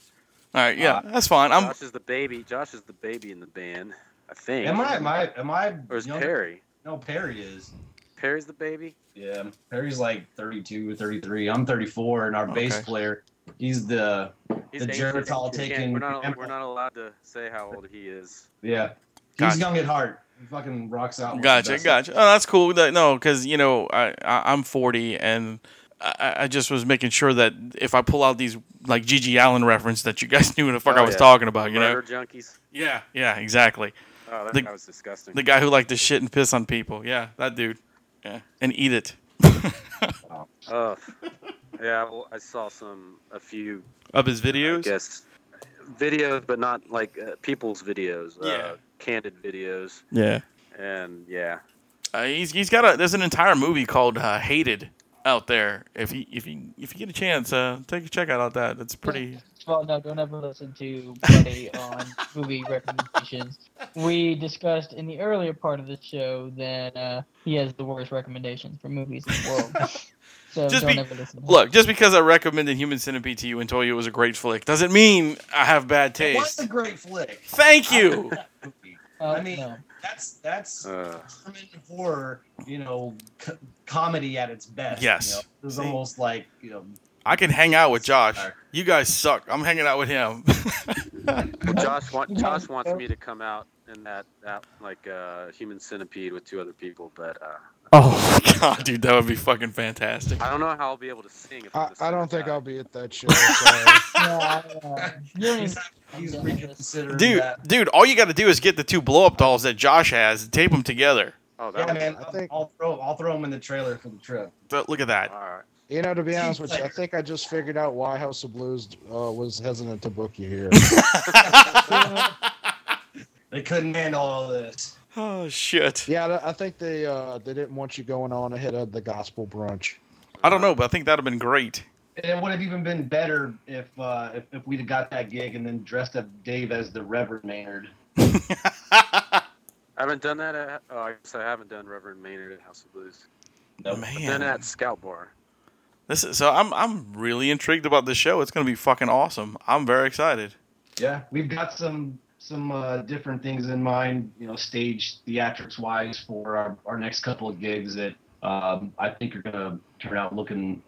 Speaker 3: All right, yeah, that's fine. I'm
Speaker 10: Josh is the baby. Josh is the baby in the band. I think.
Speaker 11: Am I? Am I? Am I?
Speaker 10: Or is
Speaker 11: younger?
Speaker 10: Perry?
Speaker 11: No, Perry is.
Speaker 10: Perry's the baby.
Speaker 11: Yeah, Perry's like 32 or 33. I'm 34, and our bass
Speaker 10: Okay.
Speaker 11: player, he's the
Speaker 10: He's
Speaker 11: the
Speaker 10: ancient.
Speaker 11: geritol
Speaker 10: We can't-
Speaker 11: taking.
Speaker 10: We're not. We're not allowed to say how old he is.
Speaker 11: yeah,
Speaker 3: Gotcha.
Speaker 11: he's young at heart. He fucking rocks out. with the
Speaker 3: Gotcha,
Speaker 11: best.
Speaker 3: gotcha. Oh, that's cool. That, no, because you know I, I I'm 40 and I- I, I just was making sure that if I pull out these like Gigi Allen reference that you guys knew what the fuck I
Speaker 10: Oh,
Speaker 3: was
Speaker 10: yeah.
Speaker 3: talking about. You know.
Speaker 10: Murder junkies.
Speaker 3: Yeah. Yeah. Exactly.
Speaker 10: Oh, that
Speaker 3: The-
Speaker 10: guy was disgusting.
Speaker 3: The guy who liked to shit and piss on people. Yeah, that dude. Yeah. And eat it.
Speaker 10: Oh, yeah. Well, I saw some a few
Speaker 3: of his videos.
Speaker 10: Yes. videos, but not like uh, people's videos. Uh, candid videos.
Speaker 3: Yeah.
Speaker 10: And yeah,
Speaker 3: Uh, he's he's got a there's an entire movie called uh, Hated out there. If you if you if you get a chance, uh, take a check out on that. It's pretty.
Speaker 5: Well, no, don't ever listen to play on movie recommendations. We discussed in the earlier part of the show that uh, he has the worst recommendations for movies in the world. so
Speaker 3: Just
Speaker 5: don't
Speaker 3: be-
Speaker 5: ever listen. To him.
Speaker 3: Look, just because I recommended Human Centipede to you and told you it was a great flick doesn't mean I have bad
Speaker 11: It was
Speaker 3: taste.
Speaker 11: a great flick.
Speaker 3: Thank you.
Speaker 5: Oh,
Speaker 11: I mean,
Speaker 5: no.
Speaker 11: that's that's
Speaker 10: Uh.
Speaker 11: German horror, you know, co- comedy at its best.
Speaker 3: Yes.
Speaker 11: you know? it was almost like you know,
Speaker 3: I can hang out with Josh. You guys suck. I'm hanging out with him.
Speaker 10: Josh want, Josh
Speaker 6: uh,
Speaker 10: wants me to come out in that that like uh, human centipede with two other people, but uh,
Speaker 3: oh god, dude, that would be fucking fantastic.
Speaker 10: I don't know how I'll be able to sing. If
Speaker 6: I,
Speaker 10: I'm
Speaker 6: I don't think I'll be at that show. So.
Speaker 5: No, I, uh, you're in-
Speaker 11: he's reconsidering
Speaker 3: Dude,
Speaker 11: that.
Speaker 3: dude, all you got to do is get the two blow up dolls that Josh has and tape them together.
Speaker 10: Oh,
Speaker 11: Yeah,
Speaker 10: that
Speaker 11: man,
Speaker 6: I think-
Speaker 11: I'll throw I'll throw him in the trailer for the trip.
Speaker 3: But look at that.
Speaker 10: all right.
Speaker 6: You know, to be honest with you, I think I just figured out why House of Blues uh, was hesitant to book you here.
Speaker 11: They couldn't handle all this.
Speaker 3: Oh shit.
Speaker 6: yeah, I- I think they uh, they didn't want you going on ahead of the gospel brunch.
Speaker 3: I don't know, but I think that'd have been great.
Speaker 11: And it would have even been better if uh, if, if we'd have got that gig and then dressed up Dave as the Reverend Maynard.
Speaker 10: I haven't done that. At, oh, I guess I haven't done Reverend Maynard at House of Blues. I've done
Speaker 3: Man,
Speaker 10: at Scout Bar.
Speaker 3: this is, so I'm I'm really intrigued about this show. It's gonna be fucking awesome. I'm very excited.
Speaker 11: Yeah, we've got some some uh, different things in mind, you know, stage theatrics wise for our, our next couple of gigs that um, I think are gonna turn out looking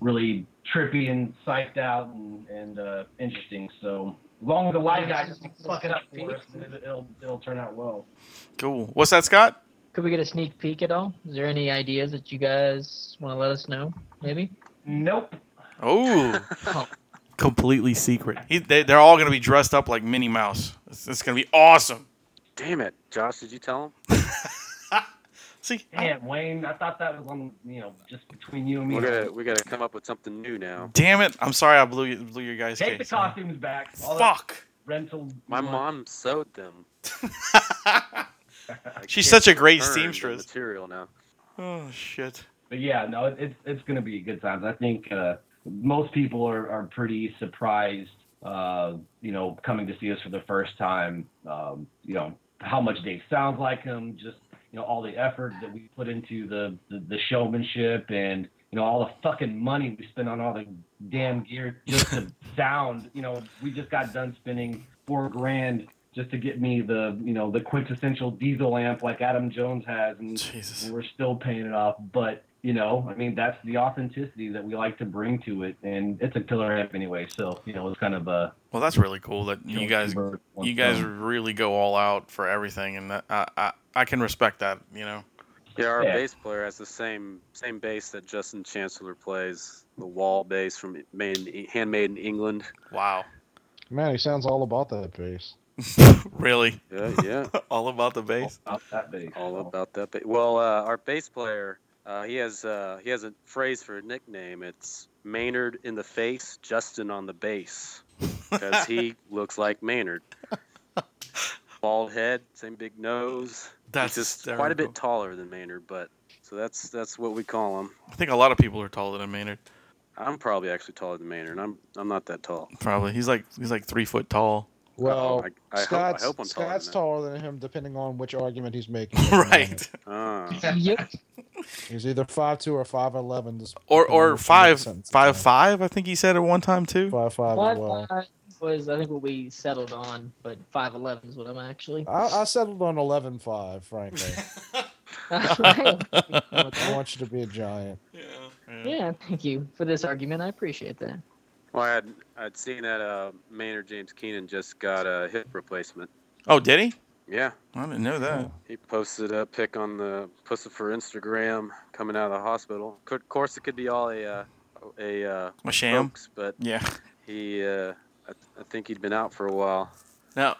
Speaker 11: really trippy and psyched out and, and uh, interesting. So as long as the light guy doesn't fuck it up for us, it- it'll it'll turn out well.
Speaker 3: Cool. What's that, Scott?
Speaker 5: Could we get a sneak peek at all? Is there any ideas that you guys want to let us know? Maybe.
Speaker 11: Nope.
Speaker 3: Oh, completely secret. He, they, they're all gonna be dressed up like Minnie Mouse. It's, it's gonna be awesome.
Speaker 10: Damn it, Josh! Did you tell him?
Speaker 3: See, I-
Speaker 11: Damn, Wayne, I thought that was on you know just between you and me.
Speaker 10: We gotta we gotta come up with something new now.
Speaker 3: damn it! I'm sorry, I blew you, blew your guys'
Speaker 11: Take the
Speaker 3: case.
Speaker 11: costumes back. All that
Speaker 3: Fuck.
Speaker 11: rental.
Speaker 10: My
Speaker 11: money.
Speaker 10: mom sewed them. I
Speaker 3: She's
Speaker 10: can't
Speaker 3: such a great
Speaker 10: return the
Speaker 3: seamstress.
Speaker 10: Material now.
Speaker 3: Oh shit.
Speaker 11: but yeah, no, it, it's it's gonna be good times. I think uh, most people are, are pretty surprised, uh, you know, coming to see us for the first time. Um, you know how much Dave sounds like him, just you know all the effort that we put into the the, the showmanship and. You know all the fucking money we spent on all the damn gear just to sound. You know we just got done spending four grand just to get me the you know the quintessential diesel amp like Adam Jones has, and
Speaker 3: Jesus.
Speaker 11: and we're still paying it off. But you know, I mean, that's the authenticity that we like to bring to it, and it's a killer amp anyway. So you know, it's kind of a
Speaker 3: Well, that's really cool that you
Speaker 11: know,
Speaker 3: guys
Speaker 11: bird one
Speaker 3: you guys
Speaker 11: stone.
Speaker 3: really go all out for everything, and that, I, I I can respect that. You know.
Speaker 10: Yeah, our
Speaker 11: Yeah.
Speaker 10: bass player has the same same bass that Justin Chancellor plays, the wall bass from made in, E, handmade in England.
Speaker 3: Wow.
Speaker 6: Man, he sounds all about that bass.
Speaker 3: Really.
Speaker 10: Yeah, yeah,
Speaker 3: all about the bass.
Speaker 11: Not that big.
Speaker 10: all about that. Ba- well, uh, our bass player, uh, he has uh, he has a phrase for a nickname. It's Maynard in the face, Justin on the bass, because he looks like Maynard. Bald head, same big nose.
Speaker 3: That's
Speaker 10: He's just quite a
Speaker 3: hysterical.
Speaker 10: bit taller than Maynard, but so that's that's what we call him.
Speaker 3: I think a lot of people are taller than Maynard.
Speaker 10: I'm probably actually taller than Maynard. I'm I'm not that tall.
Speaker 3: Probably. He's like he's like three foot tall.
Speaker 6: Well,
Speaker 10: Oh, I- I hope- I
Speaker 6: Scott's,
Speaker 10: hope I'm taller than
Speaker 6: Scott's
Speaker 10: that.
Speaker 6: taller than him, depending on which argument he's making.
Speaker 3: right.
Speaker 10: Ah.
Speaker 5: yep.
Speaker 6: He's either five two or five eleven.
Speaker 3: Or or five five five. I think he said at one time too.
Speaker 6: Five five.
Speaker 5: Five five was I think what we settled on, but five eleven is what I'm actually.
Speaker 6: I, I settled on eleven five, frankly. I want you to be a giant.
Speaker 5: yeah, thank you for this argument. I appreciate that.
Speaker 10: Well, I had, I'd seen that uh, Maynard James Keenan just got a hip replacement.
Speaker 3: Oh, did he? Oh.
Speaker 10: Yeah,
Speaker 3: I didn't know that.
Speaker 10: he posted a pic on the posted for Instagram coming out of the hospital. Could- Of course, it could be all a uh, a uh,
Speaker 3: A sham.
Speaker 10: hoax, but
Speaker 3: Yeah.
Speaker 10: he uh, I, I think he'd been out for a while.
Speaker 3: Now,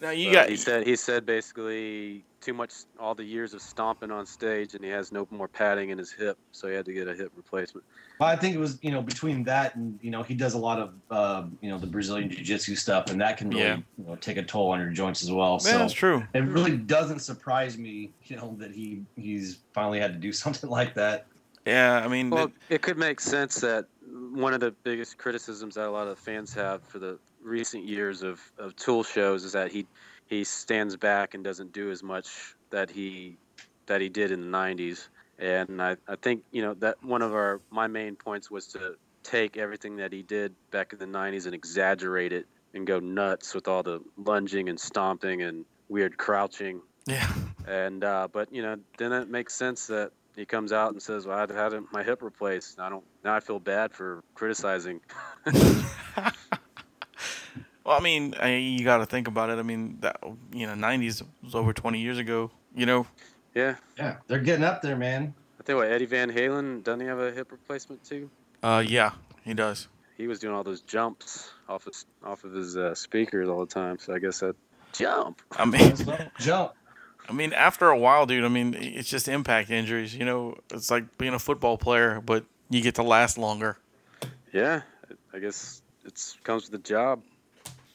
Speaker 3: now you
Speaker 10: But
Speaker 3: got
Speaker 10: Uh, He said he said basically too much all the years of stomping on stage, and he has no more padding in his hip, so he had to get a hip replacement.
Speaker 11: Well, I think it was you know between that and you know he does a lot of uh, you know the Brazilian jiu-jitsu stuff, and that can really
Speaker 10: Yeah.
Speaker 11: you know, take a toll on your joints as well.
Speaker 10: Yeah,
Speaker 11: so
Speaker 10: that's true.
Speaker 11: It really doesn't surprise me, you know, that he he's finally had to do something like that.
Speaker 3: Yeah, I mean,
Speaker 10: well, it could make sense that one of the biggest criticisms that a lot of the fans have for the recent years of, of Tool shows is that he he stands back and doesn't do as much that he that he did in the '90s. And I, I think you know that one of our my main points was to take everything that he did back in the '90s and exaggerate it and go nuts with all the lunging and stomping and weird crouching.
Speaker 3: Yeah.
Speaker 10: And uh, but you know, then it makes sense that he comes out and says, "Well, I had it- my hip replaced. and I don't. Now I feel bad for criticizing."
Speaker 3: Well, I mean, I, you got to think about it. I mean, that you know, '90s was over 20 years ago. You know.
Speaker 10: Yeah.
Speaker 11: Yeah, they're getting up there, man.
Speaker 10: I think what Eddie Van Halen doesn't he have a hip replacement too?
Speaker 3: Uh, yeah, he does.
Speaker 10: He was doing all those jumps off his off of his uh, speakers all the time. So I guess that jump.
Speaker 3: I mean,
Speaker 11: jump.
Speaker 3: I mean, after a while, dude. I mean, it's just impact injuries. You know, it's like being a football player, but you get to last longer.
Speaker 10: Yeah, I guess it's comes with the job,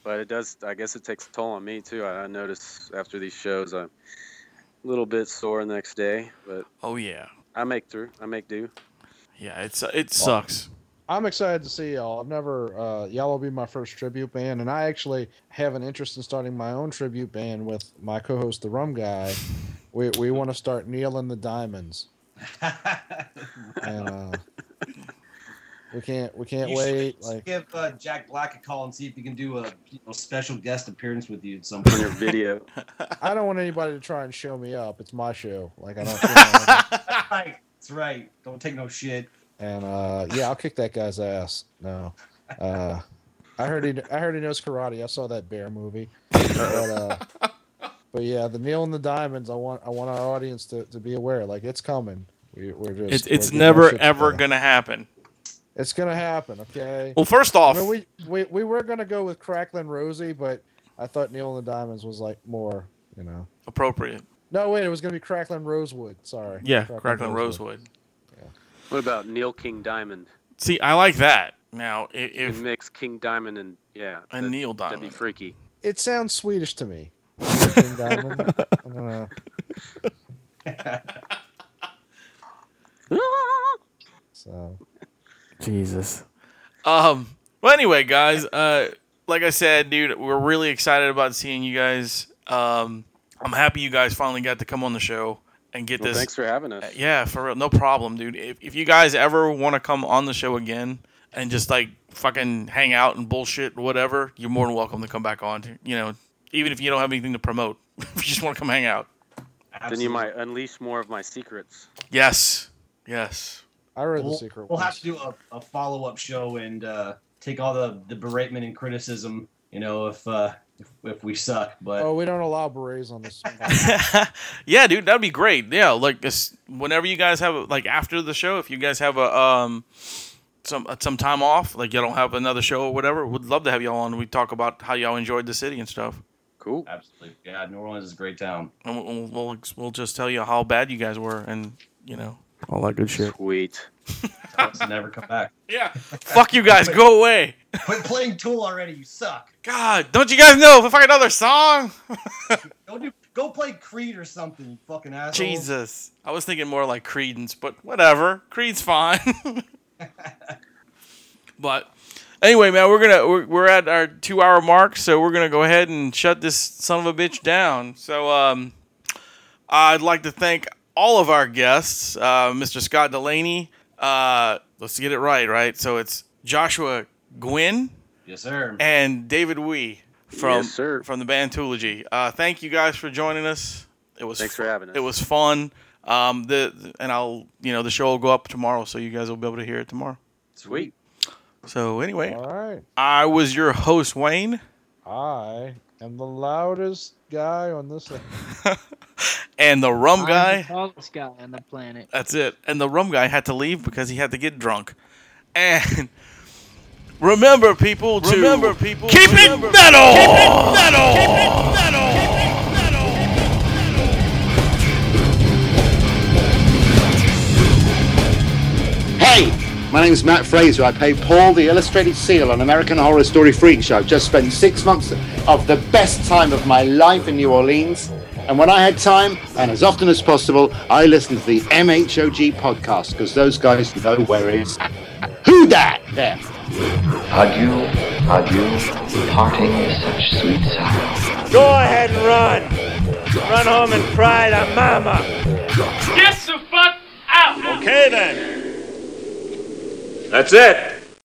Speaker 10: but it does. I guess it takes a toll on me too. I, I notice after these shows, I'm a little bit sore the next day, but
Speaker 3: oh yeah,
Speaker 10: I make through. I make do.
Speaker 3: Yeah, it's it sucks.
Speaker 6: I'm excited to see y'all. I've never uh, y'all will be my first tribute band, and I actually have an interest in starting my own tribute band with my co-host, the Rum Guy. We we want to start kneeling the diamonds, and uh, we can't we can't
Speaker 11: You should
Speaker 6: wait. Like
Speaker 11: Give uh, Jack Black a call and see if he can do a you know, special guest appearance with you at some point.
Speaker 10: Your video.
Speaker 6: I don't want anybody to try and show me up. It's my show. Like I don't.
Speaker 11: That's right. That's right. Don't take no shit.
Speaker 6: and uh, yeah, I'll kick that guy's ass. No, uh, I heard he. I heard he knows karate. I saw that bear movie. But, uh, but yeah, the Neil and the Diamonds. I want. I want our audience to, to be aware. Like it's coming. We, we're
Speaker 3: It's
Speaker 6: just. we're
Speaker 3: it's
Speaker 6: getting our
Speaker 3: never
Speaker 6: shit
Speaker 3: ever
Speaker 6: together.
Speaker 3: gonna happen.
Speaker 6: It's gonna happen. Okay.
Speaker 3: Well, first off-
Speaker 6: I mean, we, we we were gonna go with Cracklin Rosie, but I thought Neil and the Diamonds was like more. You know.
Speaker 3: Appropriate.
Speaker 6: No, wait. It was gonna be Cracklin Rosewood. Sorry.
Speaker 3: Yeah,
Speaker 6: Cracklin
Speaker 3: Cracklin Rosewood.
Speaker 10: What about Neil King Diamond?
Speaker 3: See, I like that. Now, i- if, Uh,
Speaker 10: It mix King Diamond and yeah,
Speaker 3: and Neil Diamond.
Speaker 10: That'd be freaky.
Speaker 6: It sounds Swedish to me. Cracklin Diamond. I don't know. So.
Speaker 7: Jesus.
Speaker 3: Um. Well, anyway, guys. Uh, like I said, dude, we're really excited about seeing you guys. Um, I'm happy you guys finally got to come on the show and get
Speaker 10: Well,
Speaker 3: this. uh,
Speaker 10: thanks for having us.
Speaker 3: Yeah, for real, no problem, dude. If if you guys ever want to come on the show again and just like fucking hang out and bullshit or whatever, you're more than welcome to come back on. You know, even if you don't have anything to promote, if you just want to come hang out.
Speaker 10: Then you might unleash more of my secrets.
Speaker 3: Yes. Yes.
Speaker 6: I read
Speaker 11: we'll,
Speaker 6: the secret.
Speaker 11: We'll
Speaker 6: ones.
Speaker 11: have to do a, a follow up show and uh, take all the, the beratement and criticism. You know, if uh, if, if we suck, but
Speaker 6: Oh, we don't allow berets on this.
Speaker 3: Yeah, dude, that'd be great. Yeah, like this, whenever you guys have like after the show, if you guys have a um some uh, some time off, like you don't have another show or whatever, would love to have y'all on. We talk about how y'all enjoyed the city and stuff,
Speaker 10: cool.
Speaker 3: Uh,
Speaker 11: Absolutely, yeah. New Orleans is a great town.
Speaker 3: and we'll- we'll we'll, we'll just tell you how bad you guys were, and you know,
Speaker 7: All that good shit.
Speaker 10: Sweet.
Speaker 11: Let's never come back.
Speaker 3: Yeah. fuck you guys, go away.
Speaker 11: Quit playing Tool already. You suck.
Speaker 3: God, don't you guys know? Fuck another song.
Speaker 11: Go do. Go play Creed or something. You fucking asshole.
Speaker 3: Jesus, I was thinking more like Credence, but whatever. Creed's fine. but Anyway, man, we're gonna we're, we're at our two hour mark, so we're gonna go ahead and shut this son of a bitch down. So um, I'd like to thank all of our guests, uh, Mr. Scott Delaney. Uh, let's get it right, right? So it's Joshua Gwynn
Speaker 12: Yes, sir.
Speaker 3: and David Wee from
Speaker 12: Yes, sir.
Speaker 3: from the Bantology. Uh, thank you guys for joining us. It was
Speaker 10: Thanks for having us.
Speaker 3: It was fun. Um, the and I'll you know the show will go up tomorrow, so you guys will be able to hear it tomorrow.
Speaker 10: Sweet.
Speaker 3: So anyway,
Speaker 13: All right.
Speaker 3: I was your host Wayne,
Speaker 13: I am the loudest guy on this. thing.
Speaker 3: and the rum
Speaker 5: I'm
Speaker 3: guy.
Speaker 5: the tallest guy on the planet.
Speaker 3: That's it. And the rum guy had to leave because he had to get drunk. And remember, people, to remember, people, keep it metal. Keep it metal.
Speaker 6: Hey, my name's Matt Fraser. I play Paul, the illustrated seal on American Horror Story Freak Show. Just spent six months of the best time of my life in New Orleans. And when I had time, and as often as possible, I listened to the MHOG podcast because those guys know where it's at. Who dat? There.
Speaker 1: Adieu, adieu, parting is such sweet sorrow.
Speaker 14: Go ahead and run. Run home and cry to mama. Get the fuck out. Okay then.
Speaker 15: That's it.